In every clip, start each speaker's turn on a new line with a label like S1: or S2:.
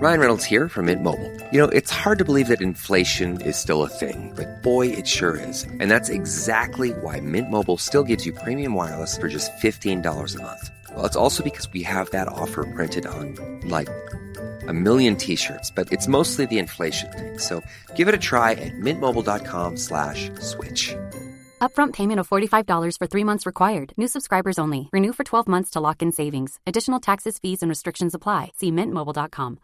S1: Ryan Reynolds here from Mint Mobile. You know, it's hard to believe that inflation is still a thing, but boy, it sure is. And that's exactly why Mint Mobile still gives you premium wireless for just $15 a month. Well, it's also because we have that offer printed on like a million t-shirts, but it's mostly the inflation thing. So give it a try at mintmobile.com slash switch.
S2: Upfront payment of $45 for three months required. New subscribers only. Renew for 12 months to lock in savings. Additional taxes, fees, and restrictions apply. See mintmobile.com.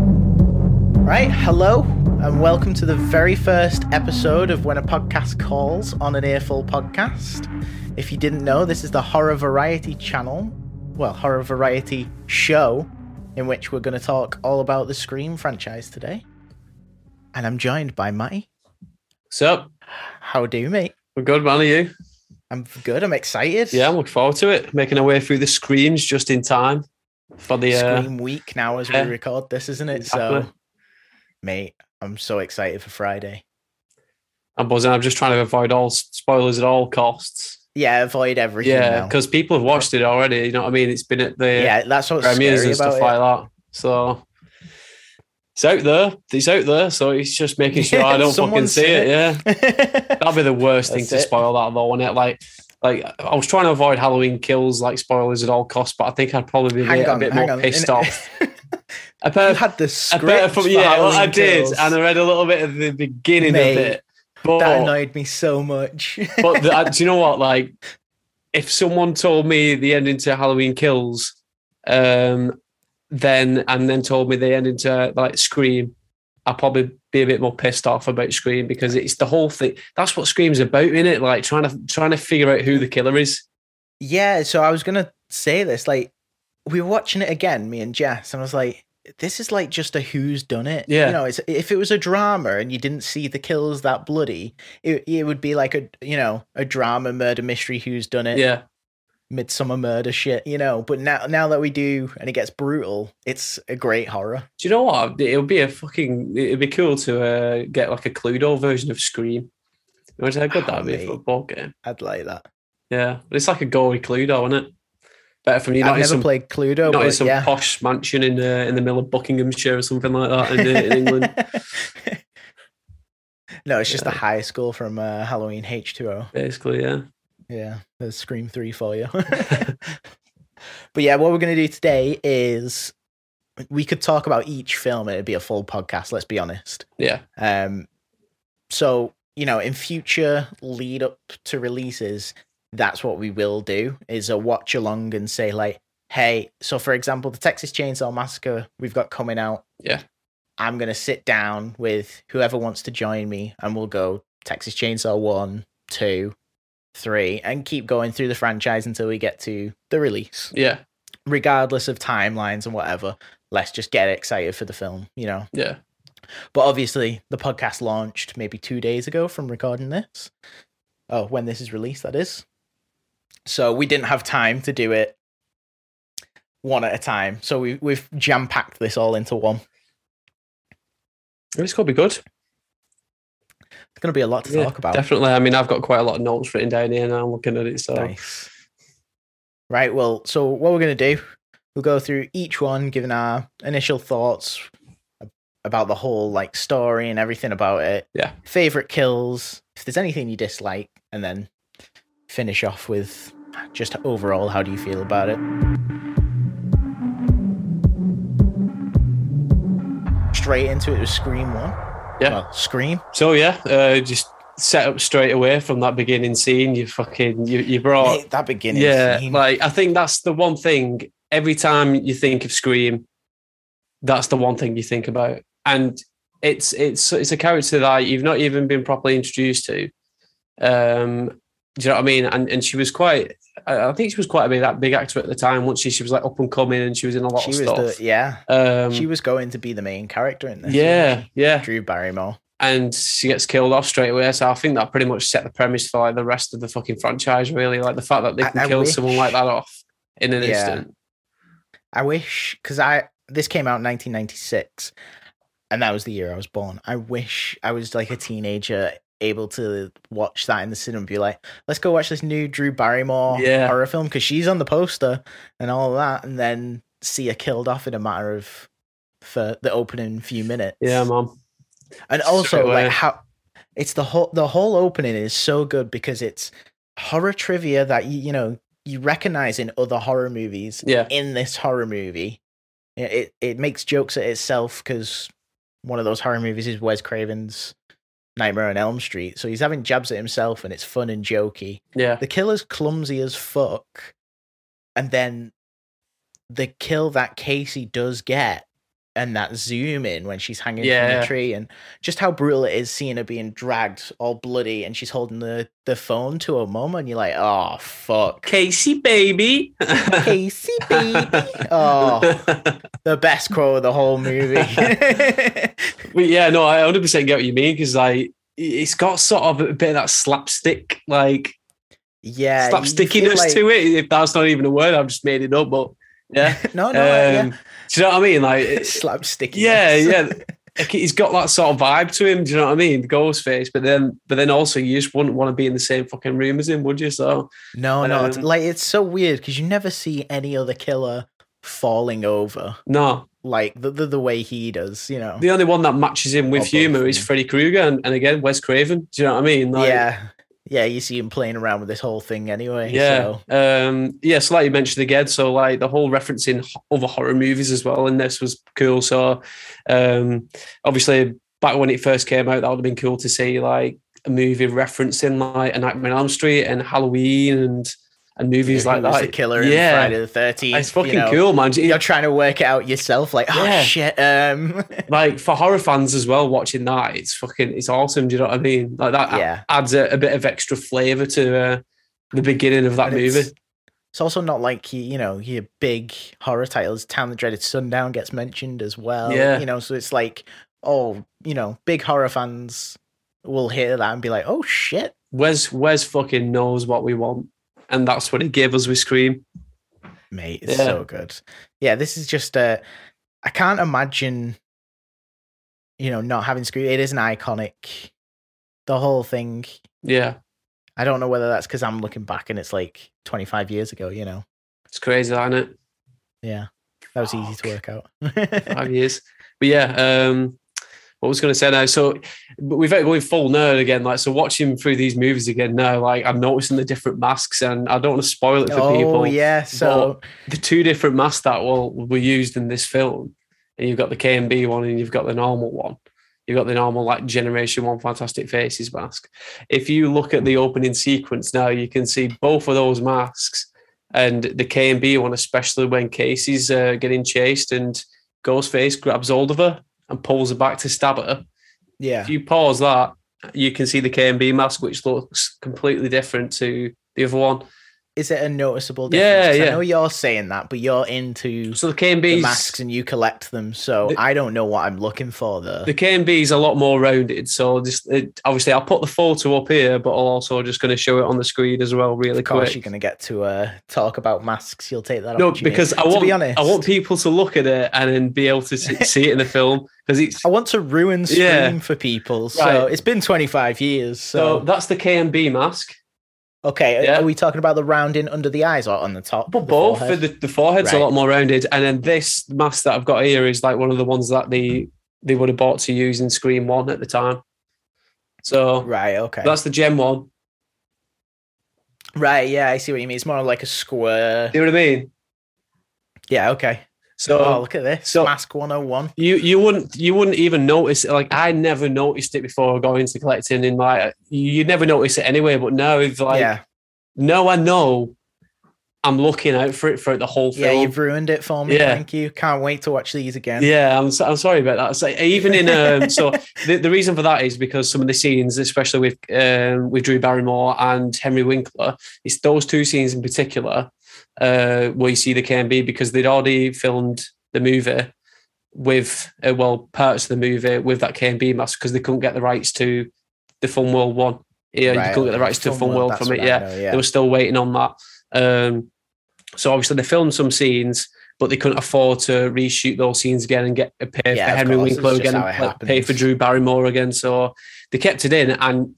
S3: Right, hello, and welcome to the very first episode of When a Podcast Calls on an Earful podcast. If you didn't know, this is the horror variety channel, well, horror variety show, in which we're going to talk all about the Scream franchise today. And I'm joined by Matty.
S4: So
S3: How do you, mate?
S4: we're good, man. Are you?
S3: I'm good, I'm excited.
S4: Yeah, I'm looking forward to it. Making our way through the screams just in time for the uh,
S3: Scream week now as
S4: Yeah.
S3: we record this, isn't it? So,
S4: Exactly.
S3: mate, I'm so excited for Friday.
S4: I'm buzzing. I'm just trying to avoid all s- spoilers at all costs.
S3: Yeah, avoid everything.
S4: Yeah,
S3: now.
S4: because people have watched it already. You know what I mean? It's been at the
S3: yeah, that's what's
S4: premieres
S3: scary
S4: and stuff
S3: about it.
S4: like that. So it's out there. It's out there. So it's just making sure
S3: Yeah,
S4: I don't
S3: someone's
S4: fucking see
S3: seen it.
S4: it. Yeah, that'd be the worst thing
S3: That's
S4: to
S3: it.
S4: spoil that though, wouldn't it? Like. Like I was trying to avoid Halloween kills, like spoilers at all costs, but I think I'd probably be
S3: hang
S4: a
S3: on,
S4: bit
S3: hang
S4: more
S3: on.
S4: pissed
S3: In-
S4: off.
S3: you
S4: A pair-
S3: had the
S4: I
S3: script.
S4: bet from,
S3: for
S4: yeah, well,
S3: Halloween
S4: I did,
S3: Kills.
S4: and I read a little bit of the beginning
S3: Mate,
S4: of it. But,
S3: that annoyed me so much.
S4: but the, uh, do you know what? Like, if someone told me the ending to Halloween Kills, um, then and then told me the ending to like Scream, I'd probably be a bit more pissed off about Scream because it's the whole thing. That's what Scream's about, isn't it? Like trying to trying to figure out who the killer is.
S3: yeah, so I was gonna say this. Like, we were watching it again, me and Jess, and I was like, "This is like just a who's done it."
S4: Yeah.
S3: you know, it's, if it was a drama and you didn't see the kills that bloody, it, it would be like a you know a drama murder mystery who's done it.
S4: Yeah,
S3: midsummer murder shit, you know. But now, now that we do, and it gets brutal, it's a great horror.
S4: do you know what? It would be a fucking. It'd be cool to uh, get like a Cluedo version of Scream. Imagine how good
S3: Oh,
S4: that'd be
S3: mate.
S4: for a football game.
S3: I'd like that.
S4: Yeah, but it's like a gory Cluedo, isn't it? Better from you
S3: I've
S4: not in
S3: never
S4: some,
S3: played Cluedo,
S4: not in
S3: but
S4: some
S3: yeah.
S4: posh mansion in uh, in the middle of Buckinghamshire or something like that in, uh, in England.
S3: no, it's just
S4: Yeah.
S3: the high school from uh, Halloween H2O.
S4: Basically, yeah.
S3: Yeah, there's Scream 3 for you. but yeah, what we're going to do today is we could talk about each film and it'd be a full podcast, let's be honest.
S4: Yeah.
S3: Um, so you know, in future lead up to releases, that's what we will do is a watch along and say like, hey, so for example, the Texas Chainsaw Massacre we've got coming out.
S4: Yeah.
S3: I'm gonna sit down with whoever wants to join me, and we'll go Texas Chainsaw one, two, three, and keep going through the franchise until we get to the release,
S4: Yeah.
S3: regardless of timelines and whatever. Let's just get excited for the film, you know.
S4: Yeah.
S3: But obviously, the podcast launched maybe two days ago from recording this. Oh, when this is released, that is. So we didn't have time to do it one at a time. So we, we've jam packed this all into one.
S4: It's going to be good.
S3: It's going to be a lot to
S4: Yeah,
S3: talk about.
S4: Definitely. I mean, I've got quite a lot of notes written down here now. I'm looking at it. So,
S3: Nice. Right. Well, so what we're going to do, we'll go through each one, giving our initial thoughts ab- about the whole like story and everything about it.
S4: Yeah.
S3: Favorite kills, if there's anything you dislike, and then finish off with just overall how do you feel about it? Straight into it with Scream 1.
S4: Yeah.
S3: Well, Scream.
S4: so yeah, uh, just set up straight away from that beginning scene. You fucking, you, you brought
S3: Mate, that beginning.
S4: Oh, yeah,
S3: scene.
S4: like I think that's the one thing. Every time you think of Scream, that's the one thing you think about, and it's it's it's a character that you've not even been properly introduced to. Um, do you know what I mean? And and she was quite. I I think she was quite a big, that big actor at the time. Once she she was like up and coming, and she was in a lot
S3: she
S4: of
S3: was
S4: stuff.
S3: the yeah.
S4: um,
S3: she was going to be the main character in this. wasn't
S4: yeah, yeah,
S3: she? Drew Barrymore.
S4: and she gets killed off straight away. So I think that pretty much set the premise for like the rest of the fucking franchise. Really, like the fact that they
S3: I-
S4: can
S3: I
S4: kill someone
S3: wish-
S4: like that off in an
S3: Yeah.
S4: instant.
S3: I wish because I this came out in 1996, and that was the year I was born. I wish I was like a teenager able to watch that in the cinema and be like, let's go watch this new Drew Barrymore
S4: Yeah.
S3: horror film because she's on the poster and all that, and then see her killed off in a matter of for the opening few minutes.
S4: Yeah, mom.
S3: and also
S4: Straight away.
S3: like how it's the whole the whole opening is so good because it's horror trivia that you you know you recognize in other horror movies
S4: Yeah.
S3: in this horror movie. It it, it makes jokes at itself because one of those horror movies is Wes Craven's Nightmare on Elm Street, so he's having jabs at himself and it's fun and jokey.
S4: Yeah.
S3: The killer's clumsy as fuck, and then the kill that Casey does get. And that zoom in when she's hanging from
S4: Yeah.
S3: the tree, and just how brutal it is seeing her being dragged all bloody, and she's holding the, the phone to her mum, and you're like, oh fuck,
S4: Casey, baby.
S3: Casey baby, oh the best quote of the whole movie.
S4: But yeah, no, I 100 percent get what you mean because like it's got sort of a bit of that slapstick like
S3: yeah,
S4: slapstickiness to it. If that's not even a word, I've just made it up. But yeah,
S3: No,
S4: um,
S3: Oh, no, yeah.
S4: do you know what I mean? Like, it's,
S3: slapstick.
S4: yeah, yeah. Like, He's got that sort of vibe to him. Do you know what I mean? Ghostface, but then, but then also, you just wouldn't want to be in the same fucking room as him, would you? So
S3: No, no, it's,
S4: Um,
S3: like it's so weird because you never see any other killer falling over
S4: no.
S3: like the the, the way he does. You know.
S4: The only one that matches him
S3: Oh,
S4: with
S3: both,
S4: humor is
S3: yeah.
S4: Freddy Krueger, and, and again, Wes Craven. Do you know what I mean? Like,
S3: yeah, yeah. You see him playing around with this whole thing anyway.
S4: Yeah.
S3: so.
S4: Um, yeah. So, like you mentioned again, so like the whole referencing h- other horror movies as well, and this was cool. So, um, obviously, back when it first came out, that would have been cool to see like a movie referencing like A Nightmare on Elm Street and Halloween and and movies
S3: Who
S4: like
S3: was
S4: that.
S3: the killer
S4: yeah.
S3: in Friday the Thirteenth.
S4: It's fucking cool, man. You-
S3: You're trying to work it out yourself, like oh
S4: Yeah.
S3: shit. Um,
S4: Like for horror fans as well, watching that, it's fucking, it's awesome. Do you know what I mean? Like that
S3: yeah.
S4: adds a, a bit of extra flavor to uh, the beginning of that
S3: And
S4: movie.
S3: It's, it's also not like you, you know your big horror titles. Town the Dreaded Sundown gets mentioned as well.
S4: Yeah.
S3: you know, so it's like oh, you know, big horror fans will hear that and be like, oh shit.
S4: Wes Wes fucking knows what we want, and that's what he gave us with Scream.
S3: Mate, it's
S4: Yeah.
S3: so good. Yeah, this is just a. I can't imagine, you know, not having Scream. It is an iconic, the whole thing.
S4: Yeah,
S3: I don't know whether that's because I'm looking back and it's like 25 years ago, you know.
S4: it's crazy, isn't it?
S3: Yeah, that was easy to work out.
S4: Five years, but yeah. Um, what was going to say now? So, but we've going full nerd again. Like, so watching through these movies again now, like I'm noticing the different masks, and I don't want to spoil it for
S3: oh,
S4: people.
S3: yeah. So,
S4: The two different masks that will were used in this film, and you've got the KMB one, and you've got the normal one. You've got the normal like Generation One Fantastic Faces mask. If you look at the opening sequence now, you can see both of those masks and the K and B one, especially when Casey's uh, getting chased and Ghostface grabs hold of her and pulls her back to stab at her.
S3: yeah.
S4: If you pause that, you can see the K and B mask, which looks completely different to the other one.
S3: Is it a noticeable
S4: Yeah,
S3: difference? 'Cause I
S4: yeah.
S3: know you're saying that, but you're into
S4: So the K and
S3: the
S4: B
S3: masks and you collect them. So,
S4: The-
S3: I don't know what I'm looking for, though.
S4: the KMB is a lot more rounded. So just it, obviously, I'll put the photo up here, but I'm also just going to show it on the screen as well, really
S3: of course,
S4: quick.
S3: you're going to get to uh, talk about masks. You'll take that
S4: no,
S3: opportunity.
S4: because I
S3: To
S4: want
S3: be honest-
S4: I want people to look at it and then be able to see, see it in the film because it's
S3: I want to ruin Scream
S4: Yeah.
S3: for people. So
S4: Right.
S3: it's been 25 years.
S4: so
S3: So,
S4: that's the KMB mask,
S3: okay,
S4: Yeah.
S3: are we talking about the rounding under the eyes or on the top?
S4: but
S3: the
S4: both
S3: forehead?
S4: the, the forehead's
S3: Right.
S4: a lot more rounded, and then this mask that I've got here is like one of the ones that they they would have bought to use in Scream One at the time. So
S3: right, okay,
S4: that's the Gem one.
S3: right. Yeah, I see what you mean. It's more like a square.
S4: Do you know what I mean?
S3: Yeah, okay.
S4: So
S3: oh, look at this
S4: so-
S3: mask 101.
S4: you you wouldn't you wouldn't even notice it. like I never noticed it before going to collecting and like you never notice it anyway but now if like
S3: yeah,
S4: no I know I'm looking out for it throughout the whole
S3: yeah,
S4: film
S3: you've ruined it for me.
S4: Yeah.
S3: Thank you. Can't wait to watch these again.
S4: yeah I'm, so, I'm sorry about that so even in um so the, the reason for that is because some of the scenes especially with um with Drew Barrymore and Henry Winkler it's those two scenes in particular uh where you see the KMB because they'd already filmed the movie with uh, well parts of the movie with that KMB mask because they couldn't get the rights to the Fun World one. Yeah,
S3: Right,
S4: you couldn't get the
S3: okay.
S4: rights to Fun World,
S3: that's
S4: from it.
S3: what I
S4: Yeah.
S3: know,
S4: they were still waiting on that. Um, so obviously they filmed some scenes but they couldn't afford to reshoot those scenes again and get pay
S3: Yeah,
S4: for
S3: of
S4: Henry
S3: course,
S4: Winkler
S3: it's just
S4: again,
S3: how it
S4: and like, pay for
S3: happens.
S4: Drew Barrymore again. So they kept it in, and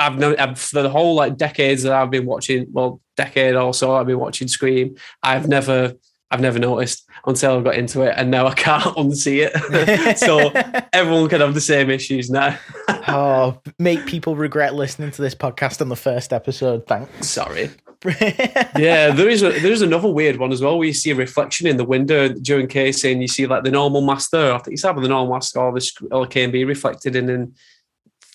S4: I've known I've, for the whole like decades that I've been watching, well, decade or so, I've been watching Scream. I've never, I've never noticed until I got into it, and now I can't unsee it. so everyone can have the same issues now.
S3: oh, make people regret listening to this podcast on the first episode. Thanks.
S4: Sorry. yeah, there is a, there is another weird one as well where you see a reflection in the window during casing. You see like the normal mask there. I think it's either the normal mask or the sc- or can be reflected in, in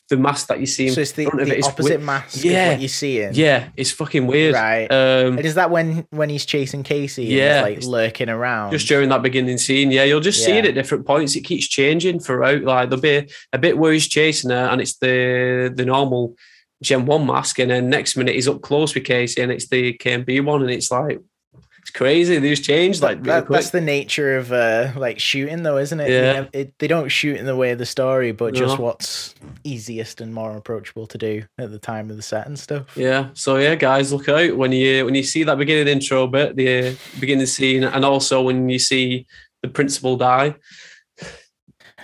S4: the mask that you see. In
S3: so it's the,
S4: front of
S3: the
S4: it. It's
S3: opposite
S4: wi-
S3: mask of
S4: Yeah.
S3: what you're seeing.
S4: yeah, it's fucking weird.
S3: Right.
S4: Um,
S3: and is that when when he's chasing Casey?
S4: Yeah.
S3: And he's, like lurking around.
S4: just during that beginning scene, yeah, you'll just see
S3: Yeah.
S4: it at different points. It keeps changing throughout. Like there'll be a bit where he's chasing her, and it's the the normal Gen One mask, and then next minute he's up close with Casey, and it's the KMB one, and it's like it's crazy. They've changed like really
S3: That-
S4: quick.
S3: that's the nature of uh, like shooting, though, isn't it?
S4: Yeah.
S3: You know, it- they don't shoot in the way of the story, but just
S4: No.
S3: what's easiest and more approachable to do at the time of the set and stuff.
S4: Yeah. So yeah, guys, look out when you when you see that beginning intro bit, the uh, beginning scene, and also when you see the principal die,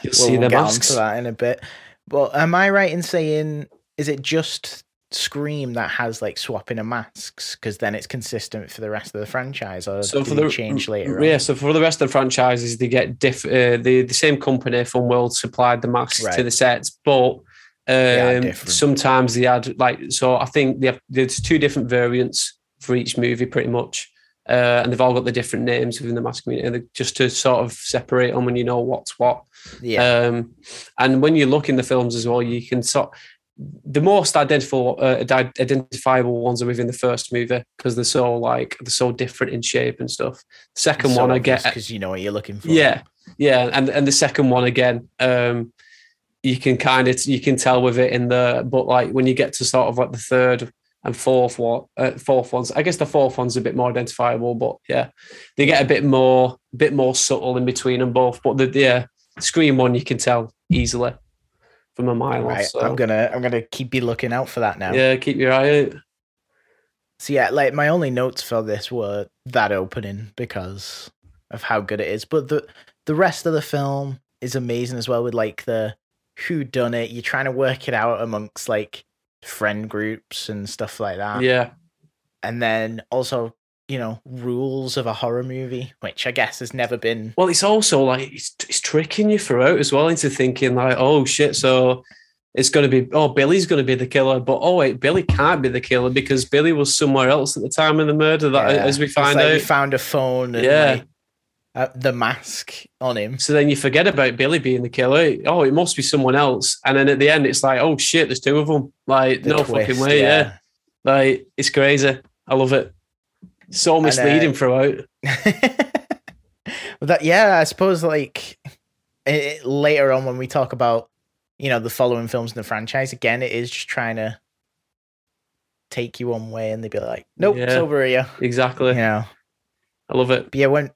S4: you'll see
S3: we'll
S4: the
S3: get onto
S4: masks.
S3: that in a bit. But am I right in saying is it just Scream that has like swapping of masks because then it's consistent for the rest of the franchise, or
S4: So
S3: do
S4: for
S3: they
S4: the
S3: change later? on?
S4: Yeah. So for the rest of the franchises, they get diff. Uh, the the same company from World supplied the masks
S3: Right.
S4: to the sets, but.
S3: are
S4: Um,
S3: different.
S4: sometimes they had like so. I think they have, there's two different variants for each movie, pretty much, uh, and they've all got the different names within the mask community, and they- just to sort of separate them and you know what's what.
S3: yeah,
S4: Um, and when you look in the films as well, you can sort the most identifiable, uh, di- identifiable ones are within the first movie because they're so like they're so different in shape and stuff. Second one, I get
S3: because you know what you're looking for.
S4: yeah, yeah, and and the second one again, um, you can kind of you can tell with it in the but like when you get to sort of like the third and fourth one, uh, fourth ones, I guess the fourth one's a bit more identifiable, but yeah, they get a bit more, bit more subtle in between them both. But the yeah, screen one you can tell easily from a mile off.
S3: Right,
S4: So,
S3: I'm gonna I'm gonna keep you looking out for that now.
S4: yeah, keep your eye out.
S3: So yeah, like my only notes for this were that opening because of how good it is, but the the rest of the film is amazing as well with like the who done it. You're trying to work it out amongst like friend groups and stuff like that,
S4: Yeah,
S3: and then also you know rules of a horror movie, which I guess has never been.
S4: Well, it's also like it's, it's tricking you throughout as well into thinking like, oh shit, so it's going to be oh Billy's going to be the killer, but oh wait, Billy can't be the killer because Billy was somewhere else at the time of the murder. That
S3: Yeah.
S4: as we
S3: uh, It's
S4: find
S3: like
S4: out,
S3: we found a phone. And,
S4: Yeah.
S3: like, uh, the mask on him.
S4: so then you forget about Billy being the killer. Oh, it must be someone else, and then at the end it's like, oh shit, there's two of them. Like
S3: the
S4: no
S3: twist,
S4: fucking way, yeah. Like it's crazy. I love it. So
S3: uh,
S4: misleading throughout.
S3: that yeah, I suppose like it, later on when we talk about you know the following films in the franchise again, it is just trying to take you one way, and they'd be like, "Nope, it's
S4: Yeah.
S3: over here."
S4: Exactly.
S3: You know,
S4: I love it.
S3: but yeah. When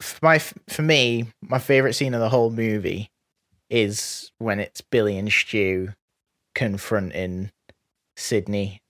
S3: for my for me, my favorite scene of the whole movie is when it's Billy and Stu confronting Sydney.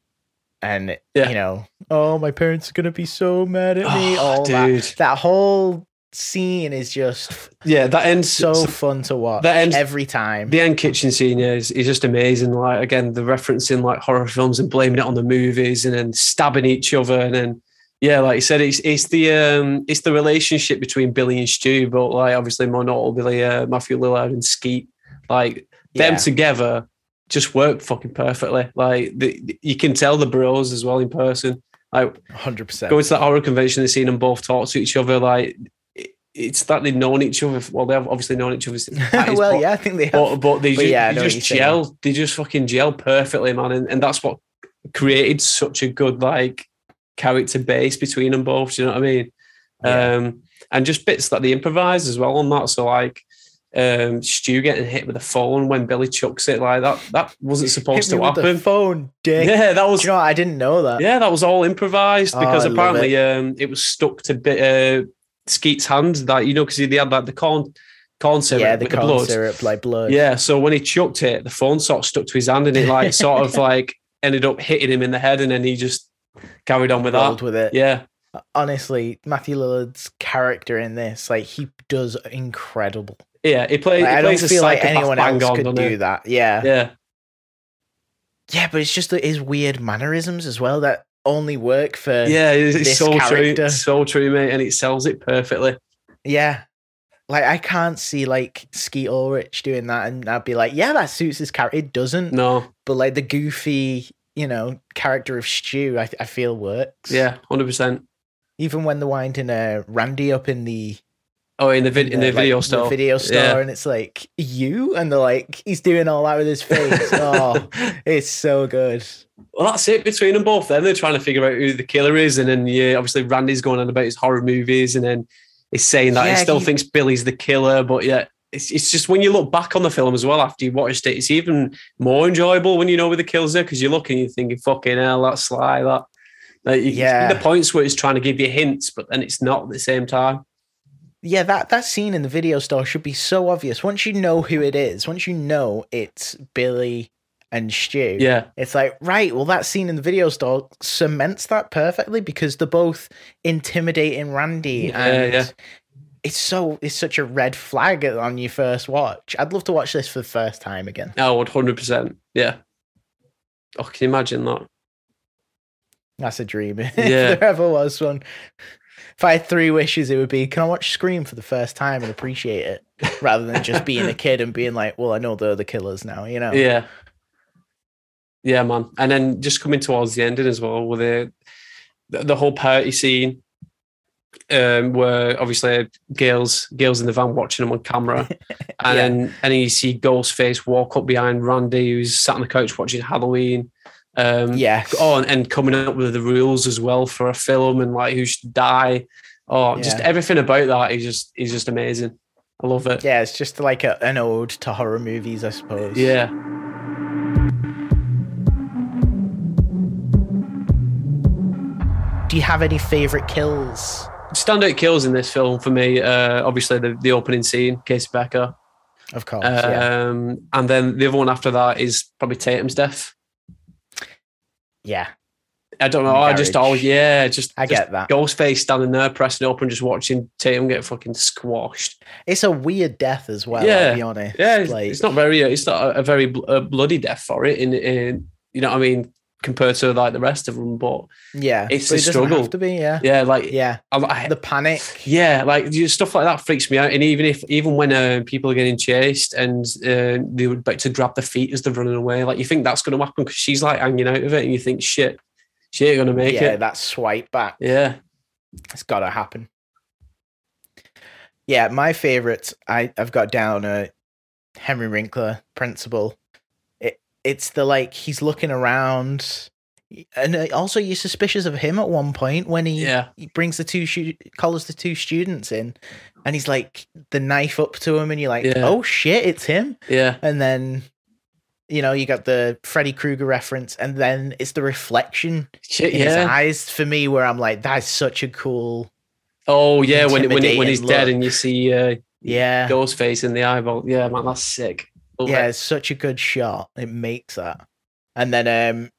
S3: And
S4: Yeah.
S3: you know, oh, my parents are gonna be so mad at me.
S4: Oh,
S3: all that
S4: dude.
S3: that whole scene is just
S4: Yeah, that ends
S3: so fun to watch
S4: that ends-
S3: every time.
S4: The end kitchen scene yeah, is, is just amazing. Like again, the referencing like horror films and blaming it on the movies, and then stabbing each other, and then yeah, like you said, it's it's the um it's the relationship between Billy and Stu, but like obviously more notably uh, Matthew Lillard and Skeet, like them
S3: Yeah.
S4: together just work fucking perfectly. Like the, the- you can tell the bros as well in person. Like
S3: 100%.
S4: going to that horror convention, they seen them both talk to each other. Like it, it's that they've known each other. Well, they have obviously known each other. since- that is
S3: well,
S4: what-
S3: yeah, I think they have.
S4: but but they,
S3: But
S4: ju-
S3: yeah, I
S4: they
S3: know what
S4: just
S3: you're saying.
S4: gel. They just fucking gel perfectly, man, and, and that's what created such a good like character base between them both. Do you know what I mean?
S3: Yeah.
S4: Um, and just bits that they improvise as well on that. So like um, Stu getting hit with a phone when Billy chucks it like that. That wasn't supposed
S3: Hit me
S4: to
S3: with the
S4: happen.
S3: phone, dick.
S4: Yeah, that
S3: Do
S4: was
S3: you know what? I didn't know that.
S4: yeah, that was all improvised
S3: Oh,
S4: because
S3: I love
S4: apparently um, it was stuck to bit, uh, Skeet's hand that you know because they had like the corn corn syrup
S3: Yeah, the
S4: with
S3: corn
S4: blood.
S3: syrup, like blood.
S4: Yeah, so when he chucked it, the phone sort of stuck to his hand and it like sort of like ended up hitting him in the head and then he just carried on with
S3: rolled
S4: that.
S3: with it.
S4: Yeah.
S3: honestly, Matthew Lillard's character in this, like he does incredible.
S4: Yeah, he, play,
S3: Like,
S4: he
S3: I don't
S4: plays a
S3: feel like
S4: psychopath
S3: anyone
S4: bang
S3: else
S4: on,
S3: could
S4: doesn't he?
S3: do that. Yeah. yeah,
S4: Yeah,
S3: but it's just that his weird mannerisms as well that only work for
S4: yeah, it's, it's
S3: Uh, This
S4: so true,
S3: character.
S4: it's so true, mate, and it sells it perfectly.
S3: Yeah. Like I can't see like Skeet Ulrich doing that, and I'd be like, yeah, that suits his character. It doesn't,
S4: No,
S3: but like the goofy, you know, character of Stew, I, I feel works.
S4: yeah, hundred percent.
S3: Even when they're winding uh, Randy up in the
S4: Oh, in the vid, in the
S3: like,
S4: video store,
S3: video store,
S4: Yeah.
S3: and it's like you, and they're like, he's doing all that with his face. oh, it's so good.
S4: Well, that's it between them both. Then they're trying to figure out who the killer is, and then yeah, obviously Randy's going on about his horror movies, and then he's saying that
S3: Yeah,
S4: he still
S3: he-
S4: thinks Billy's the killer. But yeah, it's it's just when you look back on the film as well after you watched it, it's even more enjoyable when you know where the kills are because you're looking, you're thinking, "Fucking hell, that's sly." That like you yeah.
S3: Yeah.
S4: the points where it's trying to give you hints, but then it's not at the same time.
S3: Yeah, that that scene in the video store should be so obvious once you know who it is. Once you know it's Billy and Stew.
S4: Yeah,
S3: It's like, right, well, that scene in the video store cements that perfectly because they're both intimidating Randy.
S4: Yeah,
S3: and
S4: yeah.
S3: It's so it's such a red flag on your first watch. I'd love to watch this for the first time again.
S4: I would hundred percent. Yeah. Oh, can you imagine that?
S3: That's a dream. if
S4: Yeah.
S3: there ever was one. If I had three wishes, it would be can I watch Scream for the first time and appreciate it rather than just being a kid and being like, well, I know they're the killers now, you know?
S4: Yeah. Yeah, man. And then just coming towards the ending as well with the the, the whole party scene. Um, where obviously girls girls in the van watching him on camera. And then and then you see Ghostface walk up behind Randy who's sat on the couch watching Halloween. Um
S3: Yes.
S4: oh and, and coming up with the rules as well for a film and like who should die. Oh, just
S3: Yeah.
S4: everything about that is just is just amazing. I love it.
S3: Yeah, it's just like a, an ode to horror movies, I suppose.
S4: yeah.
S3: Do you have any favorite kills?
S4: standout kills in this film for me, uh, obviously the, the opening scene, Casey Becker,
S3: Of course.
S4: um,
S3: Oh, yeah.
S4: and then the other one after that is probably Tatum's death.
S3: Yeah.
S4: I don't know.
S3: In the
S4: I just
S3: garage.
S4: always yeah, just
S3: I
S4: just
S3: get that.
S4: Ghostface standing there pressing up and just watching Tatum get fucking squashed.
S3: It's a weird death as well,
S4: Yeah.
S3: I'll be honest.
S4: Yeah, it's,
S3: Like,
S4: it's not very, uh, it's not a, a very bl- a bloody death for it. In, in you know what I mean, compared to like the rest of them. But
S3: yeah.
S4: it's
S3: but
S4: a
S3: it doesn't
S4: struggle.
S3: have to be, yeah.
S4: yeah, like
S3: Yeah.
S4: I, I,
S3: The panic.
S4: Yeah, like you- stuff like that freaks me out. And even if, even when uh, people are getting chased and uh, they were about to grab their feet as they're running away, like you think that's going to happen because she's like hanging out of it, and you think shit, she ain't going to make
S3: yeah,
S4: it.
S3: that swipe back.
S4: yeah,
S3: It's got to happen. Yeah, my favorites I I've got down uh, Henry Winkler principle. It it's the like he's looking around, and uh, also you're suspicious of him at one point when he
S4: yeah,
S3: he brings the two stu- calls the two students in, and he's like the knife up to him, and you're like,
S4: Yeah.
S3: oh shit, it's him.
S4: yeah,
S3: And then you know you got the Freddy Krueger reference, and then it's the reflection
S4: shit,
S3: in his
S4: yeah.
S3: eyes for me where I'm like, that's such a cool
S4: Oh yeah, when when when he's
S3: Intimidating
S4: dead
S3: look.
S4: and you see uh,
S3: yeah.
S4: Ghostface in the eyeball, yeah, man, that's sick. Love
S3: Yeah,
S4: it.
S3: it's such a good shot. It makes that. And then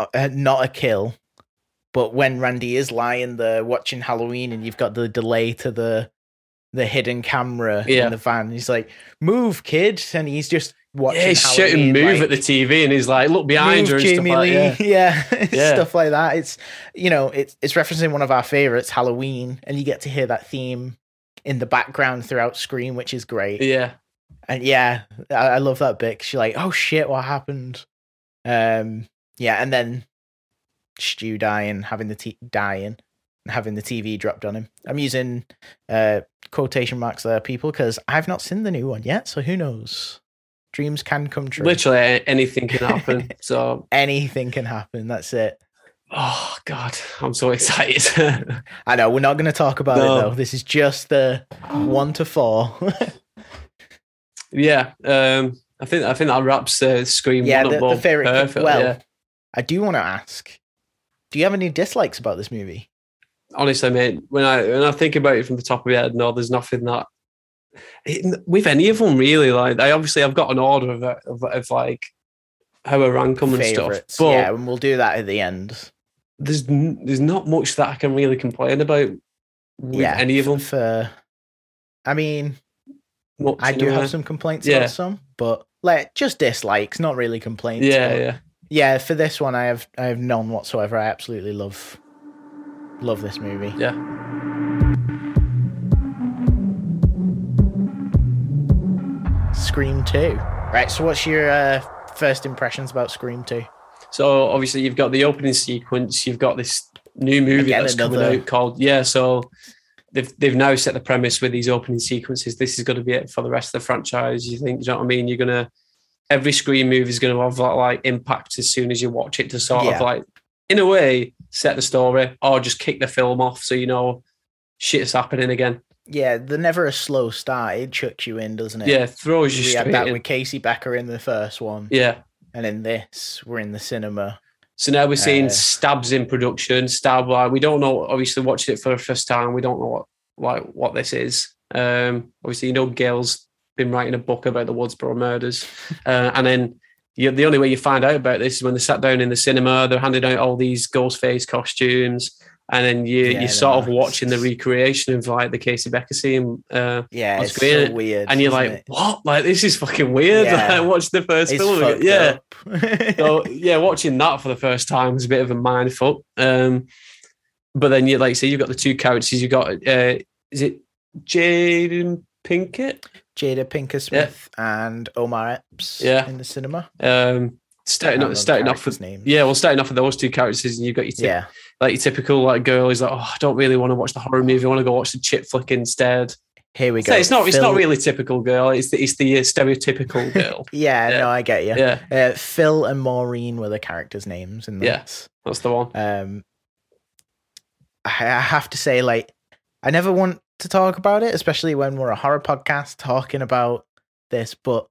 S3: um uh, not a kill, but when Randy is lying there watching Halloween and you've got the delay to the the hidden camera
S4: Yeah.
S3: in the van, he's like, Move, kid, and he's just watching
S4: yeah, he's shouting
S3: Halloween,
S4: move
S3: like,
S4: at the TV, and he's like, look
S3: Move,
S4: behind her and stuff
S3: Jamie
S4: like
S3: Lee.
S4: yeah.
S3: yeah.
S4: Yeah.
S3: stuff like that. It's you know, it's it's referencing one of our favorites, Halloween, and you get to hear that theme in the background throughout Scream, which is great.
S4: Yeah,
S3: And yeah, I, I love that bit. 'cause She's like, "Oh shit, what happened?" Um, yeah, and then Stu dying, having the t- dying, and having the TV dropped on him. I'm using uh quotation marks there, people, because I've not seen the new one yet, so who knows? Dreams can come true.
S4: literally a- anything can happen. so,
S3: Anything can happen. That's it.
S4: oh god, I'm so excited.
S3: I know we're not going to talk about
S4: No.
S3: it though. This is just the one to four.
S4: Yeah, um, I think I think that wraps uh, Scream
S3: yeah,
S4: one
S3: the,
S4: up all
S3: the favorite.
S4: perfectly,
S3: well,
S4: yeah.
S3: I do want to ask: Do you have any dislikes about this movie?
S4: honestly, mate, when I when I think about it from the top of my head, no, there's nothing that it- with any of them really. Like, I obviously I've got an order of of, of like how I rank them and stuff,
S3: favorites.
S4: but
S3: yeah, and we'll do that at the end.
S4: there's n- there's not much that I can really complain about with
S3: yeah,
S4: any of them.
S3: For, I mean,
S4: Much
S3: I do
S4: anyway.
S3: have some complaints
S4: Yeah.
S3: about some, but like just dislikes, not really complaints.
S4: Yeah,
S3: but-
S4: yeah,
S3: yeah. For this one, I have I have none whatsoever. I absolutely love love this movie.
S4: yeah.
S3: Scream Two. Right. So, what's your uh, first impressions about Scream Two?
S4: So obviously you've got the opening sequence. You've got this new movie
S3: Again,
S4: that's
S3: another-
S4: coming out called yeah. So they've they've now set the premise with these opening sequences. This is going to be it for the rest of the franchise. You think? You know what I mean? You're gonna every screen movie is going to have that like impact as soon as you watch it to sort
S3: Yeah.
S4: of like in a way set the story or just kick the film off so you know shit's happening again.
S3: Yeah, they're never a slow start. It chucks you in, doesn't it?
S4: Yeah, throws you
S3: We had
S4: straight
S3: that
S4: in.
S3: with Casey Becker in the first one,
S4: Yeah.
S3: and in this, we're in the cinema.
S4: So now we're seeing
S3: Uh,
S4: stabs in production, stab like we don't know. Obviously, watching it for the first time, we don't know what like what this is. Um, obviously, you know, Gail's been writing a book about the Woodsboro murders, uh, and then you, the only way you find out about this is when they sat down in the cinema. They're handing out all these Ghostface costumes, and then you
S3: Yeah,
S4: you're
S3: they're
S4: sort of
S3: nice.
S4: watching the recreation of like the Casey Becker scene, uh,
S3: Yeah,
S4: That's
S3: it's
S4: great.
S3: so weird.
S4: and you're
S3: isn't
S4: like,
S3: it?
S4: what? Like this is fucking weird.
S3: Yeah.
S4: Like, watch the first
S3: It's
S4: film, again.
S3: fucked
S4: yeah
S3: up.
S4: so yeah, watching that for the first time was a bit of a mind fuck. Um, but then you like you say you've got the two characters. You've got uh, is it Jaden Pinkett?
S3: Jada Pinkett Smith and Omar Epps
S4: Yeah.
S3: in the cinema.
S4: Um, starting
S3: Can't
S4: off,
S3: remember
S4: starting off
S3: characters'
S4: with
S3: names.
S4: yeah, well, starting off with those two characters, and you've got your typ-
S3: Yeah.
S4: like your typical like girl who's like, oh, I don't really want to watch the horror movie. I want to go watch the chip flick instead.
S3: Here we go.
S4: So it's not it's
S3: Phil-
S4: not really typical girl. It's the, it's the uh, stereotypical girl.
S3: Yeah,
S4: Yeah.
S3: no, I get you.
S4: yeah,
S3: Uh, Phil and Maureen were the characters' names in
S4: Yeah.
S3: this.
S4: that's the one.
S3: Um, I I have to say, like, I never want to talk about it, especially when we're a horror podcast talking about this, but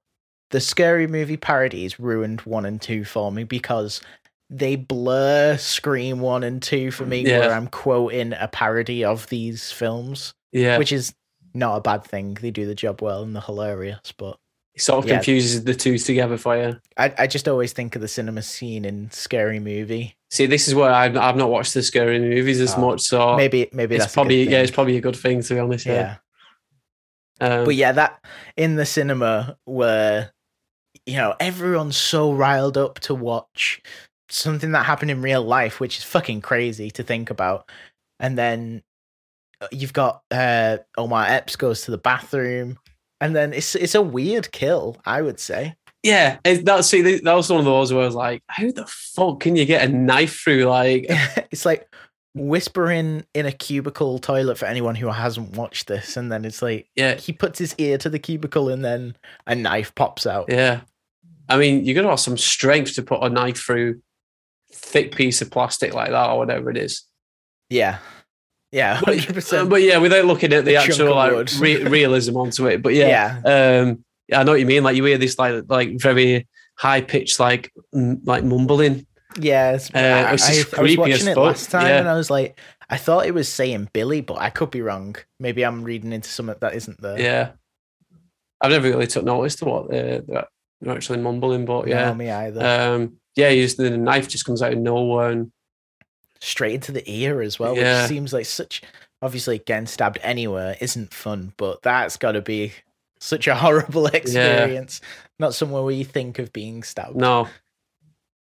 S3: the scary movie parodies ruined one and two for me because they blur Scream one and two for me,
S4: Yeah.
S3: where I'm quoting a parody of these films,
S4: Yeah,
S3: which is not a bad thing. They do the job well and they're hilarious, but
S4: it sort of
S3: yeah.
S4: confuses the two together for you.
S3: I, I just always think of the cinema scene in Scary Movie.
S4: See, this is where I've, I've not watched the scary movies as
S3: Oh,
S4: much, so
S3: Maybe, maybe
S4: it's
S3: that's a good
S4: probably yeah,
S3: thing.
S4: it's probably a good thing to be honest.
S3: yeah.
S4: Yeah, um,
S3: but yeah, that in the cinema where you know everyone's so riled up to watch something that happened in real life, which is fucking crazy to think about. And then uh, you've got uh, Omar Epps goes to the bathroom, and then it's it's a weird kill, I would say.
S4: yeah, it, that see th- that was one of those where I was like, how the fuck can you get a knife through like?
S3: it's like whispering in a cubicle toilet for anyone who hasn't watched this, and then it's like
S4: Yeah,
S3: he puts his ear to the cubicle, and then a knife pops out.
S4: yeah. I mean, you got to have some strength to put a knife through thick piece of plastic like that or whatever it is.
S3: Yeah. Yeah,
S4: But,
S3: 100%.
S4: but yeah, without looking at the
S3: A chunk
S4: actual
S3: of
S4: like
S3: wood.
S4: re- realism onto it, but
S3: yeah.
S4: um i know what you mean like you hear this like like very high pitched like m- like mumbling
S3: Yeah, it's,
S4: Uh,
S3: I,
S4: it's
S3: I-
S4: just
S3: I was
S4: creepy
S3: watching
S4: as
S3: it
S4: fuck,
S3: last time
S4: yeah.
S3: and I was like, I thought it was saying Billy, but I could be wrong. Maybe I'm reading into something that isn't there.
S4: yeah i've never really took notice to what uh, they're they're actually mumbling but
S3: yeah.
S4: yeah
S3: me either.
S4: um yeah you just, the knife just comes out of nowhere and
S3: Straight into the ear as well,
S4: yeah.
S3: which seems like such. Obviously, getting stabbed anywhere isn't fun, but that's got to be such a horrible experience. Not somewhere where you think of being stabbed.
S4: no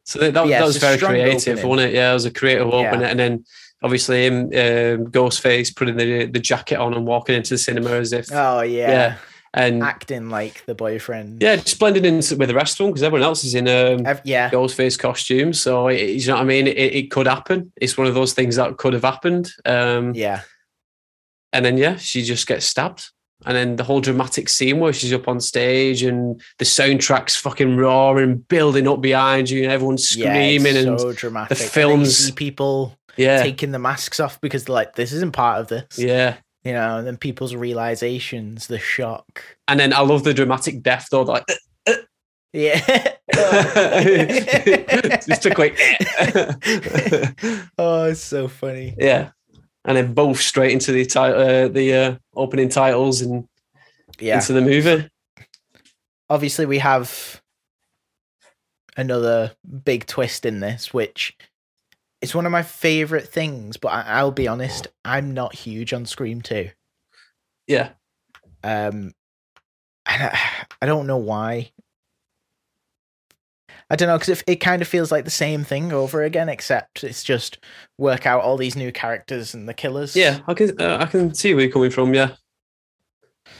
S4: so that, that,
S3: Yeah,
S4: that
S3: it's
S4: was
S3: a
S4: very
S3: strong
S4: creative
S3: opening.
S4: wasn't it yeah it was a creative
S3: Yeah.
S4: opening and then obviously him um, ghostface putting the the jacket on and walking into the cinema as if
S3: Oh yeah.
S4: Yeah. and
S3: acting like the boyfriend.
S4: yeah just blending in with the rest of them because everyone else is in um
S3: Ev- yeah.
S4: Ghostface costume. So it, you know what I mean. It, it could happen. It's one of those things that could have happened. Um,
S3: Yeah.
S4: And then yeah, she just gets stabbed. And then the whole dramatic scene where she's up on stage and the soundtrack's fucking roaring, building up behind you, and everyone's screaming
S3: yeah, it's
S4: and
S3: so dramatic. And then you
S4: film's-
S3: see people
S4: yeah,
S3: taking the masks off because they're like this isn't part of this.
S4: yeah.
S3: you know, and then people's realizations, the shock.
S4: And then I love the dramatic death though, like
S3: Yeah.
S4: just a quick,
S3: oh, it's so funny.
S4: yeah. And then both straight into the title, uh, the uh, opening titles and
S3: Yeah.
S4: into the movie.
S3: Obviously, we have another big twist in this, which It's one of my favorite things, but I, I'll be honest, I'm not huge on Scream 2.
S4: Yeah.
S3: Um, and I, I don't know why. I don't know because it, it kind of feels like the same thing over again, except it's just work out all these new characters and the killers.
S4: Yeah, I can uh, I can see where you're coming from. Yeah,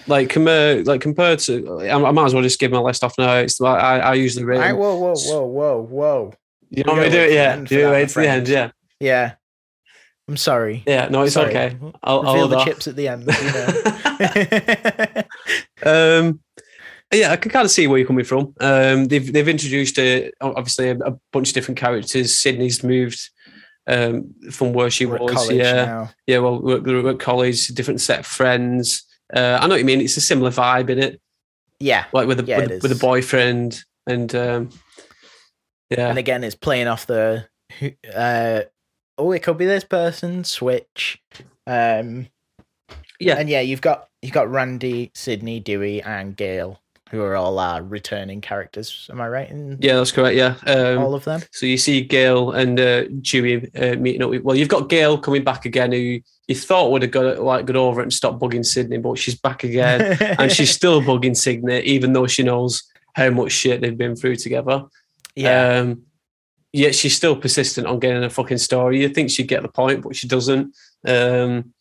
S4: like com- uh, like compared to, I, I might as well just give my list off now. It's like I, I usually rate.
S3: All right,
S4: them.
S3: whoa, whoa, whoa, whoa, whoa.
S4: You
S3: we
S4: want me to
S3: gotta
S4: Oh, do
S3: wait
S4: it?
S3: to the
S4: Yeah,
S3: end for that, my friend.
S4: do it. Wait to the end. Yeah,
S3: Yeah, I'm sorry.
S4: yeah. No, Oh, it's
S3: Sorry.
S4: okay. I'll, I'll uh,
S3: Reveal
S4: hold
S3: the
S4: off.
S3: chips at the end. You know.
S4: um, yeah, I can kind of see where you're coming from. Um, they've they've introduced a, obviously a, a bunch of different characters. Sydney's moved um, from where she
S3: We're at
S4: was.
S3: college
S4: yeah,
S3: now.
S4: yeah. Well, we're, we're at college, different set of friends. Uh, I know what you mean. It's a similar vibe in it,
S3: Yeah.
S4: like with a
S3: Yeah,
S4: with,
S3: it
S4: a- with a
S3: is.
S4: boyfriend and um, yeah,
S3: And again, it's playing off the. who- Uh, oh, it could be this person. Switch. Um,
S4: yeah,
S3: and yeah, you've got you've got Randy, Sydney, Dewey, and Gail, who are all our returning characters. Am I right in
S4: yeah. That's correct. Yeah. Um,
S3: all of them?
S4: So you see Gail and uh, Dewey uh, meeting up. With, well, you've got Gail coming back again, who you thought would have got like got over it and stopped bugging Sydney, but she's back again, and she's uh, still bugging Sydney, even though she knows how much shit they've been through together.
S3: yeah.
S4: Um, yet she's still persistent on getting a fucking story. You think she'd get the point, but she doesn't. Um,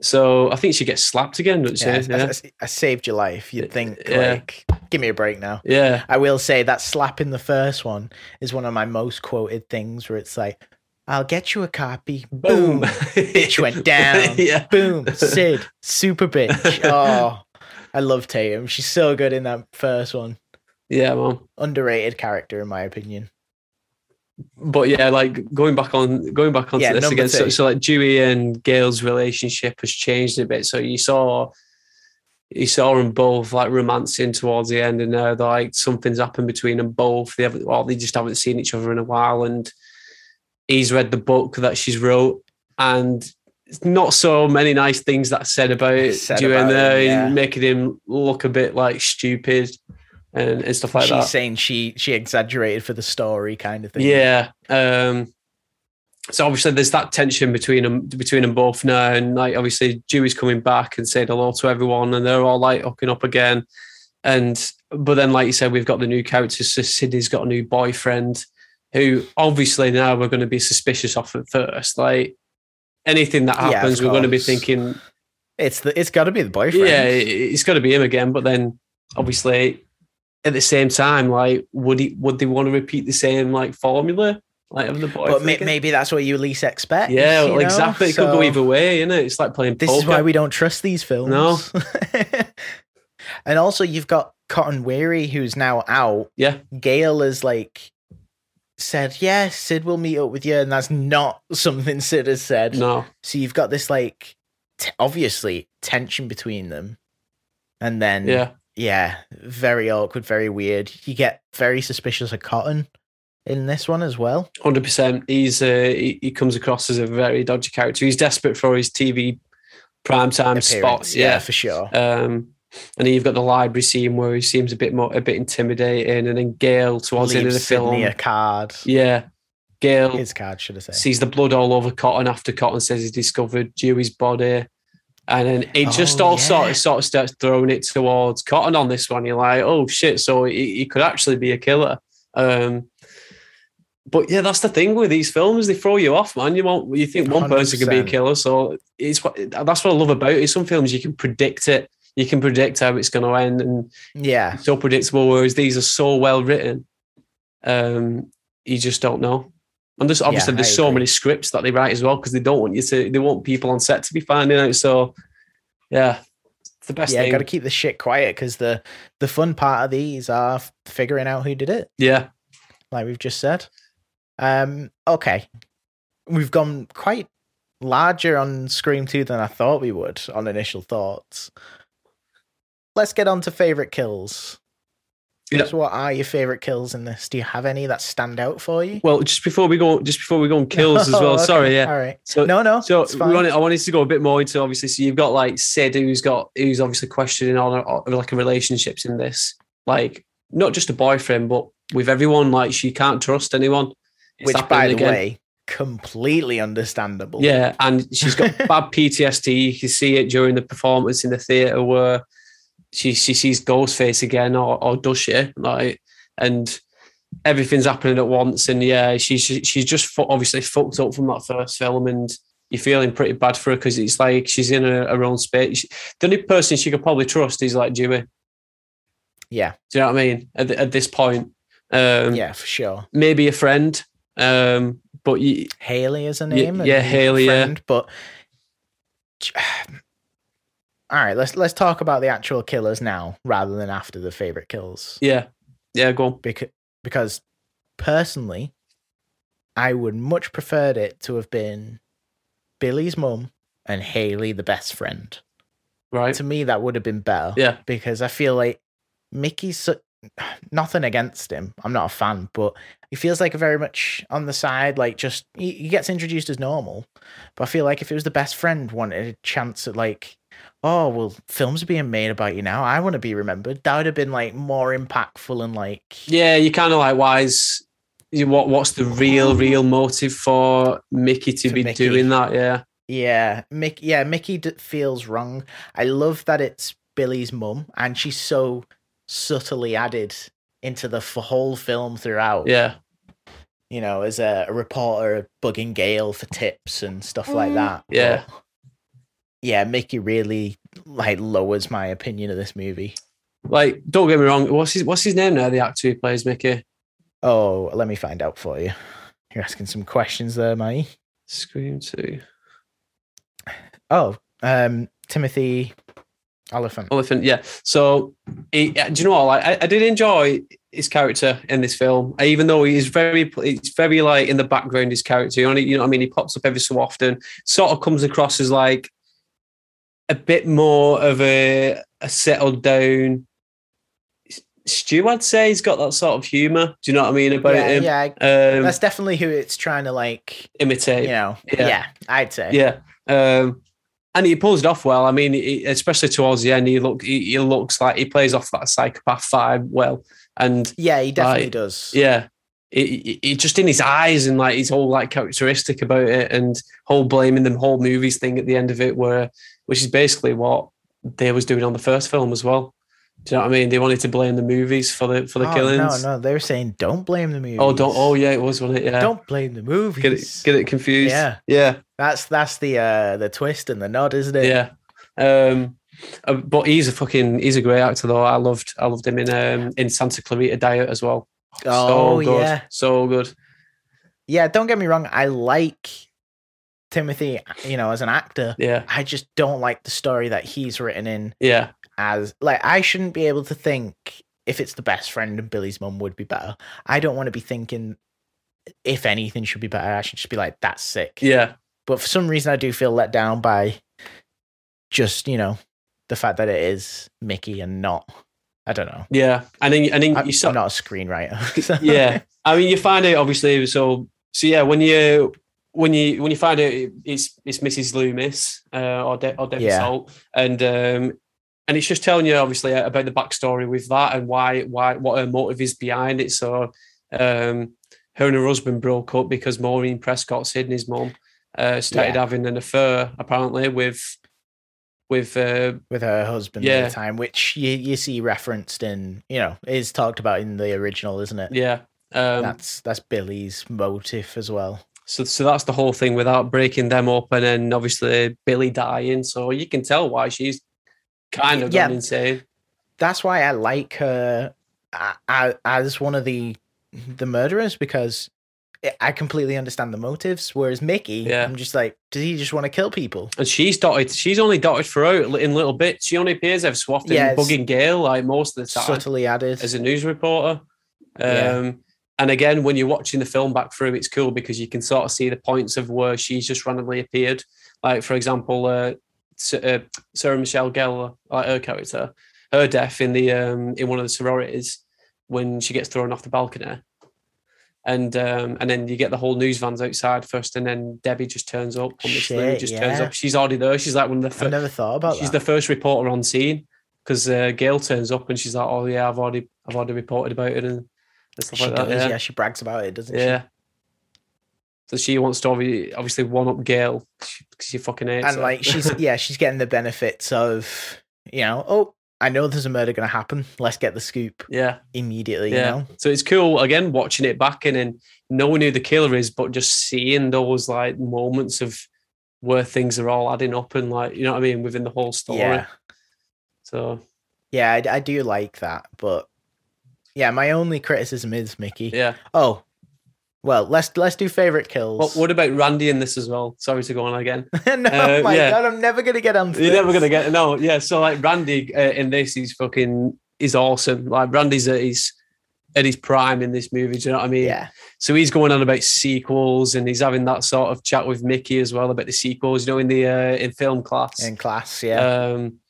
S4: so I think she gets slapped again, doesn't she?
S3: yeah, I- I,
S4: Yeah. Uh,
S3: I saved your life. You'd think
S4: yeah.
S3: like, give me a break now.
S4: yeah.
S3: I will say that slap in the first one is one of my most quoted things where it's like, I'll get you a copy. Boom. bitch went down.
S4: yeah.
S3: Boom. Sid. Super bitch. Oh, I love Tatum. She's so good in that first one.
S4: Yeah, man.
S3: Underrated character, in my opinion.
S4: but yeah, like going back on going back onto
S3: Yeah,
S4: this
S3: number
S4: again. So,
S3: two.
S4: so like Dewey and Gail's relationship has changed a bit. So you saw you saw them both like romancing towards the end, and now like something's happened between them both. They haven't, well, they just haven't seen each other in a while, and he's read the book that she's wrote, and it's not so many nice things that are said about
S3: Said
S4: Dewey
S3: about
S4: and
S3: him,
S4: uh,
S3: yeah.
S4: making him look a bit like stupid and, and stuff like
S3: She's
S4: that.
S3: saying she she exaggerated for the story kind of thing.
S4: Yeah. Um, so obviously there's that tension between them between them both now, and like obviously Dewey's coming back and saying hello to everyone, and they're all like hooking up again. And but then, like you said, we've got the new characters. So Sydney's got a new boyfriend, who obviously now we're going to be suspicious of at first. Like anything that
S3: Yeah, of
S4: happens, we're going to be
S3: course.
S4: thinking,
S3: It's the it's gotta be the boyfriend.
S4: yeah, it- it's got to be him again. But then, obviously, at the same time, like, would he? Would they want to repeat the same like formula? Like of the boy,
S3: But may, maybe that's what you least expect.
S4: yeah,
S3: you
S4: well,
S3: know?
S4: exactly. It could
S3: So-
S4: go either way, innit? It's like playing
S3: This
S4: poker.
S3: is why we don't trust these films.
S4: No.
S3: and also, you've got Cotton Weary, who's now out.
S4: Yeah.
S3: Gail is like said, yeah, Sid will meet up with you. And that's not something Sid has said.
S4: no,
S3: So you've got this like, t- obviously, tension between them. And then,
S4: yeah,
S3: yeah, very awkward, very weird. You get very suspicious of Cotton in this one as well.
S4: hundred percent. He's uh, he, he comes across as a very dodgy character. He's desperate for his TV primetime spots.
S3: Appearance,
S4: Yeah,
S3: for sure.
S4: Um, and then you've got the library scene where he seems a bit more, a bit intimidating, and then Gail towards the end of
S3: Leaves
S4: the film.
S3: Sydney a card.
S4: Yeah, Gail
S3: His card, should I say.
S4: sees the blood all over Cotton after Cotton says he discovered Dewey's body. And then it just
S3: Oh,
S4: all
S3: yeah.
S4: sort of sort of starts throwing it towards Cotton on this one. You're like, oh shit, so he, he could actually be a killer. Um, but yeah, that's the thing with these films; they throw you off, man. You want you think one person can be a
S3: 100%.
S4: killer, so it's what that's what I love about it. Some films you can predict it, you can predict how it's going to end, and
S3: yeah.
S4: so predictable. Whereas these are so well written, um, you just don't know. And there's obviously
S3: I
S4: there's so
S3: agree.
S4: many scripts that they write as well because they don't want you to. They want people on set to be finding out. So yeah, it's the best
S3: yeah,
S4: thing.
S3: got to keep the shit quiet because the the fun part of these are f- figuring out who did it,
S4: yeah,
S3: like we've just said. Um, okay, we've gone quite larger on Scream Two than I thought we would on initial thoughts. Let's get on to favorite kills.
S4: Yeah.
S3: So what are your favorite kills in this? Do you have any that stand out for you?
S4: Well, just before we go, just before we go on kills as well.
S3: Okay,
S4: Sorry, yeah.
S3: All right.
S4: So
S3: no, no.
S4: So
S3: it's
S4: we
S3: fine.
S4: wanted, I wanted to go a bit more into obviously. So you've got like Sid, who's got who's obviously questioning all all- like relationships in this, like not just a boyfriend, but with everyone. Like she can't trust anyone. It's
S3: Which,
S4: happening
S3: by the
S4: again.
S3: way, completely understandable.
S4: Yeah, and she's got bad PTSD. You can see it during the performance in the theater where she she sees Ghostface again, or, or does she? Like, and everything's happening at once. And yeah, she's she's just fu- obviously fucked up from that first film, and you're feeling pretty bad for her because it's like she's in her, her own space. She- the only person she could probably trust is like Dewey.
S3: Yeah.
S4: Do you know what I mean? At, the, at this point, um,
S3: Yeah, for sure.
S4: maybe a friend, um, but you,
S3: Haley is her
S4: Y-
S3: name. and
S4: yeah, Haley, yeah.
S3: friend, But all right, let's let's talk about the actual killers now rather than after the favorite kills.
S4: yeah, yeah, go on.
S3: because because personally, I would much preferred it to have been Billy's mum and Haley, the best friend.
S4: Right.
S3: To me, that would have been better.
S4: Yeah.
S3: because I feel like Mickey's su- nothing against him. I'm not a fan, but he feels like very much on the side. Like just he, he gets introduced as normal, but I feel like if it was the best friend wanted a chance at like. Oh well, films are being made about you now. I want to be remembered. That would have been like more impactful and like
S4: Yeah, you kind of like wise. You, what what's the real real motive for Mickey to
S3: For
S4: be
S3: Mickey.
S4: doing that? Yeah,
S3: Yeah, Mick. Yeah, Mickey d- feels wrong. I love that it's Billy's mum, and she's so subtly added into the f- whole film throughout.
S4: yeah,
S3: you know, as a, a reporter bugging Gail for tips and stuff like that.
S4: Yeah.
S3: But, yeah, Mickey really like lowers my opinion of this movie.
S4: like don't get me wrong. What's his what's his name now? The actor who plays Mickey.
S3: Oh, let me find out for you. You're asking some questions there, Matty.
S4: Scream two
S3: Oh, um, Timothy Oliphant.
S4: elephant. Yeah. So he, yeah, do you know what? Like I, I did enjoy his character in this film, even though he is very it's very like in the background. His character, you know, you know what I mean. He pops up every so often. Sort of comes across as like a bit more of a, a settled down. Stu, I'd say he's got that sort of humour. Do you know what I mean about
S3: yeah,
S4: him?
S3: yeah,
S4: Um,
S3: that's definitely who it's trying to like
S4: imitate.
S3: you know,
S4: Yeah.
S3: yeah, I'd say.
S4: Yeah. Um, and he pulls it off well. I mean, he, especially towards the end, he look he, he looks like he plays off that psychopath vibe well. And
S3: Yeah, he definitely
S4: Like,
S3: does.
S4: yeah, it, it, it just in his eyes and like his whole like characteristic about it and whole blaming them whole movies thing at the end of it, where which is basically what they was doing on the first film as well. Do you know what I mean? They wanted to blame the movies for the for the
S3: oh,
S4: killings.
S3: No, no, they were saying don't blame the movies.
S4: oh, don't. Oh, yeah, it was, wasn't it? Yeah.
S3: Don't blame the movies.
S4: get it get it confused.
S3: Yeah.
S4: Yeah.
S3: that's that's the uh the twist and the nod, isn't it?
S4: Yeah. Um, uh, but he's a fucking he's a great actor though. I loved I loved him in um in Santa Clarita Diet as well.
S3: Oh
S4: so good.
S3: yeah.
S4: So good.
S3: Yeah, don't get me wrong, I like Timothy, you know, as an actor.
S4: Yeah.
S3: I just don't like the story that he's written in
S4: Yeah.
S3: as like I shouldn't be able to think if it's the best friend and Billy's mum would be better. I don't want to be thinking if anything should be better. I should just be like, that's sick.
S4: Yeah.
S3: but for some reason I do feel let down by just you know the fact that it is Mickey and not I don't know.
S4: Yeah. And then and then
S3: I'm,
S4: you sort
S3: I'm not a screenwriter. so-
S4: yeah. I mean you find out obviously so so yeah, when you when you when you find out it- it's it's Mrs. Loomis uh, or De- or Debbie
S3: Yeah.
S4: Salt and um and it's just telling you obviously about the backstory with that and why why what her motive is behind it. So um her and her husband broke up because Maureen Prescott, Sydney's mum, uh, started
S3: Yeah.
S4: having an affair apparently with with uh,
S3: with her husband
S4: Yeah.
S3: at the time, which you you see referenced in you know is talked about in the original, isn't it?
S4: yeah um,
S3: that's that's Billy's motive as well.
S4: So, so that's the whole thing without breaking them up, and then obviously Billy dying. So you can tell why she's kind of
S3: Yeah.
S4: gone insane.
S3: That's why I like her a- a- as one of the the murderers because I- I completely understand the motives. Whereas Mickey,
S4: Yeah.
S3: I'm just like, does he just want to kill people?
S4: And she's dotted. She's only dotted throughout li- in little bits. She only appears ever so often,
S3: Yeah, it's-
S4: bugging Gail like most of the time
S3: Subtly added.
S4: as a news reporter. Um,
S3: Yeah.
S4: And again, when you're watching the film back through, it's cool because you can sort of see the points of where she's just randomly appeared. Like for example, uh, S- uh, Sarah Michelle Gellar, like her character, her death in the um, in one of the sororities when she gets thrown off the balcony. And um, and then you get the whole news vans outside first, and then Debbie just turns up. and Miss Lou
S3: Shit,
S4: just turns
S3: yeah.
S4: up. She's already there. She's like one of the
S3: I've
S4: first.
S3: never thought about
S4: She's
S3: that.
S4: the first reporter on scene because uh, Gail turns up and she's like, "Oh yeah, I've already, I've already reported about it and, and stuff
S3: she
S4: like
S3: does,
S4: that."
S3: yeah. She brags about it, doesn't
S4: Yeah, yeah. So she wants to obvi- obviously one up Gail because she fucking hates
S3: and
S4: her.
S3: like she's yeah she's getting the benefits of you know oh i know there's a murder going to happen let's get the scoop
S4: yeah,
S3: immediately
S4: yeah.
S3: you know
S4: So it's cool again watching it back and then knowing who the killer is, but just seeing those like moments of where things are all adding up and like you know what I mean within the whole story.
S3: yeah
S4: So
S3: yeah I, I do like that but yeah my only criticism is mickey
S4: yeah.
S3: oh well let's let's do favorite kills
S4: What what about Randy in this as well? Sorry to go on again.
S3: no oh
S4: uh,
S3: my
S4: yeah.
S3: god i'm never gonna get on
S4: You're never gonna get no. Yeah. So like Randy uh, in this, he's fucking is awesome. Like Randy's at his at his prime in this movie. Do you know what I mean?
S3: yeah
S4: So he's going on about sequels and he's having that sort of chat with Mickey as well about the sequels. You know, in the uh, in film class.
S3: in class yeah
S4: Um,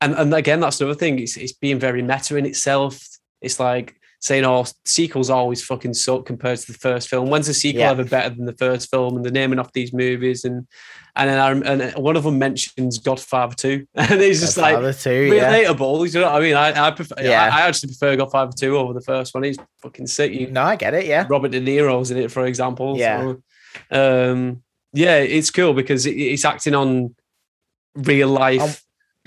S4: and and again, that's another thing. It's it's being very meta in itself. It's like saying, "Oh, sequels always fucking suck compared to the first film. When's the sequel
S3: Yeah.
S4: ever better than the first film?" And they're naming off these movies, and and then I, rem- and one of them mentions Godfather Two, and he's just like
S3: Godfather two, yeah.
S4: relatable. You know what I mean? I I, prefer,
S3: Yeah.
S4: I I actually prefer Godfather Two over the first one. He's fucking sick. You
S3: no i get it yeah
S4: Robert De Niro's in it, for example.
S3: Yeah.
S4: So, um, yeah, it's cool because it, it's acting on real life,
S3: Um,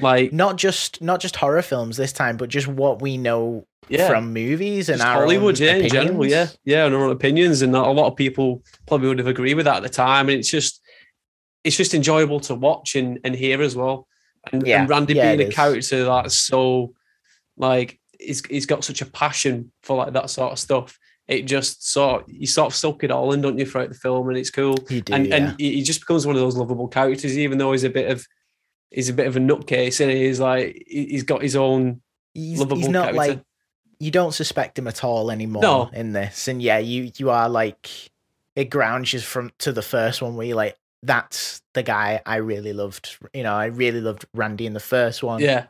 S4: like
S3: not just not just horror films this time but just what we know
S4: yeah,
S3: from movies and
S4: just
S3: our own
S4: Hollywood, yeah, in general, yeah,
S3: opinions.
S4: yeah, and our own opinions, and a lot of people probably would have agreed with that at the time, and it's just, it's just enjoyable to watch and and hear as well, and,
S3: Yeah.
S4: and Randy
S3: Yeah,
S4: being
S3: it
S4: a
S3: is.
S4: character that's so, like, he's he's got such a passion for like that sort of stuff. It just sort you sort of soak it all in, don't you, throughout the film, and it's cool.
S3: you do
S4: and
S3: yeah.
S4: and he he just becomes one of those lovable characters, even though he's a bit of he's a bit of a nutcase, and he's like he- he's got his own.
S3: he's,
S4: lovable
S3: he's not
S4: character.
S3: like you don't suspect him at all anymore
S4: No.
S3: in this and yeah you you are like it grounds you from to the first one where you're like that's the guy i really loved you know i really loved randy in the first one
S4: Yeah,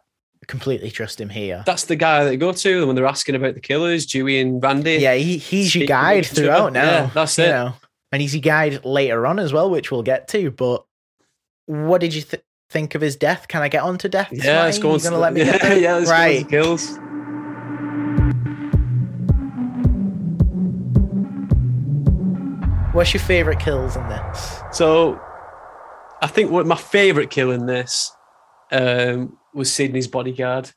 S3: completely trust him here
S4: that's the guy that they go to when they're asking about the killers, Dewey and Randy.
S3: yeah he, he's your
S4: Speaking
S3: guide
S4: with each other.
S3: throughout now
S4: Yeah, that's
S3: you
S4: it.
S3: know and he's your guide later on as well which we'll get to but what did you th- think of his death can i get on to death
S4: yeah. Let's
S3: Marty?
S4: go on
S3: You
S4: to
S3: gonna
S4: the-
S3: let me
S4: yeah,
S3: get there?
S4: yeah, let's go on to
S3: right
S4: the kills.
S3: what's your favorite kills in this
S4: So, I think what my favorite kill in this um, was Sydney's bodyguard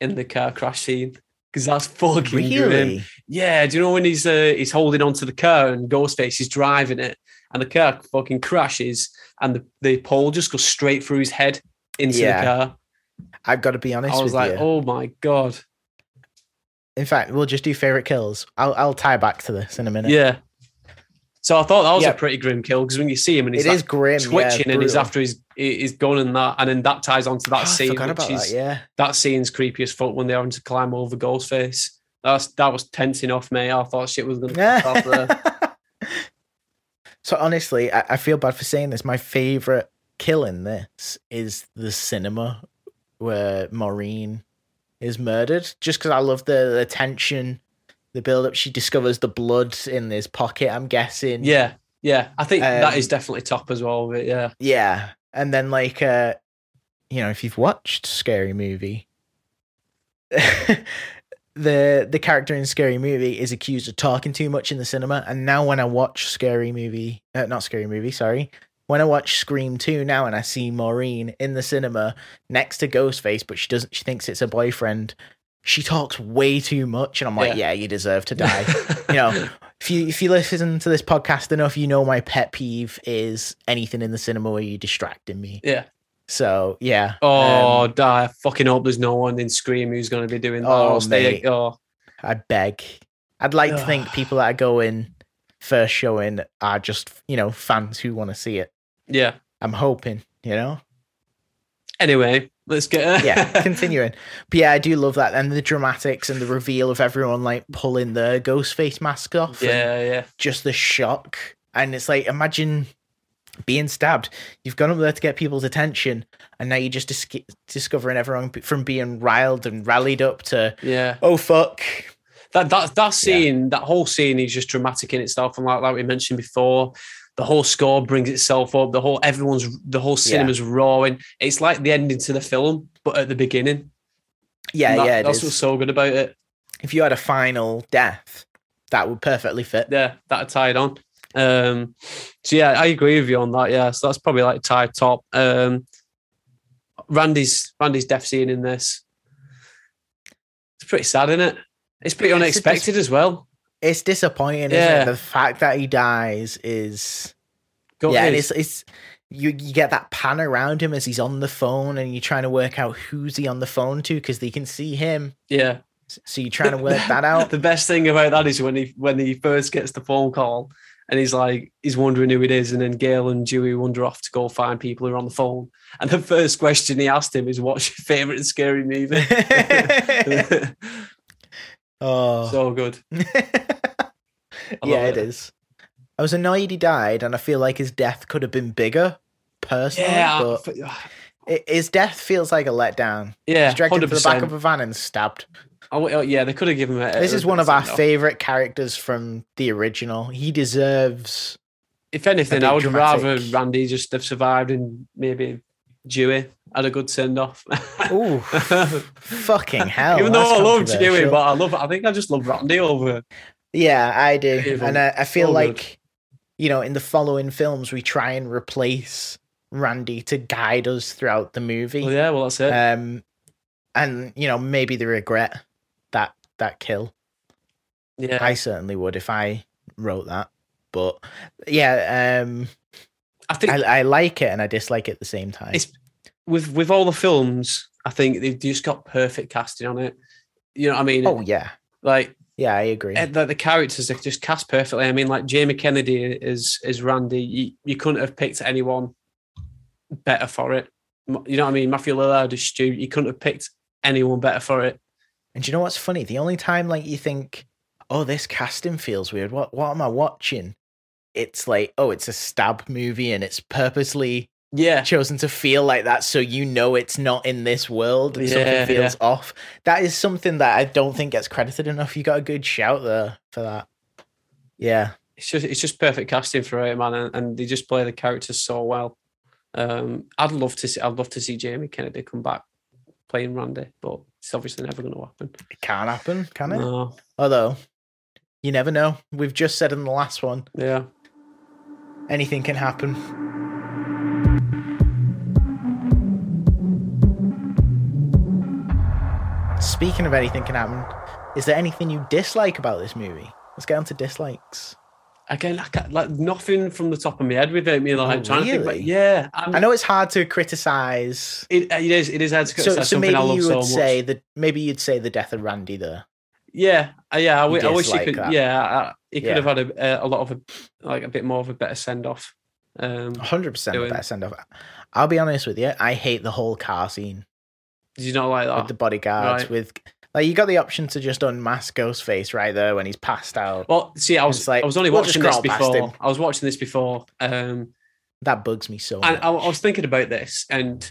S4: in the car crash scene because that's fucking grim.
S3: really
S4: Yeah, do you know when he's uh, he's holding onto the car and Ghostface is driving it, and the car fucking crashes, and the, the pole just goes straight through his head into
S3: Yeah,
S4: the car.
S3: I've got to be honest
S4: I was
S3: with
S4: like,
S3: you.
S4: oh my god,
S3: In fact, we'll just do favorite kills. I'll, I'll tie back to this in a minute.
S4: yeah. So I thought that was
S3: Yeah.
S4: a pretty grim kill because when you see him and
S3: it is
S4: he's like
S3: grim.
S4: twitching
S3: yeah,
S4: and he's
S3: brutal.
S4: after his his gun and that, and then that ties
S3: Oh,
S4: onto that
S3: I
S4: scene,
S3: forgot
S4: which
S3: about
S4: is
S3: that. Yeah,
S4: that scene's creepy as fuck when they're having to climb over Ghostface. That's that was tensing off me. I thought shit was gonna pop off there.
S3: yeah. so honestly, I, I feel bad for saying this. My favorite kill in this is the cinema where Maureen is murdered. Just because I love the, the tension, the build up. She discovers the blood in his pocket. I'm guessing.
S4: Yeah, yeah. I think that
S3: Um,
S4: is definitely top as well. But yeah.
S3: Yeah. And then like uh you know, if you've watched Scary Movie the the character in Scary Movie is accused of talking too much in the cinema and now when I watch Scary Movie uh, not Scary Movie, sorry. When I watch Scream 2 now and I see Maureen in the cinema next to Ghostface but she doesn't she thinks it's her boyfriend, she talks way too much and I'm like, yeah you deserve to die you know, if you if you listen to this podcast enough, you know my pet peeve is anything in the cinema where you're distracting me.
S4: Yeah.
S3: So yeah.
S4: Oh,
S3: um,
S4: die! I fucking hope there's no one in Scream who's going to be doing that.
S3: Oh,
S4: or stay,
S3: mate.
S4: oh,
S3: I beg. I'd like to think people that are going first showing are just you know fans who want to see it.
S4: yeah.
S3: I'm hoping, you know.
S4: Anyway, let's get.
S3: Yeah, continuing. But yeah, I do love that, and the dramatics and the reveal of everyone like pulling their ghost face mask off. and
S4: yeah, yeah.
S3: just the shock. And it's like, imagine being stabbed. You've gone up there to get people's attention, and now you're just dis- discovering everyone b- from being riled and rallied up to,
S4: Yeah,
S3: oh, fuck.
S4: that that that scene, that whole scene is just dramatic in itself, and like like we mentioned before, the whole score brings itself up. The whole everyone's the whole cinema's roaring. It's like the ending to the film, but at the beginning.
S3: Yeah,
S4: And that-
S3: yeah, it
S4: that's
S3: is.
S4: what's so good about it.
S3: if you had a final death, that would perfectly fit.
S4: Yeah, that tied on. Um, so yeah, I agree with you on that. Yeah, so that's probably like tie top. Um, Randy's Randy's death scene in this. It's pretty sad, isn't it? It's pretty
S3: Yes, it is.
S4: unexpected as well.
S3: It's disappointing, isn't
S4: Yeah.
S3: it? The fact that he dies is
S4: Got
S3: yeah,
S4: yeah,
S3: and it's it's you you get that pan around him as he's on the phone, and you're trying to work out who's he on the phone to because they can see him.
S4: yeah.
S3: So you're trying to work that out.
S4: the best thing about that is when he when he first gets the phone call and he's like he's wondering who it is, and then Gail and Dewey wander off to go find people who are on the phone. And the first question he asked him is, "What's your favorite scary movie?"
S3: oh,
S4: so good. I
S3: yeah,
S4: love
S3: it is. I was annoyed he died, and I feel like his death could have been bigger. Personally,
S4: Yeah, I-
S3: but i- his death feels like a letdown.
S4: yeah,
S3: He's dragged into
S4: hundred
S3: the back
S4: percent.
S3: of a van and stabbed.
S4: yeah, they could have given him. A,
S3: This
S4: a
S3: is one of our
S4: though.
S3: favorite characters from the original. He deserves.
S4: If anything,
S3: big
S4: I would
S3: dramatic-
S4: rather Randy just have survived and maybe Dewey had a good send off.
S3: Ooh, fucking hell!
S4: Even though
S3: that's
S4: I love Dewey,
S3: controversial.
S4: but I love. I think I just love Randy over.
S3: Yeah, I do,
S4: Evil.
S3: and I, I feel
S4: So good.
S3: like you know, in the following films, we try and replace Randy to guide us throughout the movie.
S4: Well, yeah, well that's it.
S3: Um, and you know, maybe they regret that that kill.
S4: yeah,
S3: I certainly would if I wrote that. But yeah, um,
S4: I think
S3: I, I like it and I dislike it at the same time.
S4: It's- with with all the films, I think they've just got perfect casting on it. You know what I mean?
S3: oh yeah,
S4: Like
S3: yeah, I agree.
S4: eh, the, the characters are just cast perfectly. I mean, like Jamie Kennedy is is Randy. You, you couldn't have picked anyone better for it. M- You know what I mean? Matthew Lillard is Stu. You couldn't have picked anyone better for it.
S3: And do you know what's funny? The only time like you think, oh, this casting feels weird. What what am I watching? It's like, oh, it's a stab movie and it's purposely
S4: Yeah,
S3: chosen to feel like that so you know it's not in this world and
S4: Yeah,
S3: something feels off. That is something that I don't think gets credited enough. You got a good shout there for that. Yeah.
S4: it's just it's just perfect casting for it, man, and, and they just play the characters so well. Um, I'd love to see I'd love to see Jamie Kennedy come back playing Randy, but it's obviously never going to happen.
S3: It can't happen, can it?
S4: No,
S3: Although you never know. We've just said in the last one,
S4: yeah.
S3: anything can happen. Speaking of anything can happen, is there anything you dislike about this movie? Let's get on to dislikes.
S4: Again, I can't, like nothing from the top of my head without me like
S3: Oh,
S4: trying to think. But
S3: really?
S4: yeah, i
S3: I know it's hard to criticize.
S4: It, uh, it is. It is hard to
S3: So,
S4: criticize
S3: so
S4: something
S3: maybe
S4: I love
S3: you
S4: so
S3: would
S4: much.
S3: say that maybe you'd say the death of Randy there.
S4: yeah, uh, yeah. I,
S3: You
S4: wi- I wish he
S3: dislike
S4: could.
S3: that.
S4: Yeah, I, he could
S3: Yeah.
S4: have had a, a lot of a, like a bit more of a better send off. Um,
S3: 100% a
S4: Doing-
S3: better send off. I'll be honest with you, I hate the whole car scene
S4: did you not like
S3: with
S4: that?
S3: the bodyguards
S4: Ah, right.
S3: with like you got the option to just unmask Ghostface right there when he's passed out.
S4: well, see, I was
S3: It's like,
S4: I was only
S3: we'll just
S4: watching this
S3: scroll past
S4: before.
S3: him.
S4: I was watching this before. Um,
S3: That bugs me so
S4: and
S3: much.
S4: I, I was thinking about this, and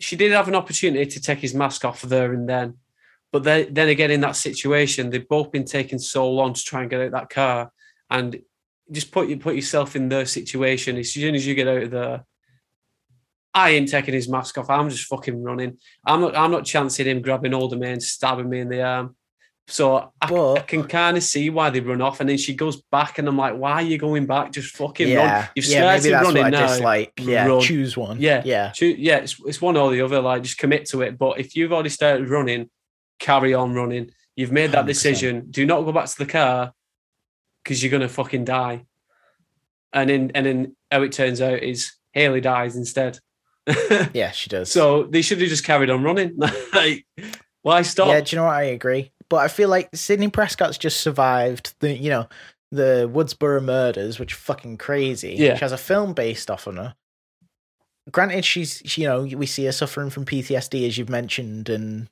S4: she did have an opportunity to take his mask off there and then. But then, then again, in that situation, they've both been taking so long to try and get out that car, and just put you put yourself in their situation. As soon as you get out of there, I ain't taking his mask off. I'm just fucking running. I'm not. I'm not chancing him grabbing hold of me and stabbing me in the arm. So I, c- I
S3: But-
S4: can kind of see why they run off, and then she goes back, and I'm like, "Why are you going back? Just fucking
S3: yeah,
S4: run! You've
S3: yeah, maybe
S4: started
S3: that's
S4: running
S3: what I
S4: now."
S3: dislike. Yeah,
S4: Run.
S3: choose one.
S4: Yeah.
S3: yeah,
S4: Two- yeah, it's, it's one or the other. Like, just commit to it. But if you've already started running, carry on running. You've made that
S3: 100%.
S4: decision. Do not go back to the car because you're gonna fucking die. And then, and then, how it turns out is Haley dies instead.
S3: yeah. She does.
S4: so they should have just carried on running. like, why stop?
S3: yeah, do you know what? I agree. But I feel like Sydney Prescott's just survived the, you know, the Woodsboro murders, which are fucking crazy.
S4: Yeah.
S3: she has a film based off on her. Granted, she's she, you know we see her suffering from PTSD as you've mentioned, and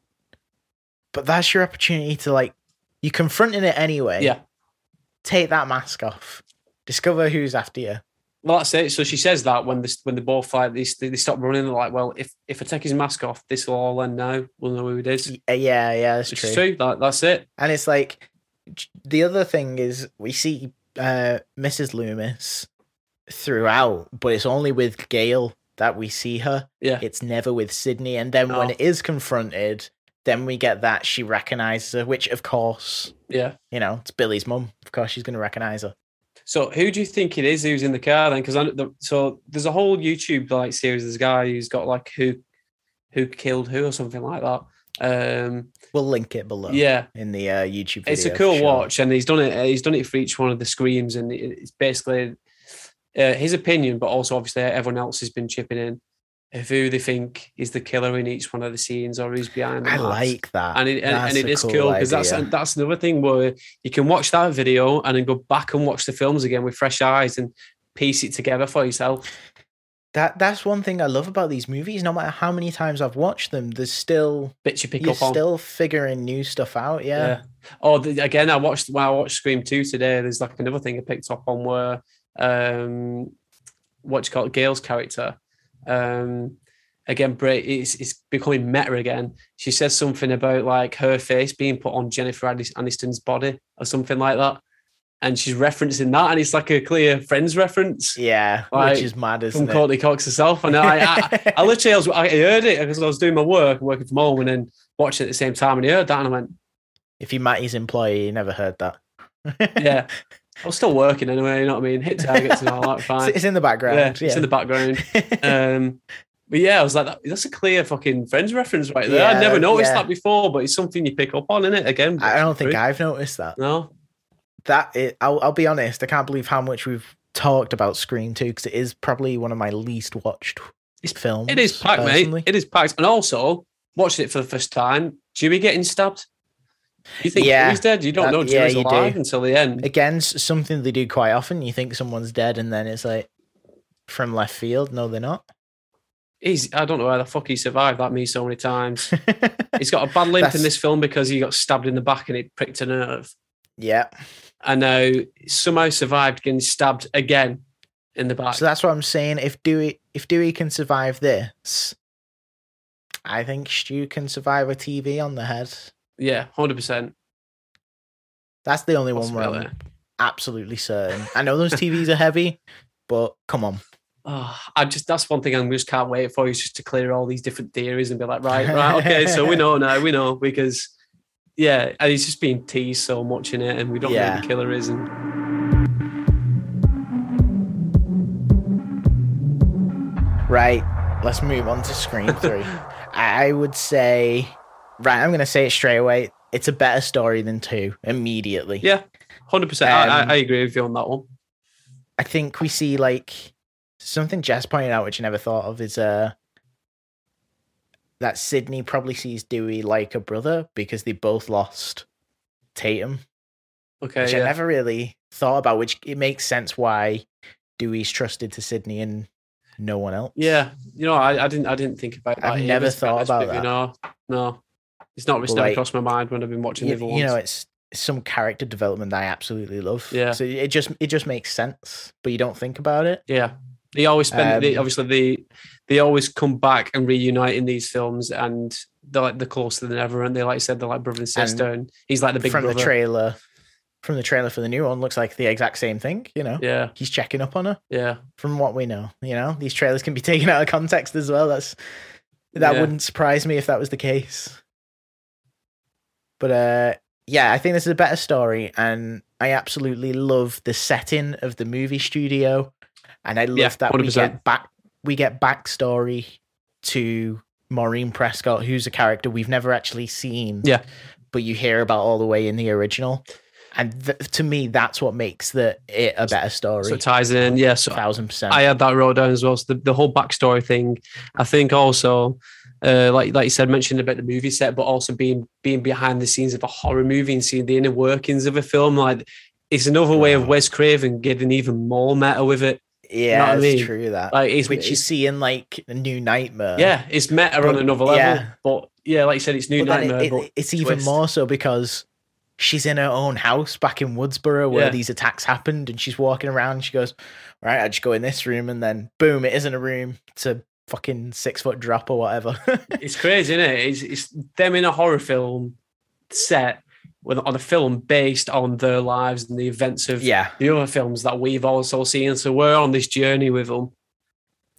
S3: but that's your opportunity to like you're confronting it anyway.
S4: Yeah.
S3: take that mask off. Discover who's after you.
S4: Well, that's it. So she says that when this when the ball fight, they, they stop running. They're like, well, if if I take his mask off, this will all end now. We'll know who it is.
S3: Y- uh, Yeah, yeah, that's
S4: Which
S3: true.
S4: is true. That, that's it.
S3: And it's like j- the other thing is we see uh, Mrs. Loomis throughout, but it's only with Gail that we see her.
S4: Yeah.
S3: It's never with Sydney. And then when
S4: No.
S3: it is confronted, then we get that she recognizes her, which of course,
S4: Yeah.
S3: you know, it's Billy's mum. Of course, she's going to recognize her.
S4: So who do you think it is who's in the car then? Because the, so there's a whole YouTube like series. There's a guy who's got like who who killed who or something like that. Um,
S3: We'll link it below.
S4: yeah,
S3: In the uh, YouTube. Video
S4: it's a cool
S3: for sure.
S4: watch, and he's done it. He's done it for each one of the screams, and it- it's basically uh, his opinion, but also obviously everyone else has been chipping in of who they think is the killer in each one of the scenes or who's behind. the
S3: I
S4: mask.
S3: like that.
S4: and it, and,
S3: That's
S4: and it
S3: a
S4: is cool because that's
S3: idea.
S4: and that's another thing where you can watch that video and then go back and watch the films again with fresh eyes and piece it together for yourself.
S3: that that's one thing I love about these movies. No matter how many times I've watched them, there's still
S4: Bits you pick
S3: you're
S4: up on.
S3: still figuring new stuff out. Yeah.
S4: Oh, the, again, I watched when I watched Scream Two today. There's like another thing I picked up on where um, what you call it, Gail's character. Um, again, Bray, it's, it's becoming meta again. She says something about like her face being put on Jennifer Anis- Aniston's body or something like that, and she's referencing that, and it's like a clear Friends reference
S3: Yeah,
S4: Like,
S3: which is mad,
S4: from
S3: isn't it?
S4: Courtney Cox herself. And I, I, I literally I, was, I heard it because I was doing my work, working from home, and then watching it at the same time, and I heard that, and I went,
S3: if you're Matty's employee, you never heard that.
S4: yeah. I was still working anyway, you know what I mean? Hit targets and all that,
S3: It's,
S4: fine.
S3: it's in the background.
S4: yeah,
S3: Yeah,
S4: it's in the background. Um, but yeah, I was like, that, that's a clear fucking Friends reference right there. I'd
S3: Yeah,
S4: never noticed
S3: yeah.
S4: that before, but it's something you pick up on, is it? Again,
S3: I don't think Mm-hmm.
S4: true.
S3: I've noticed that.
S4: no.
S3: That it, I'll, I'll be honest, I can't believe how much we've talked about Scream 2 because it is probably one of my least watched
S4: It's-
S3: films.
S4: It is packed,
S3: personally.
S4: mate. It is packed. And also, watching it for the first time, Jimmy getting stabbed. You think
S3: Yeah.
S4: Jimmy's dead? You don't
S3: That-
S4: know
S3: yeah,
S4: Jimmy's
S3: you do.
S4: alive until the end.
S3: Again, s- something they do quite often. You think someone's dead and then it's like from left field. No, they're not.
S4: He's, I don't know how the fuck he survived that me so many times. He's got a bad limp in
S3: That's-
S4: this film because he got stabbed in the back and it pricked a nerve.
S3: yeah.
S4: and now somehow survived getting stabbed again in the back.
S3: So that's what I'm saying. If Dewey if Dewey can survive this, I think Stu can survive a TV on the head.
S4: yeah, hundred percent.
S3: That's the only one where
S4: Possibility.
S3: I'm absolutely certain. I know those TVs are heavy, but come on.
S4: Oh, I just that's one thing I just can't wait for is just to clear all these different theories and be like, right, right, okay, so we know now, we know because yeah, and he's just being teased so much in it, and we don't know
S3: Yeah.
S4: who the killer is, and
S3: Right, let's move on to Scream 3. I would say right, I'm gonna say it straight away. It's a better story than two immediately.
S4: yeah, hundred percent. I,
S3: Um,
S4: I, I agree with you on that one.
S3: I think we see like something Jess pointed out, which I never thought of, is uh that Sydney probably sees Dewey like a brother because they both lost Tatum,
S4: Okay,
S3: which I
S4: yeah.
S3: never really thought about. Which it makes sense why Dewey's trusted to Sydney and no one else.
S4: yeah, you know, I, I didn't, I didn't think about that.
S3: I've
S4: either,
S3: never
S4: to be honest
S3: thought
S4: with
S3: about
S4: you, No, no, it's not. It's
S3: But,
S4: never
S3: like,
S4: crossed my mind when I've been watching
S3: you,
S4: the other
S3: you
S4: ones.
S3: know, it's it's some character development that I absolutely love.
S4: Yeah.
S3: so it just it just makes sense, but you don't think about it.
S4: Yeah, they always spend. they,
S3: Um,
S4: obviously, they they always come back and reunite in these films, and they're like they're closer than ever, and they like you said they're like brother and sister, and, he's like the big
S3: from
S4: brother.
S3: the trailer, from the trailer for the new one, looks like the exact same thing. You know,
S4: yeah,
S3: he's checking up on her.
S4: yeah,
S3: from what we know. You know, these trailers can be taken out of context as well. That's that
S4: Yeah.
S3: wouldn't surprise me if that was the case. But uh yeah, I think this is a better story, and I absolutely love the setting of the movie studio, and I love
S4: Yeah,
S3: that we
S4: 100%.
S3: get back we get backstory to Maureen Prescott, who's a character we've never actually seen.
S4: Yeah.
S3: but you hear about all the way in the original, and th- to me, that's what makes the it a better story.
S4: so it ties in. Yeah, so
S3: thousand percent.
S4: I had that wrote down as well. So the, the whole backstory thing, I think also, uh, like like you said, mentioned about the movie set, but also being being behind the scenes of a horror movie and seeing the inner workings of a film, like. It's another way of Wes Craven getting even more meta with it. know
S3: Yeah,
S4: what I
S3: it's
S4: mean?
S3: true that.
S4: Like it's,
S3: Which you
S4: it's
S3: see in like a new nightmare.
S4: yeah, it's meta on
S3: Uh, But-
S4: another level.
S3: yeah.
S4: But yeah, like you said, it's new
S3: but then it-
S4: nightmare.
S3: it-
S4: but
S3: it's even
S4: twist.
S3: more so because she's in her own house back in Woodsboro where
S4: Yeah.
S3: these attacks happened, and she's walking around. And she goes, "All right, I just go in this room," and then boom, it isn't a room. It's a fucking six foot drop or whatever.
S4: it's crazy, isn't it? It's, it's them in a horror film set with on a film based on their lives and the events of
S3: yeah,
S4: the other films that we've also seen. So we're on this journey with them.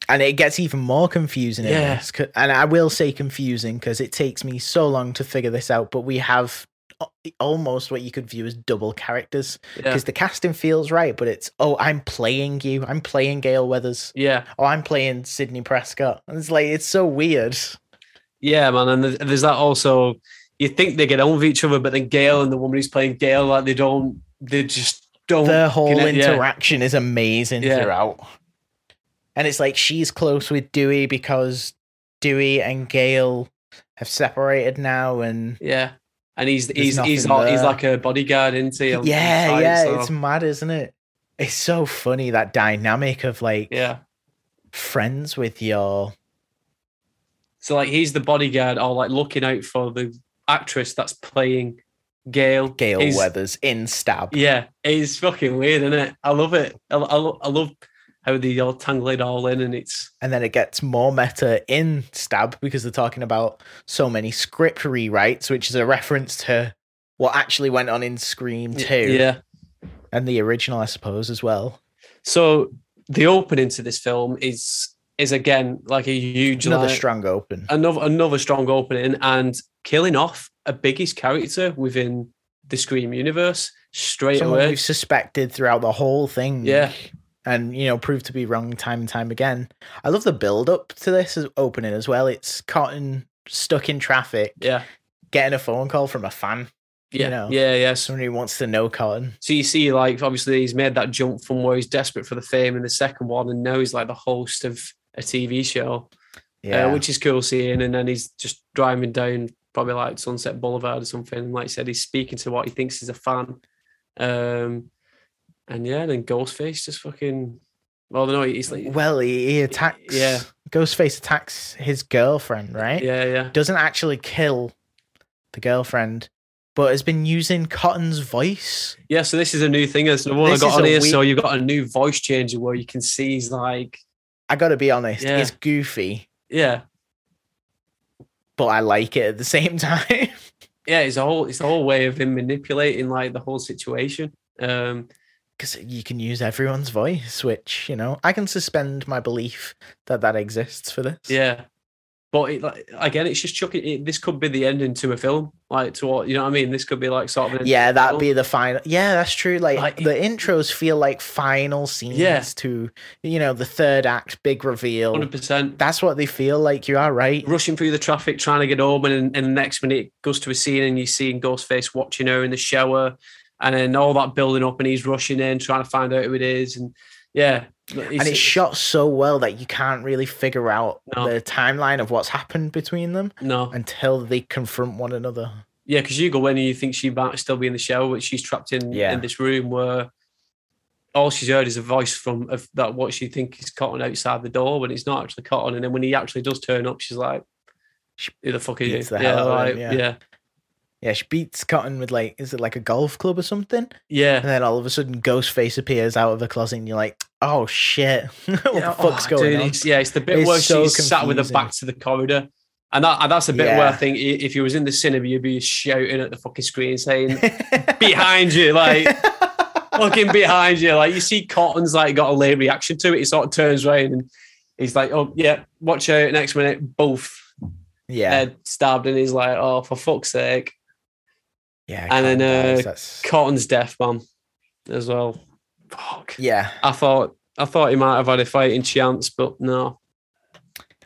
S3: and it gets even more confusing. in
S4: Yeah.
S3: this, 'cause- and I will say confusing because it takes me so long to figure this out. But we have almost what you could view as double characters
S4: Yeah.
S3: because the casting feels right, but it's oh, I'm playing you, I'm playing Gail Weathers,
S4: yeah.
S3: oh, I'm playing Sidney Prescott. And it's like it's so weird.
S4: Yeah, man, and there's, there's that also. You think they get on with each other, but then Gail and the woman who's playing Gail, like they don't, they just don't.
S3: Their whole
S4: connect, Oh, yeah.
S3: interaction is amazing
S4: Yeah.
S3: throughout. And it's like she's close with Dewey because Dewey and Gail have separated now, and
S4: Yeah, and he's
S3: There's
S4: he's he's,
S3: nothing
S4: all, he's
S3: there.
S4: like a bodyguard, isn't he? on- on
S3: yeah,
S4: site,
S3: yeah,
S4: so-
S3: it's mad, isn't it? It's so funny that dynamic of like
S4: yeah.
S3: friends with your
S4: So like he's the bodyguard, or like looking out for the actress that's playing Gail.
S3: Gail
S4: He's-
S3: Weathers in Stab.
S4: Yeah, it's fucking weird, isn't it? I love it. I, I, lo- I love how they all tangle it all in, and it's
S3: and then it gets more meta in stab because they're talking about so many script rewrites which is a reference to what actually went on in scream 2
S4: yeah.
S3: and the original i suppose as well
S4: So the opening to this film is is again like a huge
S3: another
S4: like-
S3: strong open
S4: another another strong opening and killing off a biggest character within the Scream universe straight
S3: someone
S4: away.
S3: we've suspected throughout the whole thing
S4: Yeah,
S3: and you know proved to be wrong time and time again i love the build up to this as- opening as well it's cotton stuck in traffic
S4: yeah,
S3: getting a phone call from a fan
S4: yeah,
S3: know.
S4: yeah, yeah. So,
S3: someone who wants to know cotton
S4: so you see, like obviously he's made that jump from where he's desperate for the fame in the second one, and now he's like the host of a TV show,
S3: yeah
S4: uh, which is cool seeing. And then he's just driving down probably like Sunset Boulevard or something. And like I said, he's speaking to what he thinks is a fan. Um, and yeah, then Ghostface just fucking. Well, no, he's like,
S3: well he, he attacks
S4: Yeah.
S3: ghostface attacks his girlfriend right
S4: yeah, yeah,
S3: doesn't actually kill the girlfriend, but has been using Cotton's voice.
S4: yeah. So this is a new thing. That's the one I
S3: This
S4: got
S3: is
S4: on
S3: a
S4: here. So
S3: weird-
S4: you've got a new voice changer where you can see he's like,
S3: I gotta be honest,
S4: Yeah.
S3: it's goofy,
S4: yeah,
S3: but I like it at the same time.
S4: yeah. It's a whole, it's a whole way of him manipulating like the whole situation. Um,
S3: Because you can use everyone's voice, which, you know, I can suspend my belief that that exists for this.
S4: yeah. But it, like, again, it's just chucking. It, this could be the ending to a film, like to what you know what I mean. This could be like sort of an
S3: Yeah, that'd be the final. Yeah, that's true. Like,
S4: Oh. Like-
S3: the intros feel like final scenes
S4: Yeah.
S3: to, you know, the third act, big reveal.
S4: hundred percent
S3: That's what they feel like. You are right.
S4: rushing through the traffic, trying to get home, and, and the next minute it goes to a scene, and you're seeing Ghostface watching her in the shower, and then all that building up, and he's rushing in trying to find out who it is, and yeah,
S3: and it's shot so well that you can't really figure out
S4: No.
S3: the timeline of what's happened between them
S4: no,
S3: until they confront one another.
S4: yeah, because you go in and you think she might still be in the shower, but she's trapped in
S3: Yeah.
S4: in this room where all she's heard is a voice from of that what she think is Cotton outside the door when it's not actually Cotton, and then when he actually does turn up, she's like. Who the fuck are you?
S3: Beats the hell out of him,
S4: like,
S3: yeah.
S4: yeah,
S3: Yeah, she beats Cotton with like, is it like a golf club or something?
S4: yeah.
S3: And then all of a sudden, Ghostface appears out of the closet, and you're like, oh shit, what
S4: Yeah,
S3: the fuck's
S4: oh,
S3: going
S4: dude,
S3: on?
S4: It's, yeah, it's the bit
S3: It's
S4: where
S3: so
S4: she's sat with her
S3: confusing.
S4: back to the corridor. And that, and that's a bit where I
S3: Yeah.
S4: think i- if you was in the cinema, you'd be shouting at the fucking screen saying, behind you, like, fucking behind you. Like, you see Cotton's, like, got a late reaction to it. He sort of turns around and he's like, oh, yeah, watch out. Next minute, boof,
S3: yeah,
S4: head stabbed. And he's like, oh, for fuck's sake.
S3: yeah.
S4: and
S3: Cotton
S4: then, uh,
S3: dies, that's-
S4: Cotton's deaf, man, as well. Fuck.
S3: yeah.
S4: I thought, I thought he might have had a fighting chance, but no.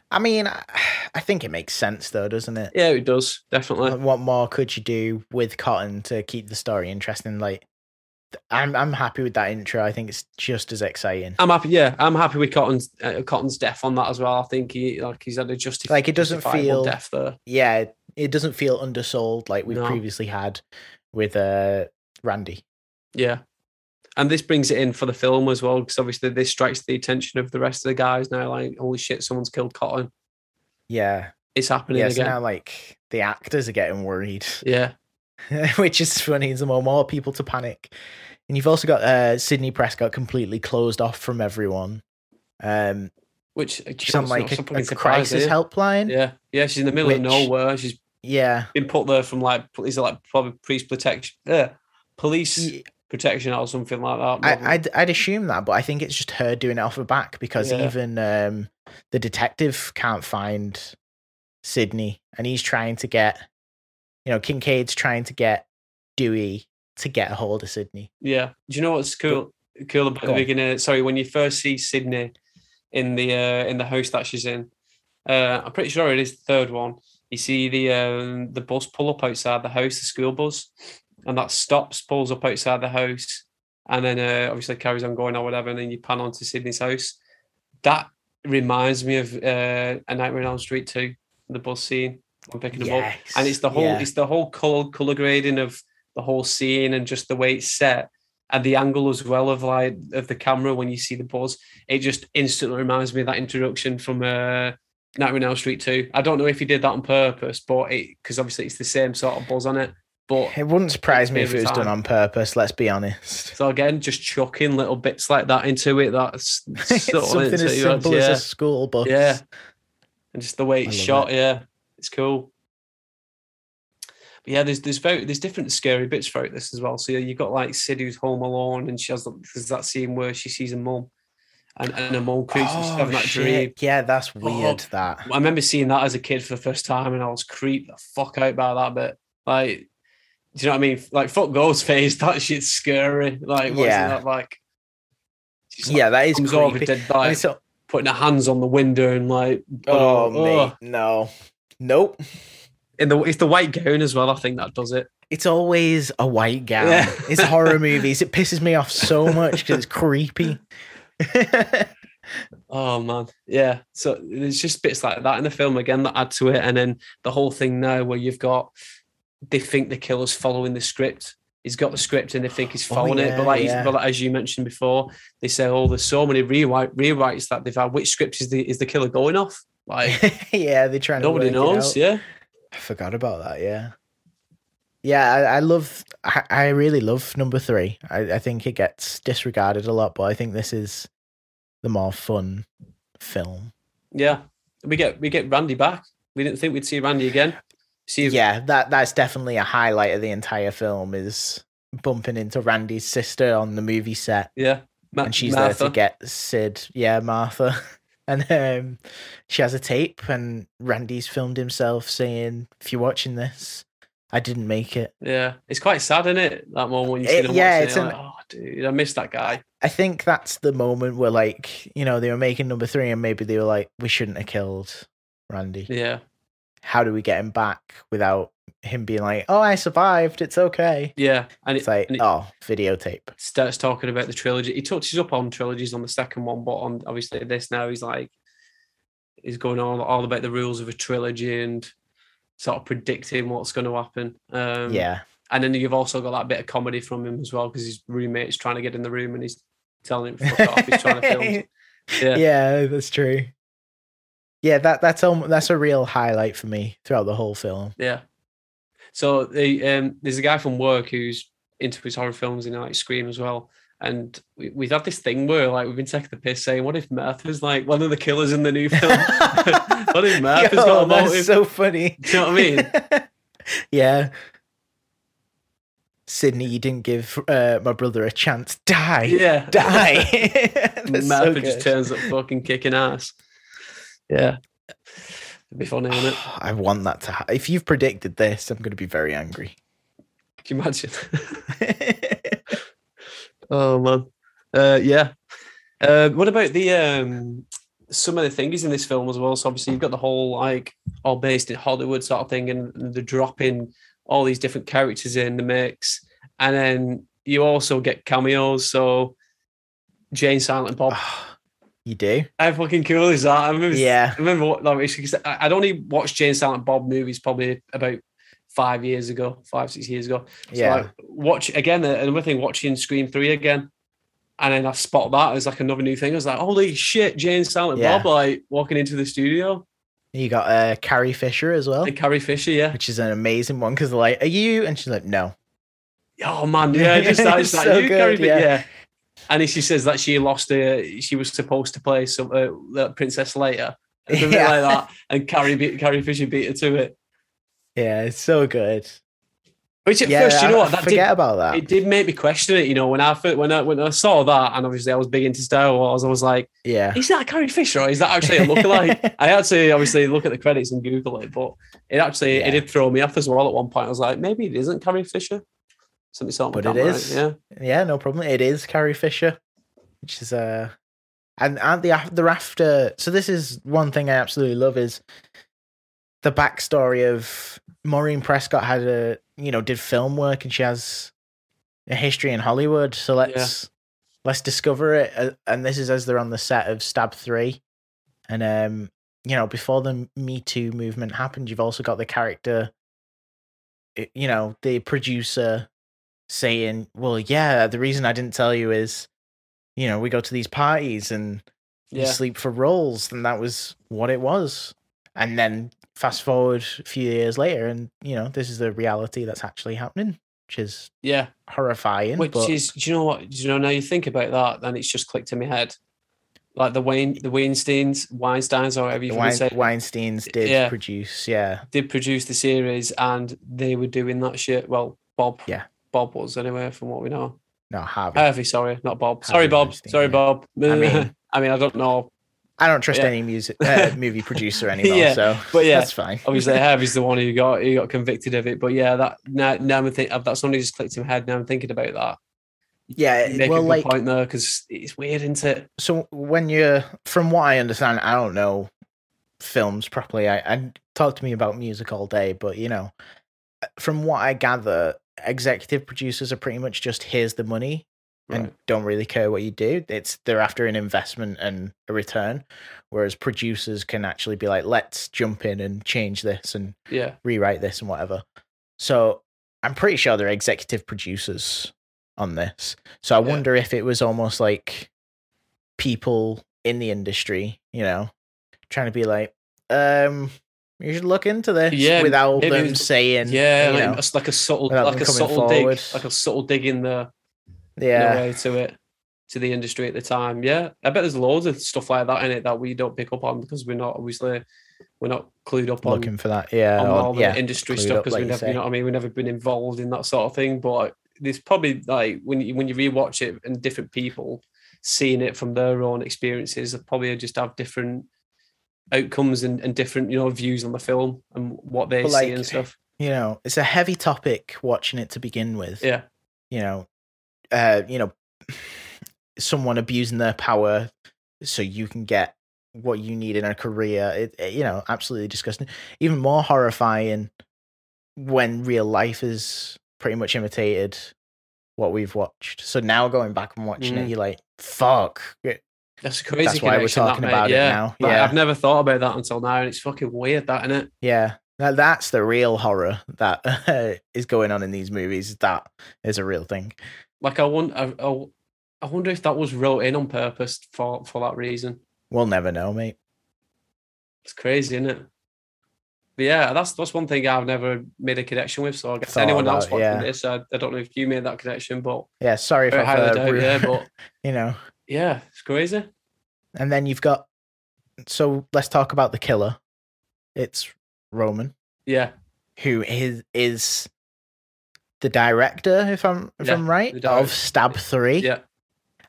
S3: I mean, I, I think it makes sense though, doesn't it?
S4: Yeah, it does, definitely.
S3: Like, what more could you do with Cotton to keep the story interesting? Like, th- I'm I'm happy with that intro. I think it's just as exciting.
S4: I'm happy. Yeah, I'm happy with Cotton's uh, Cotton's death on that as well. I think he like he's had a justif-
S3: Like, it doesn't
S4: justifiable
S3: feel-
S4: death there.
S3: yeah, it- it doesn't feel undersold like we've
S4: No.
S3: previously had with uh Randy.
S4: Yeah, and this brings it in for the film as well because obviously this strikes the attention of the rest of the guys now. Like, holy shit, someone's killed Cotton.
S3: Yeah.
S4: It's happening
S3: Yeah, so
S4: again.
S3: now like the actors are getting worried.
S4: yeah,
S3: which is funny, there's more more people to panic. And you've also got uh Sydney Prescott completely closed off from everyone. Um
S4: which uh,
S3: she's on
S4: it's
S3: like
S4: not
S3: a,
S4: fucking
S3: a
S4: surprising.
S3: crisis helpline.
S4: Yeah, yeah, she's in the middle of
S3: Which-
S4: nowhere. She's
S3: Yeah.
S4: been put there from like police, like probably police protection, uh, police
S3: Y-
S4: protection or something like that. wasn't it?
S3: I, I'd, I'd assume that, but I think it's just her doing it off her back because
S4: Yeah.
S3: even um, the detective can't find Sydney, and he's trying to get, you know, Kincaid's trying to get Dewey to get a hold of Sydney.
S4: Yeah. Do you know what's cool? Cool about
S3: Go
S4: the
S3: on.
S4: beginning. Sorry, when you first see Sydney in the uh, in the house that she's in, uh, I'm pretty sure it is the third one. You see the um, the bus pull up outside the house, the school bus, and that stops, pulls up outside the house, and then uh, obviously carries on going or whatever, and then you pan onto Sydney's house. That reminds me of uh, a Nightmare on Elm Street too. The bus scene, I'm picking them up
S3: Yes.
S4: and it's the whole
S3: Yeah.
S4: it's the whole color color grading of the whole scene and just the way it's set and the angle as well of like of the camera when you see the buzz it just instantly reminds me of that introduction from uh Nightmare on Elm Street 2 I don't know if he did that on purpose but it because obviously it's the same sort of buzz on it but
S3: It wouldn't surprise me if it
S4: Every
S3: was done
S4: time.
S3: on purpose. Let's be honest.
S4: so again just chucking little bits like that into it that's
S3: It's
S4: subtle
S3: something
S4: into
S3: as
S4: it,
S3: simple
S4: yeah,
S3: as a school bus.
S4: yeah and just the way
S3: I
S4: it's
S3: love
S4: shot yeah it's cool But yeah, there's there's very there's different scary bits throughout this as well. So yeah, you've got like Sid who's home alone, and she has the- there's that scene where she sees her mum, and and her mum creeps and she's
S3: Oh,
S4: having that dream. Oh,
S3: shit. Yeah, that's weird. That
S4: I remember seeing that as a kid for the first time, and I was creeped the fuck out by that bit. Like, do you know what I mean? Like, fuck Ghostface, that shit's scary. Like, what's
S3: Yeah.
S4: that like? She's like,
S3: yeah, that is
S4: comes over
S3: creepy.
S4: dead
S3: I
S4: body,
S3: mean, so-
S4: putting her hands on the window and like,
S3: oh,
S4: oh, oh.
S3: mate, no, nope.
S4: in the it's the white gown as well. I think that does it.
S3: It's always a white gown.
S4: Yeah.
S3: It's horror movies. It pisses me off so much because it's creepy.
S4: Oh man, yeah. So there's just bits like that in the film again that add to it, and then the whole thing now where you've got they think the killer's following the script. He's got the script and they think he's
S3: Oh,
S4: following it,
S3: yeah,
S4: but like, he's-
S3: yeah.
S4: but like as you mentioned before, they say, "Oh, there's so many rewrite rewrites that they've had. Which script is the is the killer going off? Like
S3: yeah, they're trying.
S4: nobody
S3: to work it
S4: knows.
S3: out.
S4: Yeah,
S3: I forgot about that. Yeah, yeah. I, I love. I, I really love number three. I, I think it gets disregarded a lot, but I think this is the more fun film.
S4: yeah. We get we get Randy back. We didn't think we'd see Randy again. See,
S3: Yeah, that that's definitely a highlight of the entire film is bumping into Randy's sister on the movie set.
S4: yeah. Ma-
S3: and she's
S4: Martha.
S3: there to get Sid. Yeah, Martha. And um, she has a tape, and Randy's filmed himself saying, "If you're watching this, I didn't make it."
S4: Yeah, it's quite sad, isn't it? That moment when you see
S3: It-
S4: them
S3: yeah,
S4: watching
S3: it's
S4: it,
S3: an-
S4: like, oh, dude, I miss that guy.
S3: I think that's the moment where, like, you know, they were making number three, and maybe they were like, "We shouldn't have killed Randy.
S4: Yeah,
S3: How do we get him back without him being like, oh, I survived. It's okay.'"
S4: yeah, and it,
S3: It's like,
S4: and it
S3: oh, videotape.
S4: starts talking about the trilogy. He touches up on trilogies on the second one, but on obviously this now he's like he's going all all about the rules of a trilogy and sort of predicting what's going to happen. Um,
S3: yeah,
S4: and then you've also got that bit of comedy from him as well because his roommate's trying to get in the room and he's telling him fuck off. He's trying to film.
S3: yeah.
S4: Yeah.
S3: that's true. Yeah, that that's almost, that's a real highlight for me throughout the whole film.
S4: Yeah. So the um, there's a guy from work who's into his horror films and like Scream as well. And we, we've had this thing where like we've been taking the piss saying, what if Martha's like one of the killers in the new film? what if Martha's
S3: Yo,
S4: got a
S3: that's
S4: motive?
S3: so funny.
S4: Do you know what I mean?
S3: yeah. Sydney, you didn't give uh, my brother a chance. Die.
S4: yeah.
S3: Die. that's so
S4: Martha
S3: good.
S4: just turns up fucking kicking ass. Yeah. It'd be funny, wouldn't it?
S3: I want that to happen. If you've predicted this, I'm going to be very angry.
S4: Can you imagine? Oh man, uh, yeah. Uh, what about the um, some of the things in this film as well? So obviously you've got the whole like all based in Hollywood sort of thing, and the dropping all these different characters in the mix, and then you also get cameos. So Jane, Silent Bob.
S3: Ah. you do?
S4: How fucking cool is that? I remember.
S3: Yeah.
S4: I remember what like, it's- 'cause I- I'd only watched Jane, Silent Bob movies probably about five years ago, five six years ago. So
S3: Yeah.
S4: like, watch again. uh, Another thing, watching Scream Three again, and then I spot that as like another new thing. I was like, holy shit, Jane Silent
S3: Yeah.
S4: Bob, like walking into the studio
S3: You got uh, Carrie Fisher as well,
S4: and Carrie Fisher, yeah.
S3: which is an amazing one because they're like, "Are you?" And she's like, "No."
S4: Oh man, yeah, just that, just that.
S3: So
S4: you
S3: good,
S4: Carrie, Fisher,
S3: yeah.
S4: yeah. And she says that she lost her. She was supposed to play some uh, the Princess later, something
S3: Yeah.
S4: like that. And Carrie beat, Carrie Fisher beat her to it.
S3: Yeah, it's so good.
S4: Which at
S3: yeah,
S4: first, you know
S3: I-
S4: what,
S3: I
S4: that
S3: forget
S4: did,
S3: about that.
S4: it did make me question it. You know, when I fir- when I when I saw that, and obviously I was big into Star Wars, I was like,
S3: yeah,
S4: is that Carrie Fisher or is that actually a lookalike? I had to obviously look at the credits and Google it, but it actually
S3: Yeah.
S4: it did throw me off as well. At one point, I was like, maybe it isn't Carrie Fisher. Something something.
S3: But
S4: like
S3: it
S4: that,
S3: is.
S4: Right? Yeah.
S3: Yeah, no problem. It is Carrie Fisher, which is uh and and the they're after so this is one thing I absolutely love is the backstory of Maureen Prescott had a you know did film work and she has a history in Hollywood. So let's let's discover it. Uh, And this is as they're on the set of Stab Three, and um you know before the Me Too movement happened, you've also got the character, uh, you know the producer saying, "Well, yeah, the reason I didn't tell you is, you know, we go to these parties and you
S4: Yeah.
S3: sleep for roles, and that was what it was." And then fast forward a few years later, and you know, this is the reality that's actually happening, which is
S4: Yeah.
S3: horrifying.
S4: Which
S3: but
S4: is, do you know what? Do you know now you think about that, then it's just clicked in my head. Like the Wayne, the Weinsteins, Weinsteins, or whatever you want
S3: Wein-
S4: to say,
S3: Weinstein's did
S4: Yeah.
S3: produce, yeah,
S4: did produce the series, and they were doing that shit. Well, Bob,
S3: Yeah.
S4: Bob was anyway, from what we know.
S3: no Harvey.
S4: Harvey, sorry, not Bob.
S3: Harvey
S4: Sorry, Bob.
S3: Weinstein,
S4: Sorry,
S3: yeah.
S4: Bob.
S3: I mean-
S4: I mean, I don't know.
S3: I don't trust
S4: yeah.
S3: any music uh, movie producer anymore,
S4: Yeah,
S3: so
S4: but yeah,
S3: that's fine.
S4: Obviously, Harvey's the one who got who got convicted of it. But yeah, that now, now I'm thinking that's only just clicked in my head. Now I'm thinking about that. You
S3: yeah,
S4: make a
S3: Uh, well,
S4: good
S3: like
S4: point there because it's weird, isn't it?
S3: so when you're from what i understand i don't know films properly i and talk to me about music all day but you know from what i gather executive producers are pretty much just here's the money and
S4: Right.
S3: don't really care what you do it's they're after an investment and a return whereas producers can actually be like let's jump in and change this and
S4: Yeah,
S3: rewrite this and whatever. So I'm pretty sure they're executive producers on this. So I
S4: Yeah.
S3: wonder if it was almost like people in the industry, you know, trying to be like, um, you should look into this
S4: Yeah,
S3: without
S4: maybe it
S3: them
S4: was-
S3: saying,
S4: yeah.
S3: you
S4: Like,
S3: know,
S4: it's like a subtle,
S3: without
S4: like
S3: them
S4: a
S3: coming
S4: subtle
S3: forward.
S4: dig, like a subtle dig in the
S3: yeah,
S4: in a way to it to the industry at the time. Yeah, I bet there's loads of stuff like that in it that we don't pick up on because we're not obviously we're not clued up on,
S3: looking for that, yeah,
S4: on
S3: or-
S4: all the
S3: yeah,
S4: industry
S3: clued
S4: stuff
S3: up,
S4: because
S3: like
S4: we
S3: you
S4: never,
S3: say.
S4: you know what I mean, we've never been involved in that sort of thing. But there's probably like when you when you rewatch it and different people seeing it from their own experiences, they probably just have different outcomes and, and different you know views on the film and what they
S3: But,
S4: see
S3: like,
S4: and stuff.
S3: you know, it's a heavy topic watching it to begin with.
S4: Yeah,
S3: you know, uh, you know, someone abusing their power so you can get what you need in a career. It, it, you know, absolutely disgusting. Even more horrifying when real life is pretty much imitated what we've watched. So now going back and watching it,
S4: Mm.
S3: you're like, fuck. It-
S4: that's a crazy.
S3: That's why we're
S4: connection, that,
S3: talking
S4: mate.
S3: about it
S4: yeah.
S3: now.
S4: Like,
S3: Yeah.
S4: I've never thought about that until now, and it's fucking weird, that isn't it?
S3: Yeah. Now that's the real horror that uh, is going on in these movies. That is a real thing.
S4: Like I want, I, I, I wonder if that was wrote in on purpose for for that reason.
S3: We'll never know, mate.
S4: It's crazy, isn't it? But yeah, that's that's one thing I've never made a connection with. So I guess
S3: Thought
S4: anyone else
S3: about, yeah.
S4: watching this, I, I don't know if you made that connection, but
S3: Yeah, sorry if
S4: I
S3: I've
S4: highly
S3: uh,
S4: doubt.
S3: ru-
S4: Yeah, but
S3: you know,
S4: yeah, it's crazy.
S3: And then you've got so let's talk about the killer. It's Roman,
S4: Yeah,
S3: who is is the director, if I'm if
S4: Yeah,
S3: I'm right,
S4: the director.
S3: of Stab Three.
S4: yeah,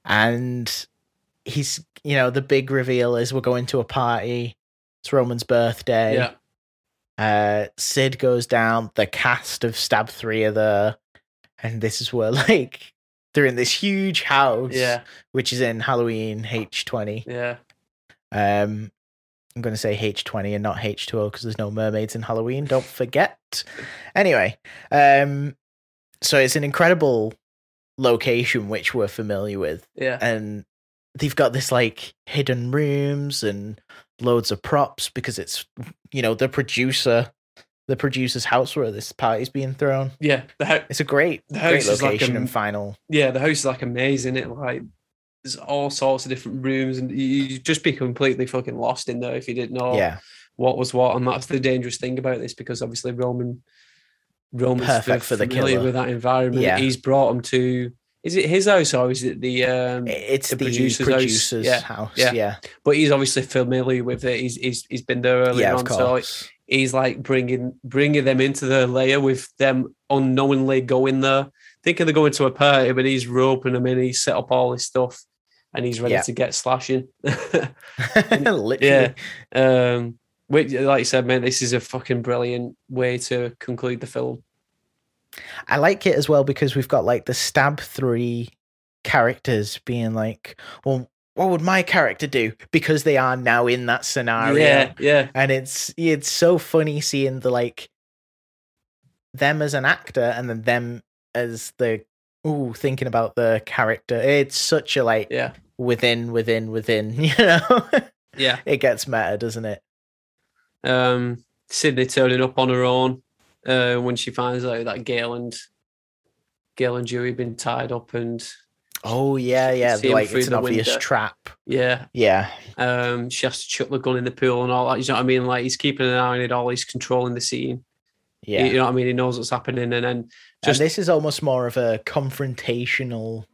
S3: And he's you know, the big reveal is we're going to a party. It's Roman's birthday.
S4: yeah,
S3: Uh Sid goes down, the cast of Stab Three are there, and this is where like they're in this huge house,
S4: yeah,
S3: which is in Halloween H twenty.
S4: yeah.
S3: Um, I'm going to say H20 and not H2O because there's no mermaids in Halloween. Don't forget. anyway, um, so it's an incredible location which we're familiar with,
S4: yeah.
S3: and they've got this like hidden rooms and loads of props because it's you know the producer, the producer's house where this party's being thrown.
S4: Yeah, the ho-
S3: It's a great,
S4: The
S3: great
S4: house is like
S3: location
S4: a-
S3: and final.
S4: yeah, the house is like amazing. It like there's all sorts of different rooms, and you- you'd just be completely fucking lost in there if you didn't know.
S3: yeah,
S4: what was what, and that's the dangerous thing about this because obviously Roman, Roman's
S3: Perfect for the
S4: familiar
S3: killer.
S4: with that environment.
S3: Yeah.
S4: He's brought him to. Is it his house or is it the? um
S3: it's the,
S4: the
S3: producer's,
S4: producer's house. Yeah,
S3: house.
S4: yeah.
S3: yeah,
S4: But he's obviously familiar with it. He's he's, he's been there earlier
S3: yeah, of
S4: on, so
S3: course.
S4: he's like bringing bringing them into the layer with them unknowingly going there, thinking they're going to a party, but he's roping them in. He's set up all this stuff, and he's ready
S3: Yeah.
S4: to get slashing.
S3: Literally.
S4: Yeah. um, which, like I said, man, this is a fucking brilliant way to conclude the film.
S3: I like it as well because we've got like the stab three characters being like, well, what would my character do? Because they are now in that scenario.
S4: yeah, yeah.
S3: And it's it's so funny seeing the like them as an actor and then them as the ooh, thinking about the character. It's such a like
S4: Yeah.
S3: within, within, within, you know?
S4: Yeah.
S3: it gets meta, doesn't it?
S4: Um, Sydney turning up on her own uh, when she finds out that Gail and Gail and Dewey been tied up, and
S3: Oh yeah, yeah.
S4: see him
S3: Like
S4: through
S3: it's an
S4: the
S3: obvious
S4: window.
S3: trap.
S4: yeah,
S3: Yeah.
S4: um, she has to chuck the gun in the pool and all that. You know what I mean? Like he's keeping an eye on it all. He's controlling the scene.
S3: Yeah.
S4: You know what I mean? He knows what's happening, and then just-
S3: and this is almost more of a confrontational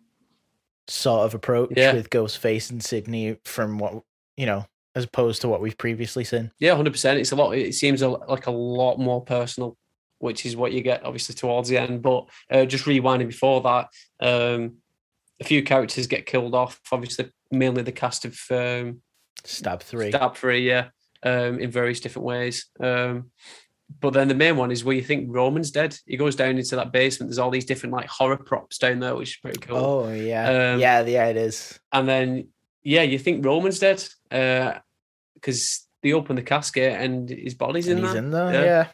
S3: sort of approach
S4: Yeah.
S3: with Ghostface and Sydney from what you know, as opposed to what we've previously seen.
S4: yeah, hundred percent. It's a lot. It seems a, like a lot more personal, which is what you get obviously towards the end. But uh, just rewinding before that, um, a few characters get killed off. Obviously, mainly the cast of um,
S3: Stab three.
S4: Stab three, yeah, um, in various different ways. Um, but then the main one is where you think Roman's dead. He goes down into that basement. There's all these different like horror props down there, which is pretty cool.
S3: Oh yeah.
S4: Um,
S3: yeah, yeah, it is.
S4: And then yeah, you think Roman's dead because they open the casket and his body's
S3: And
S4: in
S3: he's
S4: there.
S3: in there, yeah.
S4: yeah.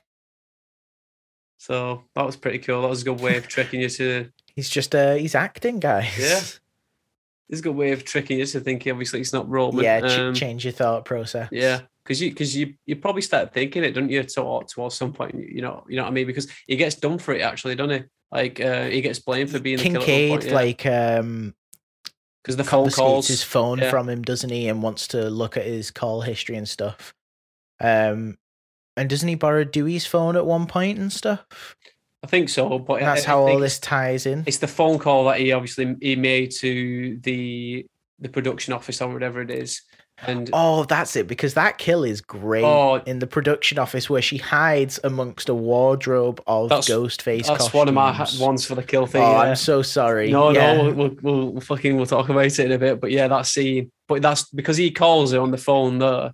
S4: So that was pretty cool. That was a good way of tricking you to.
S3: He's just uh he's acting, guys.
S4: Yeah. It's a good way of tricking you to thinking. Obviously, it's not Roman.
S3: Yeah, ch-
S4: Um,
S3: change your thought process.
S4: Yeah, because you because you you probably start thinking it, don't you? Toward towards some point, you know, you know what I mean? Because he gets done for it, actually, doesn't he? Like uh, he gets blamed for being the killer.
S3: Kincaid like um
S4: because the phone
S3: confiscates
S4: calls.
S3: his phone
S4: yeah.
S3: from him, doesn't he? And wants to look at his call history and stuff. Um and doesn't he borrow Dewey's phone at one point and stuff?
S4: I think so, but
S3: And that's
S4: I- I
S3: how all
S4: think
S3: this ties in.
S4: It's the phone call that he obviously he made to the the production office or whatever it is, and
S3: Oh, that's it, because that kill is great
S4: Oh.
S3: in the production office where she hides amongst a wardrobe of
S4: That's-
S3: Ghostface
S4: that's one of my ha-
S3: costumes.
S4: ones for the kill
S3: Oh,
S4: thing. yeah.
S3: I'm so sorry.
S4: No,
S3: Yeah.
S4: no, we'll, we'll, we'll, we'll fucking we'll talk about it in a bit. But yeah, that scene. But that's because he calls her on the phone there.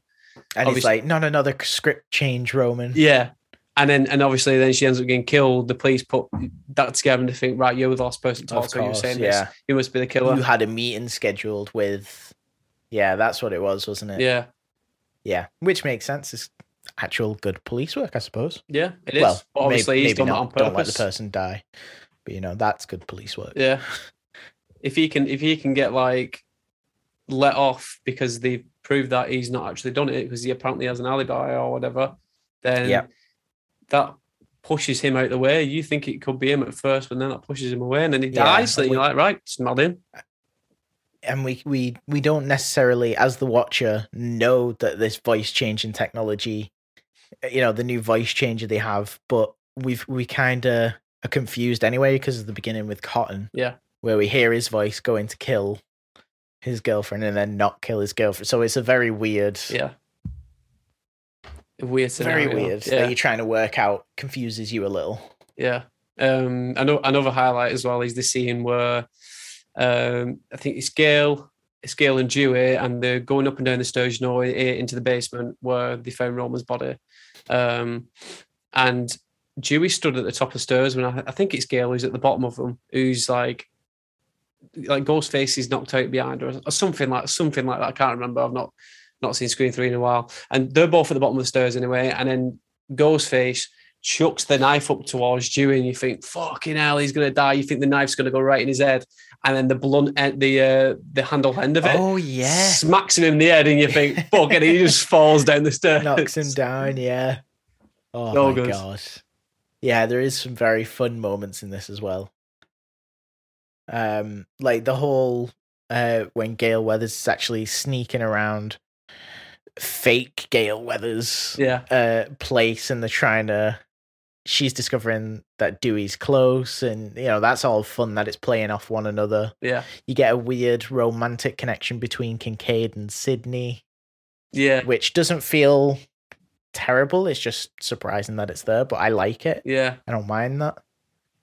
S3: And he's
S4: obviously-
S3: like, not another script change, Roman.
S4: Yeah. And then and obviously then she ends up getting killed. The police put that together and they think, right, you're the last person to
S3: Of
S4: talk to. You're
S3: course,
S4: saying
S3: yeah.
S4: this. You must be the killer.
S3: You had a meeting scheduled with. Yeah, that's what it was, wasn't it?
S4: yeah.
S3: Yeah. Which makes sense. It's actual good police work, I suppose.
S4: Yeah. It is.
S3: Well,
S4: but
S3: may-
S4: obviously he's
S3: maybe
S4: done
S3: not.
S4: that on
S3: Don't let the
S4: purpose.
S3: person die. But, you know, that's good police work.
S4: yeah. If he can if he can get like let off because they've proved that he's not actually done it because he apparently has an alibi or whatever, then
S3: Yeah.
S4: that pushes him out the way. You think it could be him at first, but then that pushes him away and then he
S3: Yeah,
S4: dies. So
S3: and
S4: you're
S3: we-
S4: like, right, it's not him.
S3: and we we we don't necessarily as the watcher know that this voice changing technology eh, you know the new voice changer they have but we've we kind of are confused anyway because of the beginning with cotton
S4: Yeah.
S3: where we hear his voice going to kill his girlfriend and then not kill his girlfriend so it's a very weird
S4: Yeah. A Weird
S3: very
S4: scenario.
S3: weird that
S4: Yeah.
S3: you're trying to work out confuses you a little
S4: yeah. Um, I know another highlight as well is the scene where um, I think it's Gail, it's Gail and Dewey, and they're going up and down the stairs, you know, i- into the basement where they found Roman's body. Um, and Dewey stood at the top of stairs when I, I think it's Gail who's at the bottom of them, who's like, like Ghostface is knocked out behind her or- or something like something like that. I can't remember. I've not not seen Screen Three in a while. And they're both at the bottom of the stairs anyway. And then Ghostface chucks the knife up towards Dewey, and you think, "Fucking hell, he's gonna die!" You think the knife's gonna go right in his head, and then the blunt end, the uh, the handle end of it
S3: oh yeah
S4: smacks him in the head, and you think, "Fuck!" and he just falls down the stairs.
S3: knocks him down. Yeah. Oh
S4: So
S3: my
S4: good.
S3: god. Yeah, there is some very fun moments in this as well. Um, like the whole uh when Gale Weathers is actually sneaking around fake Gale Weathers
S4: Yeah,
S3: uh place and they're trying to she's discovering that Dewey's close and you know that's all fun that it's playing off one another.
S4: yeah,
S3: You get a weird romantic connection between Kincaid and Sydney
S4: yeah,
S3: which doesn't feel terrible. It's just surprising that it's there, but I like it.
S4: yeah.
S3: I don't mind that.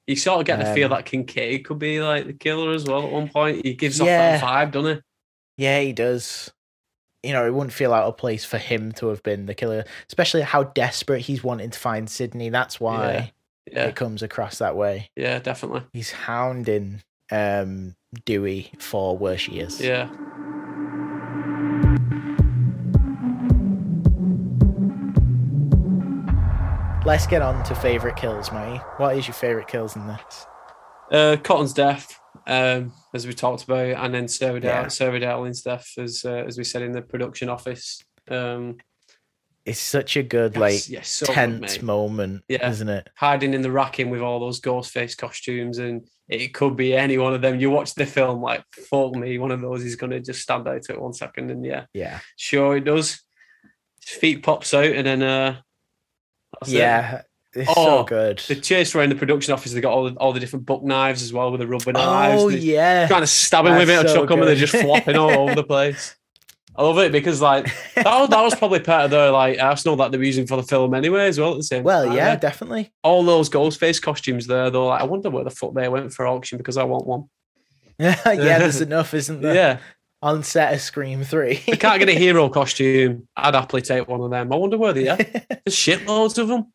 S4: You sort of get the feel
S3: Um,
S4: that Kincaid could be like the killer as well at one point. He gives
S3: Yeah.
S4: off that vibe, doesn't he?
S3: Yeah, he does. You know, it wouldn't feel out of place for him to have been the killer, especially how desperate he's wanting to find Sydney. That's why
S4: Yeah,
S3: it comes across that way.
S4: yeah, definitely.
S3: He's hounding um, Dewey for where she is.
S4: Yeah.
S3: Let's get on to favorite kills, mate. What is your favorite kills in this?
S4: Uh, Cotton's death, um, as we talked about, and then Sarah
S3: Yeah.
S4: Dar- Sarah Darling's death, as uh, as we said in the production office. Um,
S3: It's such a good,
S4: yes,
S3: like,
S4: yes, so good,
S3: tense
S4: mate.
S3: moment,
S4: Yeah.
S3: isn't it?
S4: hiding in the racking with all those ghost face costumes, and it could be any one of them. You watch the film, like fuck me, one of those is gonna just stand out at one second, and yeah,
S3: Yeah.
S4: sure it does. His feet pops out, and then uh, that's it.
S3: yeah. It's so
S4: Oh,
S3: good.
S4: The chase around the production office, they got all the, all the different book knives as well with the rubber knives.
S3: oh,
S4: They-
S3: yeah.
S4: trying to stab him with it
S3: That's so
S4: or chuck him, and they're
S3: good.
S4: just flopping all over the place. I love it because like that was, that was probably part of their like arsenal that they're using for the film anyway as well. At the same
S3: Well,
S4: time.
S3: yeah,
S4: Like,
S3: definitely.
S4: all those Ghostface costumes there though. Like, I wonder where the fuck they went for auction because I want one.
S3: yeah, there's enough, isn't there?
S4: Yeah,
S3: On set of Scream 3.
S4: I can't get a hero costume. I'd happily take one of them. I wonder where they are. There's shitloads of them.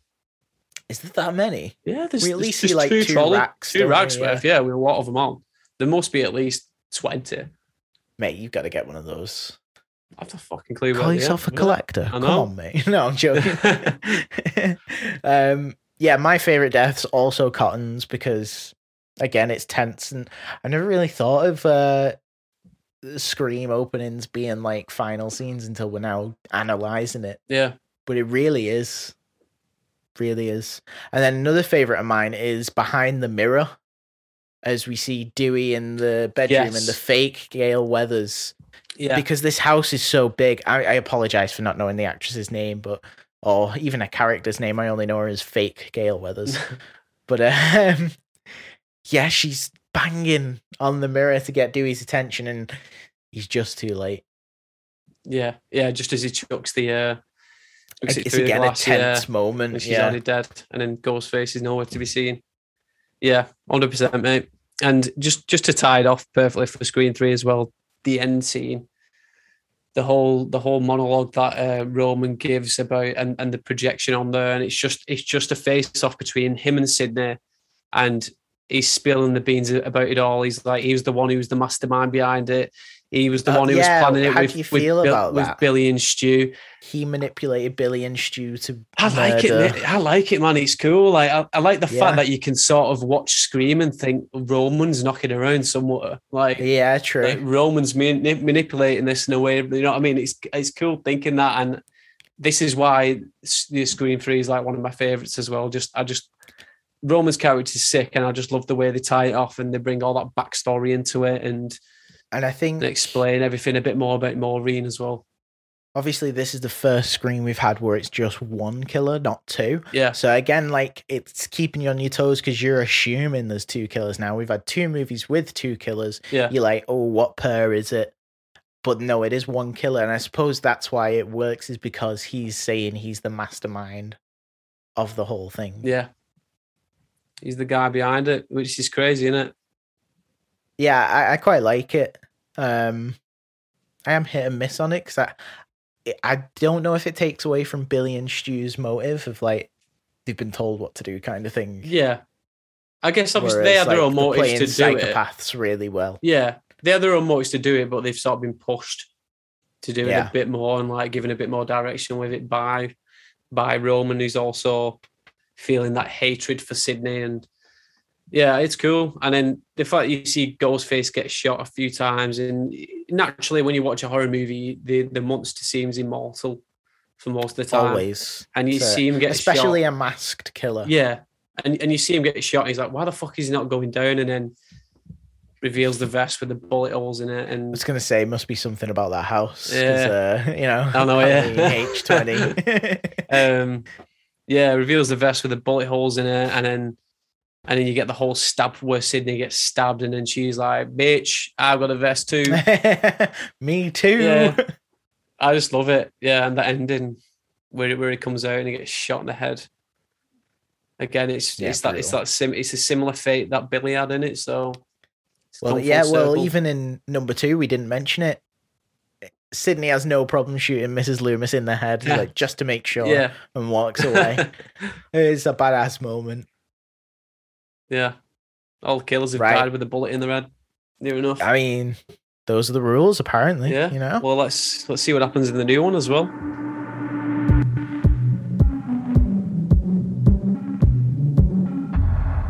S3: is there that many?
S4: Yeah, there's
S3: We at
S4: there's
S3: least
S4: just
S3: see, like, two
S4: trolley-
S3: racks,
S4: two
S3: don't we?
S4: racks worth. Yeah, with a lot of them on. There must be at least twenty.
S3: Mate, you've got to get one of those.
S4: I've no fucking clue. where
S3: Call
S4: they are,
S3: yourself a
S4: but-
S3: collector.
S4: I
S3: Come
S4: know.
S3: on, mate. No, I'm joking. um, yeah, my favorite death's also Cotton's because, again, it's tense. And I never really thought of uh, Scream openings being like final scenes until we're now analyzing it.
S4: Yeah,
S3: but it really is really is and then another favorite of mine is behind the mirror as we see dewey in the bedroom and the
S4: Yes.
S3: fake gale weathers
S4: yeah.
S3: because this house is so big I, I apologize for not knowing the actress's name but or even a character's name i only know her as fake gale weathers but um, yeah she's banging on the mirror to get dewey's attention and he's just too late
S4: Yeah, yeah. Just as he chucks the, uh, chucks it
S3: it's
S4: through the
S3: again
S4: glass,
S3: a tense
S4: yeah,
S3: moment
S4: and she's
S3: yeah.
S4: already dead, and then Ghostface is nowhere to be seen. Yeah, hundred percent, mate. And just just to tie it off perfectly for screen three as well, the end scene, the whole the whole monologue that uh, Roman gives about and and the projection on there, and it's just it's just a face off between him and Sydney, and he's spilling the beans about it all. He's like he was the one who was the mastermind behind it. He was the
S3: Uh,
S4: one who
S3: yeah,
S4: was planning it
S3: how
S4: with,
S3: do you
S4: with
S3: feel
S4: Bill-
S3: about
S4: with
S3: that?
S4: Billy and Stu.
S3: he manipulated Billy and Stu to.
S4: I like it.
S3: murder-
S4: mate. I like it, man. It's cool. Like I, I like the
S3: Yeah.
S4: fact that you can sort of watch Scream and think Roman's knocking around somewhere. Like,
S3: Yeah,
S4: like,
S3: true.
S4: Roman's mani- manipulating this in a way. You know what I mean? It's it's cool thinking that, and this is why s- the Scream Three is like one of my favorites as well. Just I just Roman's character is sick, and I just love the way they tie it off and they bring all that backstory into it and
S3: And I think
S4: they explain everything a bit more about Maureen as well.
S3: obviously this is the first screen we've had where it's just one killer, not two.
S4: Yeah,
S3: So again, like it's keeping you on your toes because you're assuming there's two killers now. We've had two movies with two killers.
S4: yeah,
S3: You're like, oh, what pair is it? But no, it is one killer, and I suppose that's why it works is because he's saying he's the mastermind of the whole thing.
S4: yeah. He's the guy behind it, which is crazy, isn't it?
S3: yeah I, I quite like it um i am hit and miss on it because i i don't know if it takes away from billy and stu's motive of like they've been told what to do kind of thing
S4: Yeah. I guess obviously they
S3: whereas,
S4: had their
S3: like,
S4: own
S3: they're
S4: motives to do
S3: playing
S4: it.
S3: psychopaths really well
S4: Yeah. They had their own motives to do it, but they've sort of been pushed to do it
S3: Yeah.
S4: a bit more and like given a bit more direction with it by by Roman who's also feeling that hatred for Sydney and yeah, it's cool. And then the fact you see Ghostface get shot a few times and naturally when you watch a horror movie, the, the monster seems immortal for most of the time.
S3: always
S4: And you
S3: So,
S4: see him get shot.
S3: especially a masked killer
S4: Yeah. And and you see him get shot. He's like, why the fuck is he not going down? And then reveals the vest with the bullet holes in it.
S3: I was
S4: And
S3: gonna say, must be something about that house. 'cause,
S4: Yeah.
S3: uh, you know,
S4: I know, yeah.
S3: H twenty.
S4: um, yeah, reveals the vest with the bullet holes in it. And then and then you get the whole stab where Sydney gets stabbed. And then she's like, bitch, I've got a vest too.
S3: Me too.
S4: Yeah. I just love it. Yeah. And that ending where, where he comes out and he gets shot in the head. Again, it's
S3: Yeah,
S4: it's that it's
S3: brutal.
S4: that sim it's a similar fate that Billy had in it. So it's
S3: Well,
S4: come full
S3: yeah, well,
S4: circle.
S3: even in number two, we didn't mention it. Sydney has no problem shooting Mrs. Loomis in the head,
S4: Yeah.
S3: like just to make sure,
S4: Yeah.
S3: and walks away. it's a badass moment.
S4: yeah. All the killers have
S3: Right.
S4: died with a bullet in their head. Near enough.
S3: I mean, those are the rules, apparently.
S4: Yeah.
S3: You know,
S4: Well, let's let's see what happens in the new one as well.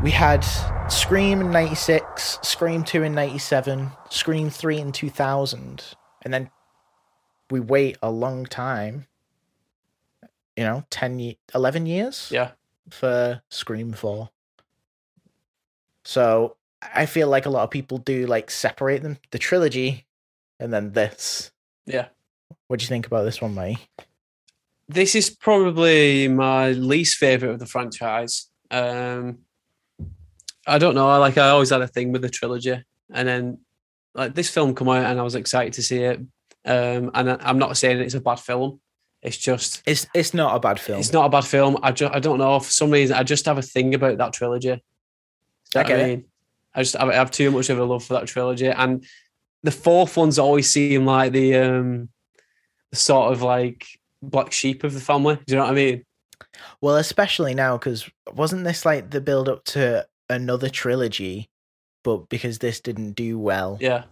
S3: we had Scream in '96, Scream Two in '97, Scream Three in 2000, and then we wait a long time. You know, 10, ye- 11 years.
S4: Yeah.
S3: for Scream 4. So I feel like a lot of people do like separate them, the trilogy and then this.
S4: Yeah.
S3: What do you think about this one, Mike?
S4: This is probably my least favorite of the franchise. Um, I don't know. I like. I always had a thing with the trilogy, and then like this film come out, and I was excited to see it. Um, and I, I'm not saying it's a bad film. It's just
S3: It's it's not a bad film.
S4: It's not a bad film. I just, I don't know for some reason I just have a thing about that trilogy. Do you know
S3: I
S4: what
S3: get
S4: I
S3: it.
S4: mean? I just I have too much of a love for that trilogy, and the fourth ones always seem like the um the sort of like black sheep of the family. Do you know what I mean?
S3: Well, especially now because wasn't this like the build up to another trilogy, but because this didn't do well,
S4: Yeah,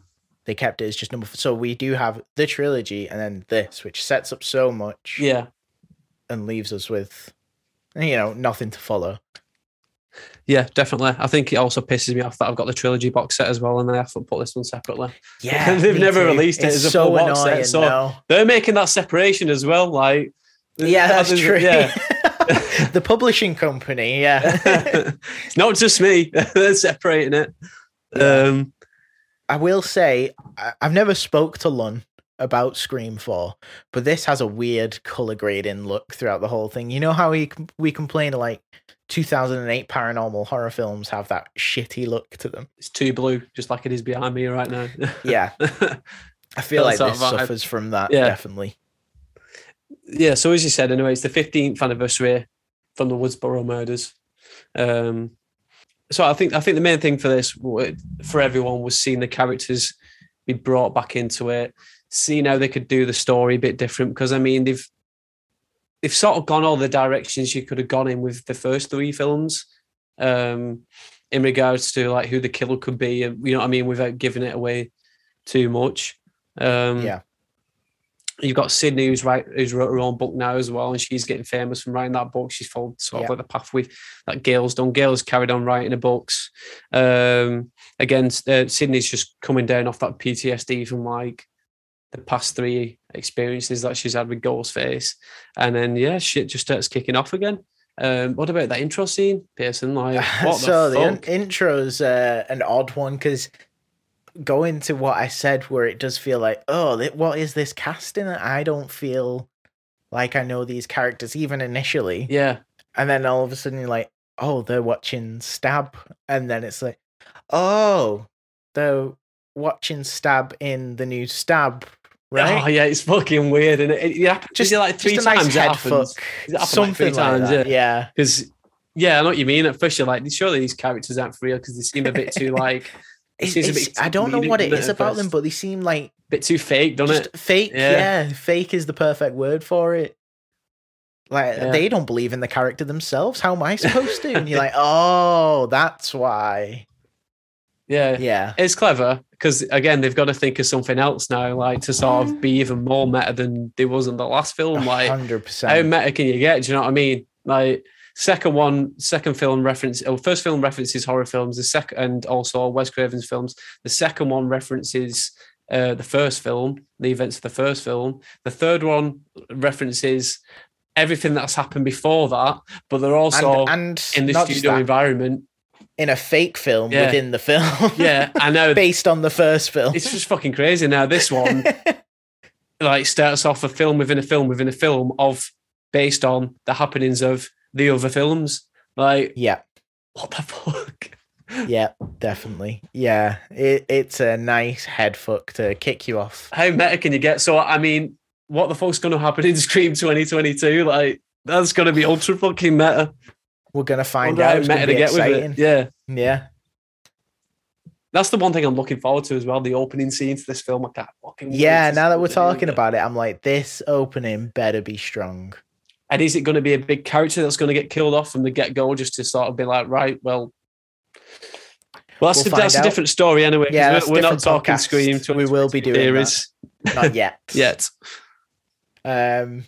S3: they kept it as just number. Four. So we do have the trilogy and then this, which sets up so much
S4: yeah,
S3: and leaves us with, you know, nothing to follow.
S4: yeah, definitely. I think it also pisses me off that I've got the trilogy box set as well, and I have to put this one separately.
S3: Yeah,
S4: They've
S3: me
S4: never
S3: too.
S4: released it
S3: It's
S4: as a
S3: so
S4: full box set,
S3: annoying.
S4: so-
S3: no.
S4: They're making that separation as well. Like,
S3: Yeah, that's
S4: there's-
S3: true.
S4: Yeah.
S3: the publishing company, yeah.
S4: it's not just me. They're separating it. Um,
S3: I will say I- I've never spoke to Lun about Scream 4, but this has a weird color grading look throughout the whole thing. You know how we com- we complain like 2008 paranormal horror films have that shitty look to them.
S4: it's too blue, just like it is behind me right now.
S3: Yeah, I feel like
S4: That's
S3: this
S4: that vibe.
S3: suffers from that
S4: Yeah.
S3: definitely.
S4: yeah, so as you said, anyway, it's the 15th anniversary from the Woodsboro murders. Um, so I think I think the main thing for this w- for everyone was seeing the characters be brought back into it, seeing how they could do the story a bit different. Because I mean, they've they've sort of gone all the directions you could have gone in with the first three films, um, in regards to like who the killer could be, and you know what I mean, without giving it away too much. Um,
S3: Yeah.
S4: You've got Sydney, who's right, who's wrote her own book now as well, and she's getting famous from writing that book. She's followed sort
S3: Yeah.
S4: of like the path with that Gail's done. Gail's carried on writing her books. Um, again, s- uh, Sydney's just coming down off that PTSD from like the past three experiences that she's had with Ghostface, and then yeah, shit just starts kicking off again. Um, what about that intro scene, Pearson? Like, what
S3: so
S4: the
S3: the,
S4: fuck?
S3: in- intro's uh, an odd one because going to what I said, where it does feel like, oh, th- what is this casting? I don't feel like I know these characters even initially,
S4: yeah,
S3: and then all of a sudden you're like, oh, they're watching Stab, and then it's like, oh, they're watching Stab in the new Stab, right?
S4: oh yeah, it's fucking weird, and it, it, yeah, just like three
S3: just a nice
S4: times it
S3: head
S4: happens.
S3: fuck,
S4: It happened like three
S3: something like,
S4: times,
S3: that.
S4: yeah.
S3: yeah.
S4: Because yeah, I know what you mean. At first, you're like, surely these characters aren't for real because they seem a bit too like,
S3: It's,
S4: seems a
S3: it's-
S4: bit
S3: I don't know what it
S4: comedic
S3: is
S4: at
S3: about them,
S4: first.
S3: but they seem like
S4: bit too fake, don't
S3: just
S4: it?
S3: fake yeah.
S4: Yeah.
S3: fake is the perfect word for it like
S4: Yeah.
S3: they don't believe in the character themselves how am i supposed to and you're like oh that's why
S4: Yeah,
S3: yeah
S4: it's clever because again, they've got to think of something else now, like to sort
S3: Mm.
S4: of be even more meta than they was in the last film. Like,
S3: 100%
S4: how meta can you get? Do you know what I mean? Like second one, second film reference, or first film references horror films. The second, and also Wes Craven's films. The second one references uh, the first film, the events of the first film. The third one references everything that's happened before that, but they're also
S3: and, and
S4: in the
S3: not just
S4: studio
S3: that,
S4: environment.
S3: in a fake film
S4: Yeah.
S3: within the film
S4: Yeah, I know.
S3: based on the first film
S4: it's just fucking crazy. Now this one, like starts off a film within a film within a film of based on the happenings of the other films. Like
S3: yeah
S4: what the fuck?
S3: yeah definitely yeah it, it's a nice head fuck to kick you off
S4: How meta can you get? So I mean, what the fuck's gonna happen in Scream 2022? Like that's gonna be ultra fucking meta.
S3: we're gonna find
S4: Wonder how
S3: out it's gonna
S4: meta
S3: be
S4: to get with
S3: exciting
S4: it. Yeah.
S3: yeah
S4: That's the one thing I'm looking forward to as well. The opening scene to this film, I can't fucking. wait
S3: Yeah,
S4: to
S3: now
S4: see
S3: that we're
S4: what they do with
S3: talking
S4: it.
S3: about it, I'm like, this opening better be strong.
S4: and is it going to be a big character that's going to get killed off from the get go, just to sort of be like, right, well, well, that's,
S3: We'll
S4: a,
S3: find
S4: that's a
S3: out.
S4: different story anyway. 'cause
S3: Yeah,
S4: we're-
S3: that's
S4: we're, not
S3: different
S4: talking
S3: podcast.
S4: Scream.
S3: We will be doing that.
S4: series
S3: Not yet.
S4: yet.
S3: Um,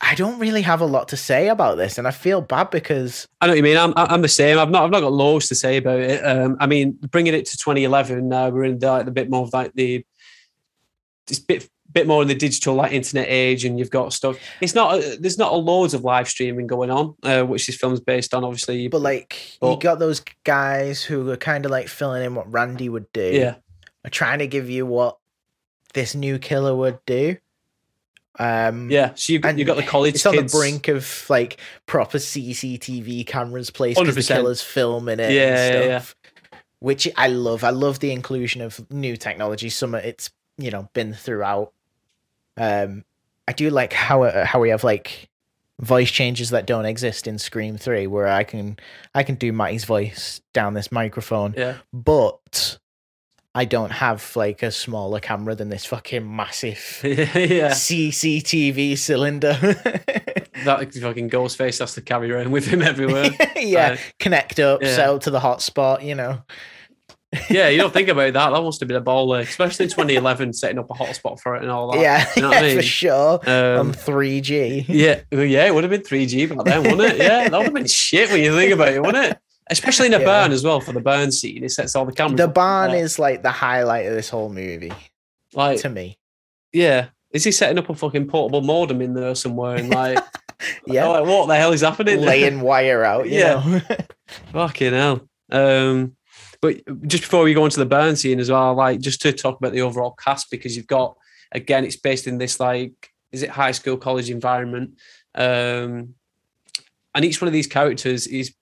S3: I don't really have a lot to say about this, and I feel bad because
S4: I know what you mean. I'm, I'm the same. I've not, I've not got loads to say about it. Um, I mean, bringing it to 2011, now we're in the, the bit more of like the, it's a bit, bit more in the digital like internet age, and you've got stuff. It's not, a, there's not a loads of live streaming going on, uh, which this film's based on, obviously.
S3: but like
S4: Oh.
S3: you got those guys who are kind of like filling in what Randy would do.
S4: yeah,
S3: Are trying to give you what this new killer would do. Um
S4: yeah. So you've,
S3: and
S4: you've got the college
S3: it's on
S4: kids.
S3: the brink of like proper CCTV cameras placed because the
S4: 100%.
S3: killer's filming it
S4: Yeah,
S3: and
S4: yeah,
S3: stuff.
S4: yeah.
S3: Which I love. I love the inclusion of new technology. Some of it's you know been throughout. Um, I do like how uh, how we have like voice changes that don't exist in Scream Three, where I can I can do Matty's voice down this microphone,
S4: Yeah.
S3: but I don't have like a smaller camera than this fucking massive
S4: yeah.
S3: CCTV cylinder.
S4: That fucking ghost face has to carry around with him everywhere.
S3: yeah,
S4: Uh,
S3: connect up,
S4: yeah.
S3: sell to the hotspot, you know.
S4: yeah, you don't think about that. That must have been a baller, especially in 2011, setting up a hotspot for it and all that.
S3: yeah,
S4: you know what
S3: yeah
S4: I
S3: for
S4: mean?
S3: sure.
S4: Um,
S3: on 3G.
S4: Yeah, well, yeah, it would have been 3G back then, wouldn't it? Yeah, that would have been shit when you think about it, wouldn't it? Especially in a
S3: Yeah.
S4: burn as well for the burn scene. It sets all the cameras.
S3: The
S4: up.
S3: barn
S4: Yeah.
S3: is like the highlight of this whole movie
S4: like,
S3: to me.
S4: yeah. Is he setting up a fucking portable modem in there somewhere? And like, Oh,
S3: Yeah,
S4: like what the hell is happening?
S3: laying wire out, you
S4: Yeah.
S3: know.
S4: Fucking hell. Um, but just before we go into the burn scene as well, like just to talk about the overall cast because you've got again, it's based in this like is it high school college environment, um, and each one of these characters is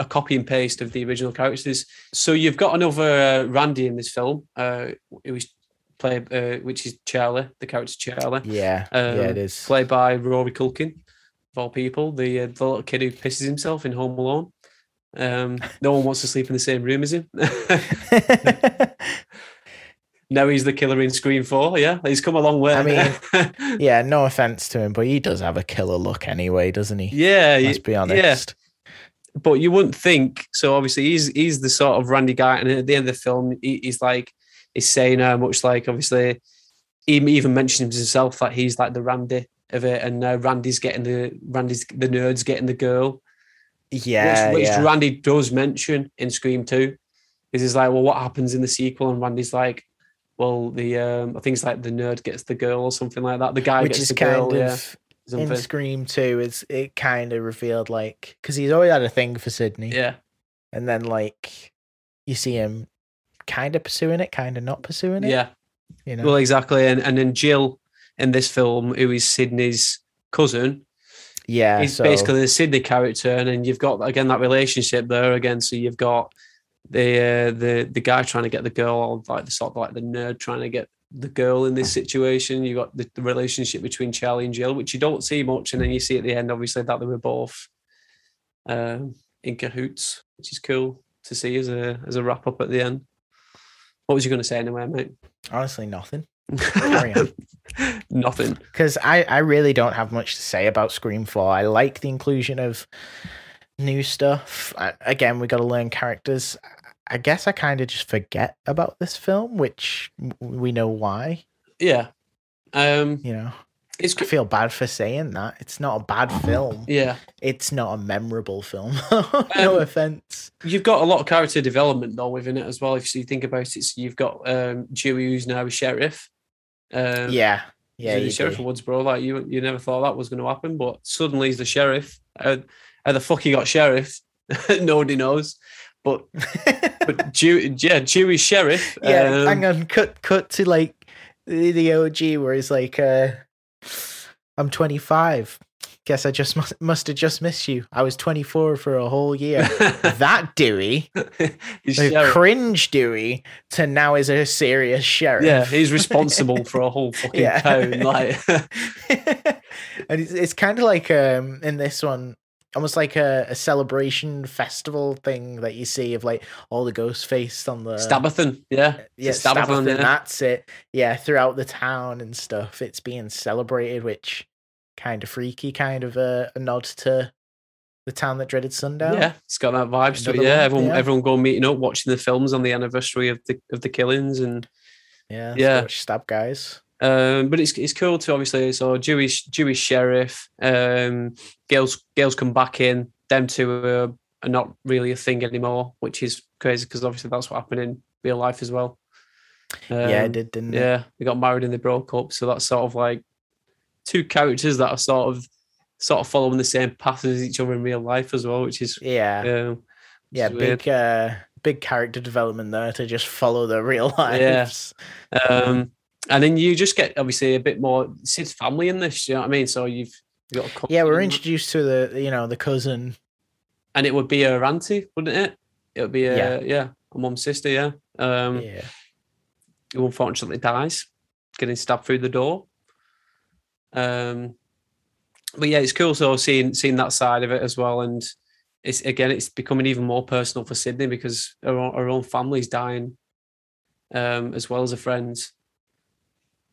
S4: a copy and paste of the original characters. So you've got another uh, Randy in this film, uh, who is played, uh, which is Charlie, the character Charlie
S3: yeah,
S4: Um,
S3: yeah, it is.
S4: played by Rory Culkin, of all people, the uh, the little kid who pisses himself in Home Alone. Um, no one wants to sleep in the same room as him. now he's the killer in Scream Four. Yeah, he's come a long way.
S3: I mean- yeah, no offense to him, but he does have a killer look anyway, doesn't he?
S4: yeah,
S3: Let's
S4: y-
S3: be honest.
S4: but you wouldn't think. So obviously, he's he's the sort of Randy guy, and at the end of the film, he, he's like he's saying how much like obviously he even mentions himself that he's like the Randy of it, and now Randy's getting the Randy's the nerd's getting the girl.
S3: Yeah,
S4: which, which
S3: yeah.
S4: Randy does mention in Scream 2. Is he's like, well, what happens in the sequel? And Randy's like, well, the um, I think it's like the nerd gets the girl or something like that. The guy
S3: which
S4: gets
S3: is
S4: the
S3: kind
S4: girl,
S3: of
S4: yeah.
S3: in
S4: Something.
S3: Scream 2 is it kind of revealed like because he's always had a thing for Sydney.
S4: Yeah,
S3: and then like you see him kind of pursuing it, kind of not pursuing it.
S4: yeah.
S3: you know.
S4: Well, exactly. And and then Jill in this film, who is Sydney's cousin,
S3: yeah,
S4: He's
S3: so
S4: basically the Sydney character, and then you've got again that relationship there again. So you've got the uh, the the guy trying to get the girl, or like the sort of like the nerd trying to get the girl in
S3: Hmm.
S4: this situation. You've got the, the relationship between Charlie and Jill, which you don't see much, and then you see at the end, obviously, that they were both um, in cahoots, which is cool to see as a as a wrap up at the end. What was you going to say anyway, mate?
S3: honestly nothing. Carry on.
S4: Nothing.
S3: Because I, I really don't have much to say about Scream 4. I like the inclusion of new stuff. I, again, we got to learn characters. I- I guess I kind of just forget about this film, which w- we know why.
S4: Yeah. Um,
S3: You know,
S4: it's
S3: I feel bad for saying that. It's not a bad film.
S4: yeah.
S3: It's not a memorable film. no
S4: Um,
S3: offense.
S4: You've got a lot of character development though within it as well. If you think about it, so you've got um, Dewey, who's now a sheriff. Um,
S3: yeah,
S4: he's
S3: yeah.
S4: the
S3: you
S4: sheriff
S3: do.
S4: of Woodsboro. Like you, you never thought that was going to happen, but suddenly he's the sheriff. Uh, how the fuck he got sheriff? Nobody knows. But but Dewey, yeah, Dewey's sheriff.
S3: Yeah,
S4: um,
S3: hang on. Cut, cut to like the, the OG where he's like, uh, "I'm 25. Guess I just must, must have just missed you. I was 24 for a whole year." that Dewey,
S4: he's
S3: the
S4: sheriff.
S3: cringe Dewey, to now is a serious sheriff.
S4: Yeah, he's responsible for a whole fucking
S3: Yeah.
S4: town. Like,
S3: and it's, it's kind of like um in this one almost like a, a celebration festival thing that you see of like all the ghost faced on the
S4: Stabathon, yeah.
S3: yeah,
S4: It's a Stabathon,
S3: Stabathon,
S4: yeah.
S3: that's it. Yeah, throughout the town and stuff, it's being celebrated, which kind of freaky, kind of a, a nod to the town that dreaded sundown.
S4: Yeah, it's got that vibes to it.
S3: Another
S4: Yeah,
S3: one,
S4: everyone,
S3: yeah.
S4: everyone go meeting up, watching the films on the anniversary of the of the killings, and
S3: yeah,
S4: Yeah.
S3: yeah. Stab guys.
S4: um, but it's it's cool too. Obviously, so Jewish Jewish sheriff, um, girls girls come back in. Them two are, are not really a thing anymore, which is crazy because obviously that's what happened in real life as well.
S3: yeah,
S4: Um,
S3: it did, didn't it?
S4: Yeah, they got married and they broke up. So that's sort of like two characters that are sort of sort of following the same path as each other in real life as well, which is
S3: Yeah, yeah,
S4: um, it's weird.
S3: big, uh, big character development there to just follow their real lives.
S4: Um, and then you just get obviously a bit more Sid's family in this. You know what I mean? So you've, you've got a couple,
S3: Yeah, we're introduced to the you know the cousin.
S4: and it would be her auntie, wouldn't it? It would be a yeah,
S3: Yeah.
S4: a mum's sister. Yeah, um,
S3: yeah,
S4: who unfortunately dies, getting stabbed through the door. Um, but yeah, it's cool. So seeing seeing that side of it as well, and it's again, it's becoming even more personal for Sydney because her own, her own family's dying, um, as well as her friends,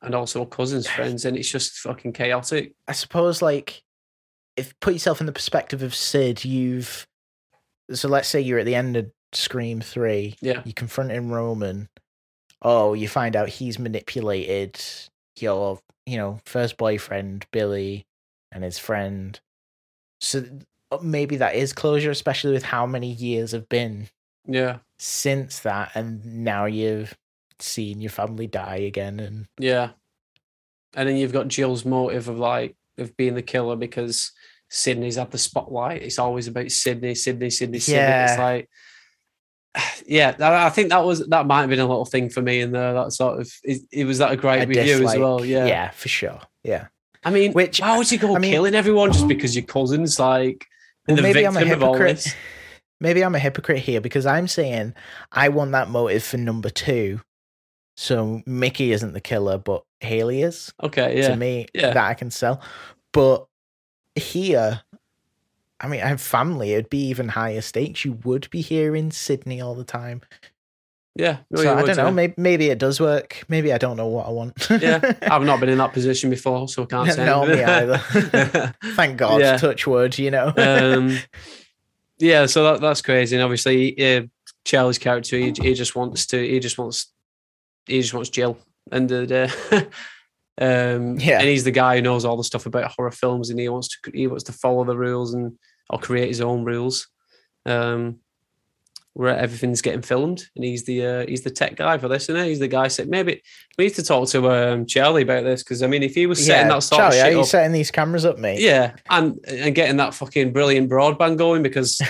S4: and also her cousin's friends, and it's just fucking chaotic.
S3: I suppose like if put yourself in the perspective of Sid, you've so let's say you're at the end of Scream Three,
S4: Yeah,
S3: you confront him Roman. Oh, you find out he's manipulated your you know first boyfriend Billy and his friend. So th- uh, maybe that is closure, especially with how many years have been
S4: yeah,
S3: since that, and now you've seen your family die again and
S4: yeah. And then you've got Jill's motive of like of being the killer because Sydney's had the spotlight. It's always about Sydney, Sydney, Sydney, Sydney.
S3: Yeah.
S4: It's like yeah, that, I think that was that might have been a little thing for me in there. That sort of it, it was that a
S3: a
S4: great with you as
S3: dislike.
S4: well. Yeah.
S3: yeah, for sure, yeah.
S4: I mean,
S3: Which-
S4: why would you go
S3: I mean-
S4: killing everyone just because your cousins like and
S3: Well,
S4: the victim of all this?
S3: Maybe I'm a hypocrite here because I'm saying I want that motive for number two. So Mickey isn't the killer, but Haley is.
S4: Okay, yeah.
S3: To me,
S4: Yeah.
S3: that I can sell. But here, I mean, I have family. It'd be even higher stakes. You would be here in Sydney all the time.
S4: Yeah. No, Oh, you
S3: so I
S4: would,
S3: don't know.
S4: yeah.
S3: Maybe, maybe it does work. Maybe I don't know what I want.
S4: Yeah, I've not been in that position before, so I can't say
S3: no, me
S4: anything.
S3: either. Thank God.
S4: Yeah.
S3: Touch wood, you know.
S4: um, yeah, so that, that's crazy. And obviously, uh, Charlie's character, he, he just wants to, he just wants, he just wants Jill. End of the day. um,
S3: Yeah.
S4: And he's the guy who knows all the stuff about horror films, and he wants to, he wants to follow the rules and or create his own rules. Um, where everything's getting filmed, and he's the uh, he's the tech guy for this, and he's the guy said maybe we need to talk to um, Charlie about this because I mean, if he was setting that sort
S3: Charlie,
S4: of
S3: are
S4: shit
S3: you
S4: up,
S3: setting these cameras up, mate?
S4: yeah, and and getting that fucking brilliant broadband going because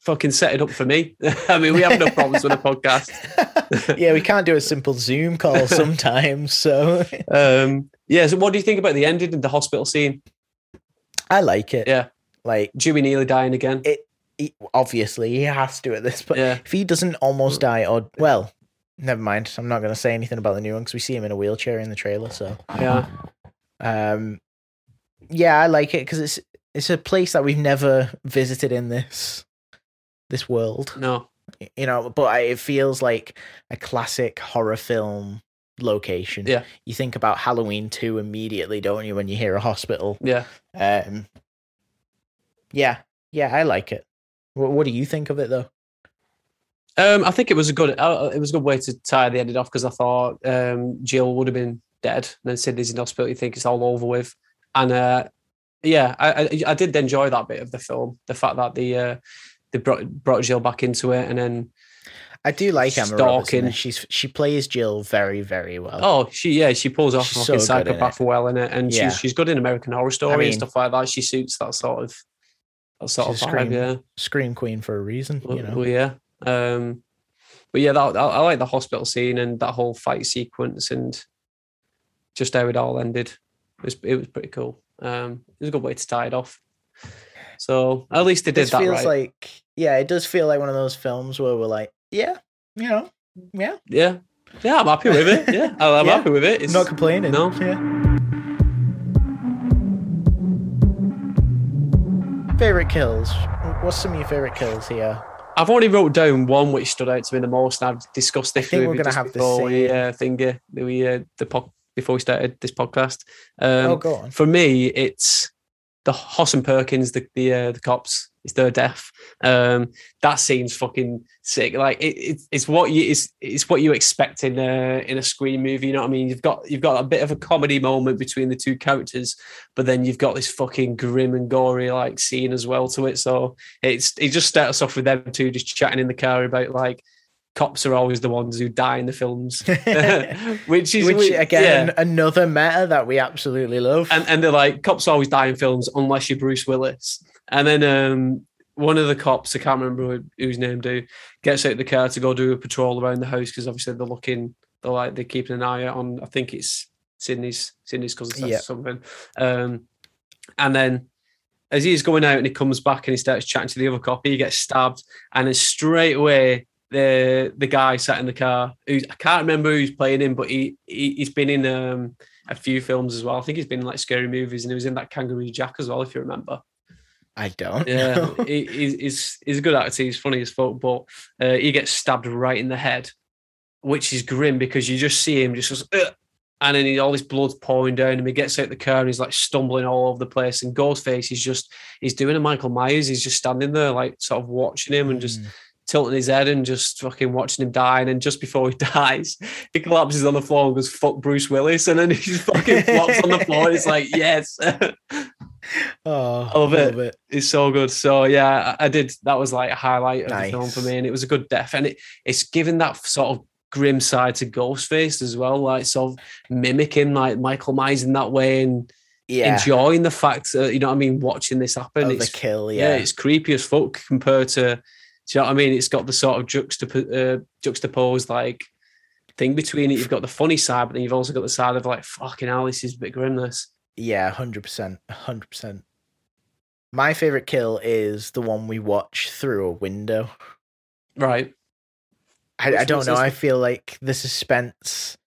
S4: fucking set it up for me. I mean, we have no problems with a podcast.
S3: yeah, we can't do a simple Zoom call sometimes. So
S4: Um, yeah. So, what do you think about the ending and the hospital scene?
S3: I like it.
S4: Yeah.
S3: Like,
S4: Dewey nearly dying again.
S3: he, obviously, he has to at this point.
S4: Yeah.
S3: If he doesn't almost die, or, well, never mind. I'm not going to say anything about the new one because we see him in a wheelchair in the trailer. So,
S4: Yeah.
S3: um, yeah, I like it because it's, it's a place that we've never visited in this this world.
S4: No.
S3: you know but I, it feels like a classic horror film location
S4: Yeah.
S3: you think about halloween 2 immediately don't you when you hear a hospital
S4: Yeah.
S3: um yeah yeah i like it what, what do you think of it though
S4: Um, I think it was a good. Uh, it was a good way to tie the ending off because I thought um, Jill would have been dead, and then Sydney's in hospital. You think it's all over with, and uh, yeah, I, I I did enjoy that bit of the film. The fact that the uh, they brought brought Jill back into it, and then
S3: i do like emma Robertson.
S4: Stalking.
S3: and she's she plays jill very very well
S4: Oh, she yeah, she pulls off
S3: She's
S4: fucking
S3: so good in
S4: psychopath well in it, and
S3: Yeah.
S4: she's she's good in American Horror Story and
S3: mean-
S4: stuff like that. She suits that sort of that sort
S3: She's
S4: of
S3: a
S4: vibe,
S3: scream,
S4: yeah.
S3: scream queen for a reason
S4: Well,
S3: you know
S4: well, yeah. Um, but yeah, that, I, I like the hospital scene and that whole fight sequence and just how it all ended. It was it was pretty cool. Um, it was a good way to tie it off. So at least they did
S3: this
S4: that
S3: feels
S4: right.
S3: like yeah it does feel like one of those films where we're like yeah you know yeah
S4: yeah, yeah, I'm happy with it. Yeah, I'm
S3: Yeah.
S4: happy with it. It's
S3: not complaining
S4: No.
S3: yeah favorite kills. What's some of your favorite kills here?
S4: I've already wrote down one which stood out to me the most, and I've discussed this.
S3: I think
S4: with
S3: we're
S4: you
S3: gonna
S4: just
S3: have the
S4: before we
S3: same.
S4: uh, thing uh, that we uh, the po- before we started this podcast. Um,
S3: oh, go on.
S4: For me, it's the Hoss and Perkins, the the, uh, the cops. It's their death. Um, that seems fucking sick. Like it, it, it's what you it's, it's what you expect in a in a screen movie. You know what I mean? You've got you've got a bit of a comedy moment between the two characters, but then you've got this fucking grim and gory like scene as well to it. So it's it just starts off with them two just chatting in the car about like cops are always the ones who die in the films, which is
S3: Which
S4: yeah.
S3: again, another meta that we absolutely love.
S4: And, and they're like, cops always die in films unless you're Bruce Willis. And then um, one of the cops, I can't remember who, whose name do, gets out the car to go do a patrol around the house because obviously they're looking, they're like they're keeping an eye out on. I think it's Sydney's Sydney's cousin
S3: Yeah.
S4: or something. Um, and then as he's going out and he comes back and he starts chatting to the other cop, he gets stabbed, and then straight away the the guy sat in the car who's I can't remember who's playing him, but he, he he's been in um a few films as well. I think he's been in like scary movies and he was in that Kangaroo Jack as well, if you remember.
S3: I don't.
S4: Yeah,
S3: know.
S4: he, he's, he's he's a good actor. He's funny as fuck, but uh, he gets stabbed right in the head, which is grim because you just see him just goes, "Ugh," and then he, all this blood's pouring down him. He gets out the car and he's like stumbling all over the place. And Ghostface, he's just he's doing a Michael Myers. He's just standing there like sort of watching him and just
S3: Mm.
S4: tilting his head and just fucking watching him die. And then just before he dies, he collapses on the floor and goes, fuck Bruce Willis. And then he just fucking flops on the floor. And it's like, yes.
S3: Oh,
S4: Love it.
S3: love it.
S4: it's so good. So yeah, I, I did. That was like a highlight of
S3: Nice.
S4: the film for me, and it was a good death. And it it's given that sort of grim side to Ghostface as well, like sort of mimicking like Michael Myers in that way, and
S3: Yeah.
S4: enjoying the fact that you know what I mean, watching this happen.
S3: Of the
S4: it's
S3: kill,
S4: yeah.
S3: yeah.
S4: it's creepy as fuck compared to. Do you know what I mean? It's got the sort of juxtap- uh, juxtaposed like thing between it. You've got the funny side, but then you've also got the side of like fucking hell, this is a bit grimness.
S3: Yeah, hundred percent, hundred percent. My favorite kill is the one we watch through a window.
S4: Right.
S3: I,
S4: Which
S3: I don't
S4: one's
S3: know.
S4: this
S3: I
S4: one?
S3: feel like the suspense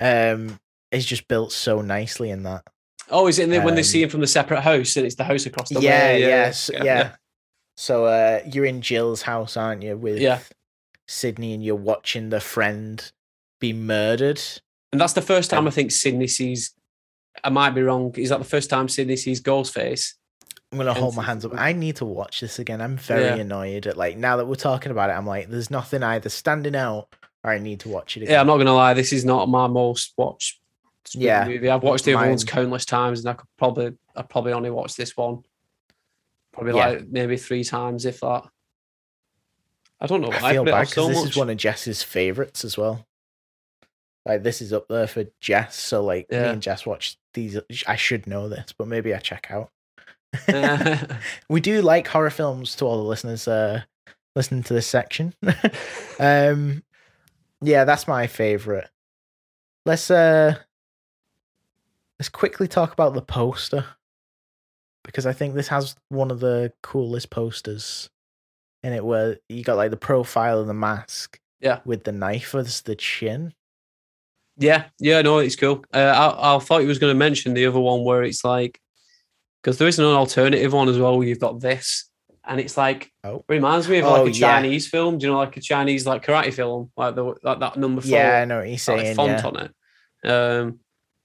S3: um is just built so nicely in that.
S4: Oh, is it in the, when they
S3: Um,
S4: see him from the separate house and it's the house across the
S3: yeah,
S4: way? uh,
S3: yes, yeah. So uh you're in Jill's house, aren't you, with
S4: Yeah.
S3: Sydney and you're watching the friend be murdered.
S4: And that's the first time
S3: Um,
S4: I think Sydney sees. I might be wrong. Is that the first time Sydney sees Ghostface?
S3: I'm gonna hold my
S4: Fences
S3: hands up.
S4: and-
S3: I need to watch this again. I'm very
S4: Yeah.
S3: annoyed at like now that we're talking about it, I'm like, there's nothing either standing out or I need to watch it again.
S4: Yeah, I'm not gonna lie. This is not my most watched spooky
S3: Yeah.
S4: movie. I've watched the other ones
S3: Mine.
S4: countless times, and I could probably, I probably only watched this one, probably
S3: Yeah.
S4: like maybe three times, if that. I don't know.
S3: I feel
S4: put it
S3: bad
S4: off
S3: because
S4: so
S3: this
S4: much.
S3: is one of Jess's favorites as well. Like this is up there for Jess, so like me
S4: Yeah.
S3: and Jess watch these. I should know this, but maybe I check out.
S4: Yeah.
S3: we do like horror films to all the listeners uh, listening to this section. um, yeah, that's my favorite. Let's uh, let's quickly talk about the poster because I think this has one of the coolest posters in it, where you got like the profile and the mask,
S4: Yeah.
S3: with the knife as the chin.
S4: Yeah, yeah, no, it's cool. Uh, I, I thought you was going to mention the other one where it's like, because there is an alternative one as well where you've got this, and it's like
S3: Oh.
S4: reminds me of
S3: Oh,
S4: like a
S3: yeah.
S4: Chinese film. Do you know like a Chinese like karate film, like the like that number four,
S3: Yeah, I know what you're
S4: that, like,
S3: saying.
S4: font
S3: yeah.
S4: on it. Um,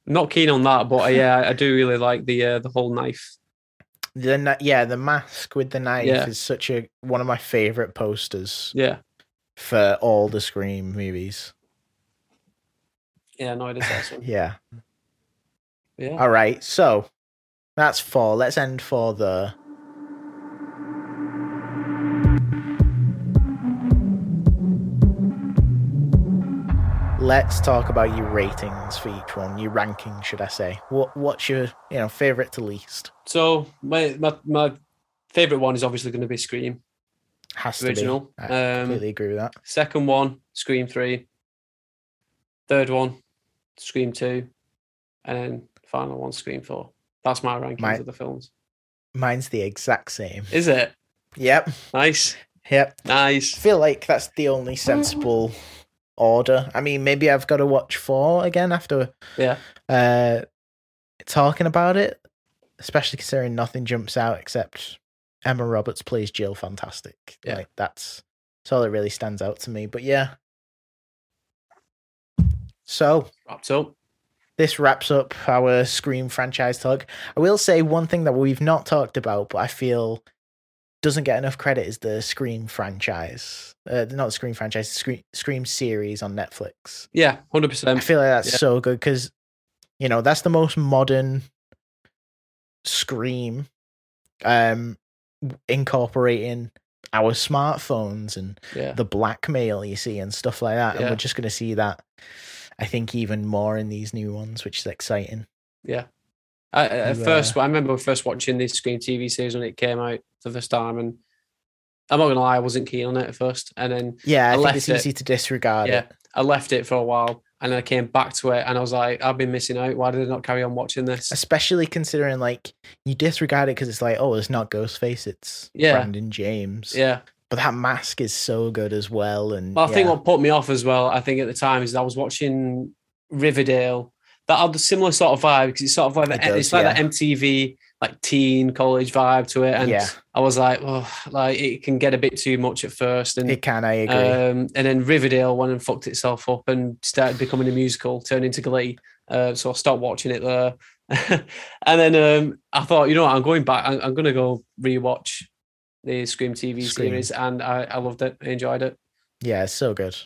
S4: not keen on that, but uh, yeah, I do really like the uh, the whole knife.
S3: The kni- yeah, the mask with the knife
S4: Yeah.
S3: is such a one of my favorite posters.
S4: Yeah,
S3: for all the Scream movies.
S4: yeah, no, it is awesome.
S3: Yeah.
S4: yeah,
S3: All right. So that's four. Let's end for the. Let's talk about your ratings for each one. Your ranking, should I say? What What's your you know favorite to least?
S4: so my my my favorite one is obviously going to be Scream
S3: Has to
S4: original.
S3: be. I
S4: Um,
S3: completely agree with that.
S4: Second one, Scream 3. Third one, Scream 2. And then final one, Scream 4. That's my rankings
S3: My-
S4: of the films.
S3: Mine's the exact same.
S4: Is it?
S3: Yep.
S4: Nice.
S3: Yep. I
S4: Nice.
S3: feel like that's the only sensible order. I mean, maybe I've got to watch four again after
S4: Yeah.
S3: uh talking about it, especially considering nothing jumps out except Emma Roberts plays Jill fantastic.
S4: Yeah.
S3: Like that's that's all that really stands out to me. But yeah. So
S4: Wrapped up.
S3: this wraps up our Scream franchise talk. I will say one thing that we've not talked about, but I feel doesn't get enough credit is the Scream franchise. Uh, not the Scream franchise, Scream, Scream series on Netflix.
S4: Yeah, hundred
S3: I
S4: percent.
S3: feel like that's
S4: yeah.
S3: so good because, you know, that's the most modern Scream, um, incorporating our smartphones and
S4: Yeah,
S3: the blackmail you see and stuff like that. And
S4: Yeah.
S3: we're just going to see that, I think, even more in these new ones, which is exciting.
S4: yeah. I, I- at
S3: You, uh,
S4: first, I remember first watching this Scream TV series when it came out for the first time, and I'm not gonna lie, I wasn't keen on it at first, and then
S3: Yeah, I, think
S4: left
S3: it's
S4: it.
S3: easy to disregard
S4: yeah,
S3: it.
S4: I left it for a while, and then I came back to it, and I was like, I've been missing out. Why did I not carry on watching this?
S3: Especially considering, like, you disregard it because it's like, oh, it's not Ghostface, it's
S4: Yeah.
S3: Brandon James.
S4: Yeah.
S3: But that mask is so good as well. And
S4: Well, I think
S3: yeah.
S4: what put me off as well, I think at the time, is I was watching Riverdale. That had a similar sort of vibe because it's sort of like
S3: It
S4: the-
S3: does,
S4: it's like
S3: yeah.
S4: that MTV like teen college vibe to it, and
S3: Yeah.
S4: I was like, oh, like it can get a bit too much at first, and
S3: it can, I agree.
S4: um, and then Riverdale went and fucked itself up and started becoming a musical, turned into Glee. Uh, so I stopped watching it there, and then um, I thought, you know, what, I'm going back. I'm, I'm going to go rewatch the Scream TV
S3: Scream.
S4: series, and I, I loved it. I enjoyed it.
S3: yeah, it's so good.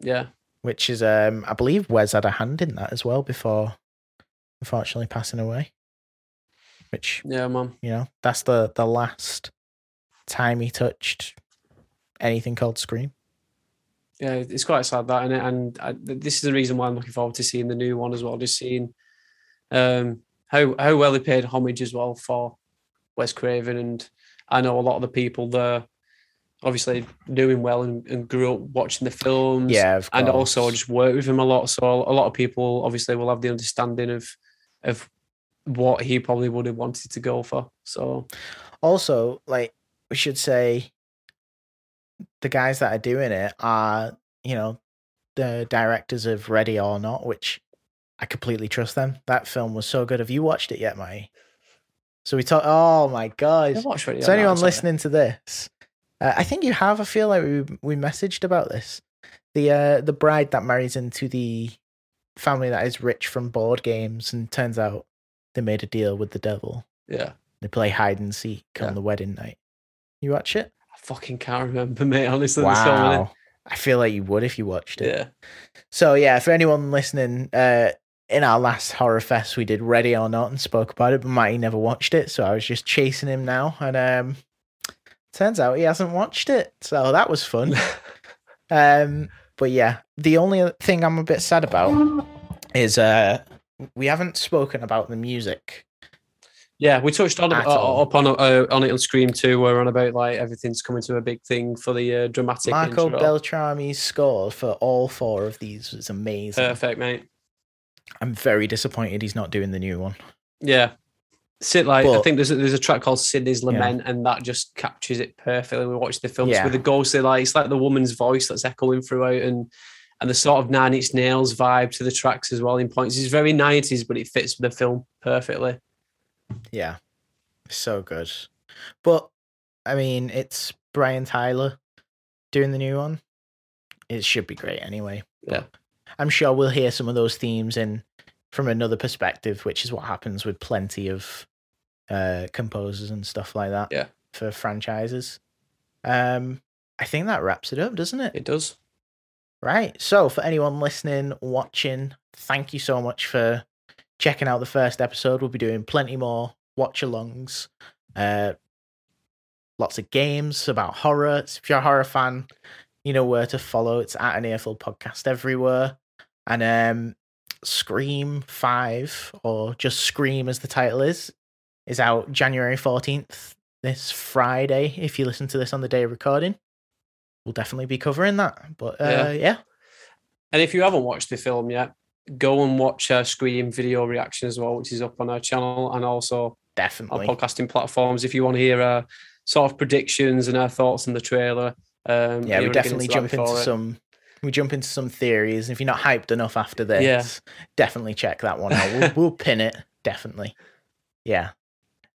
S4: Yeah.
S3: Which is, um, I believe Wes had a hand in that as well before, unfortunately, passing away. Which
S4: Yeah, man.
S3: you know that's the the last time he touched anything called Scream.
S4: Yeah, it's quite sad that, innit? and I, th- this is the reason why I'm looking forward to seeing the new one as well. Just seeing um, how how well they paid homage as well for Wes Craven, and I know a lot of the people there obviously knew him well and, and grew up watching the films,
S3: Yeah, of
S4: Mm. and also
S3: course.
S4: just worked with him a lot. So a lot of people obviously will have the understanding of of what he probably would have wanted to go for. So
S3: also like we should say the guys that are doing it are you know the directors of Ready or Not, which I completely trust them. That film was so good. Have you watched it yet, Matty? So we talk. Oh my god!
S4: yeah, watch Ready
S3: So
S4: or Not,
S3: anyone
S4: actually.
S3: listening to this, uh, I think you have. I feel like we we messaged about this. The uh, the bride that marries into the family that is rich from board games, and turns out they made a deal with the devil.
S4: yeah,
S3: They play hide and seek
S4: Yeah.
S3: on the wedding night. You watch it?
S4: I fucking can't remember, mate. Honestly, there's so many.
S3: I feel like you would if you watched it.
S4: Yeah.
S3: So yeah, for anyone listening, uh, in our last horror fest, we did Ready or Not and spoke about it, but Matty never watched it, so I was just chasing him now, and um, turns out he hasn't watched it, so that was fun. um, but yeah, the only other thing I'm a bit sad about is uh, we haven't spoken about the music.
S4: Yeah, we touched on
S3: At
S4: uh,
S3: all.
S4: up on uh, on it on Scream too. We're on about like everything's coming to a big thing for the uh, dramatic
S3: Marco
S4: intro.
S3: Beltrami's score for all four of these was amazing.
S4: Perfect, mate.
S3: I'm very disappointed he's not doing the new one.
S4: Yeah, sit like I
S3: But-
S4: think there's a, there's a track called Sydney's Lament, and that just captures it perfectly. We watch the films
S3: Yeah.
S4: with the ghostly like it's like the woman's voice that's echoing throughout, and and the sort of Nine Inch Nails vibe to the tracks as well. In points, it's very nineties, but it fits with the film perfectly.
S3: Yeah. So good. But I mean, it's Brian Tyler doing the new one. It should be great anyway.
S4: Yeah.
S3: I'm sure we'll hear some of those themes in from another perspective, which is what happens with plenty of uh composers and stuff like that.
S4: Yeah.
S3: For franchises. Um I think that wraps it up, doesn't it?
S4: It does.
S3: Right. So, for anyone listening, watching, thank you so much for checking out the first episode. We'll be doing plenty more watch alongs, uh, lots of games about horror. If you're a horror fan, you know where to follow. It's at an earful podcast everywhere. And um, Scream 5, or just Scream as the title is, is out January 14th, this Friday. If you listen to this on the day of recording, we'll definitely be covering that. But uh,
S4: Yeah.
S3: yeah.
S4: And if you haven't watched the film yet, go and watch our Scream video reaction as well, which is up on our channel and also on
S3: Definitely.
S4: podcasting platforms. If you want to hear our sort of predictions and our thoughts on the trailer,
S3: yeah,
S4: um, you
S3: we
S4: already get
S3: definitely
S4: that
S3: jump into
S4: before it.
S3: some. We jump into some theories. and If you're not hyped enough after this,
S4: Yeah.
S3: definitely check that one out. We'll, we'll pin it. Definitely. Yeah.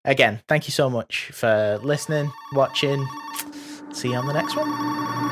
S3: Again, thank you so much for listening, watching. See you on the next one.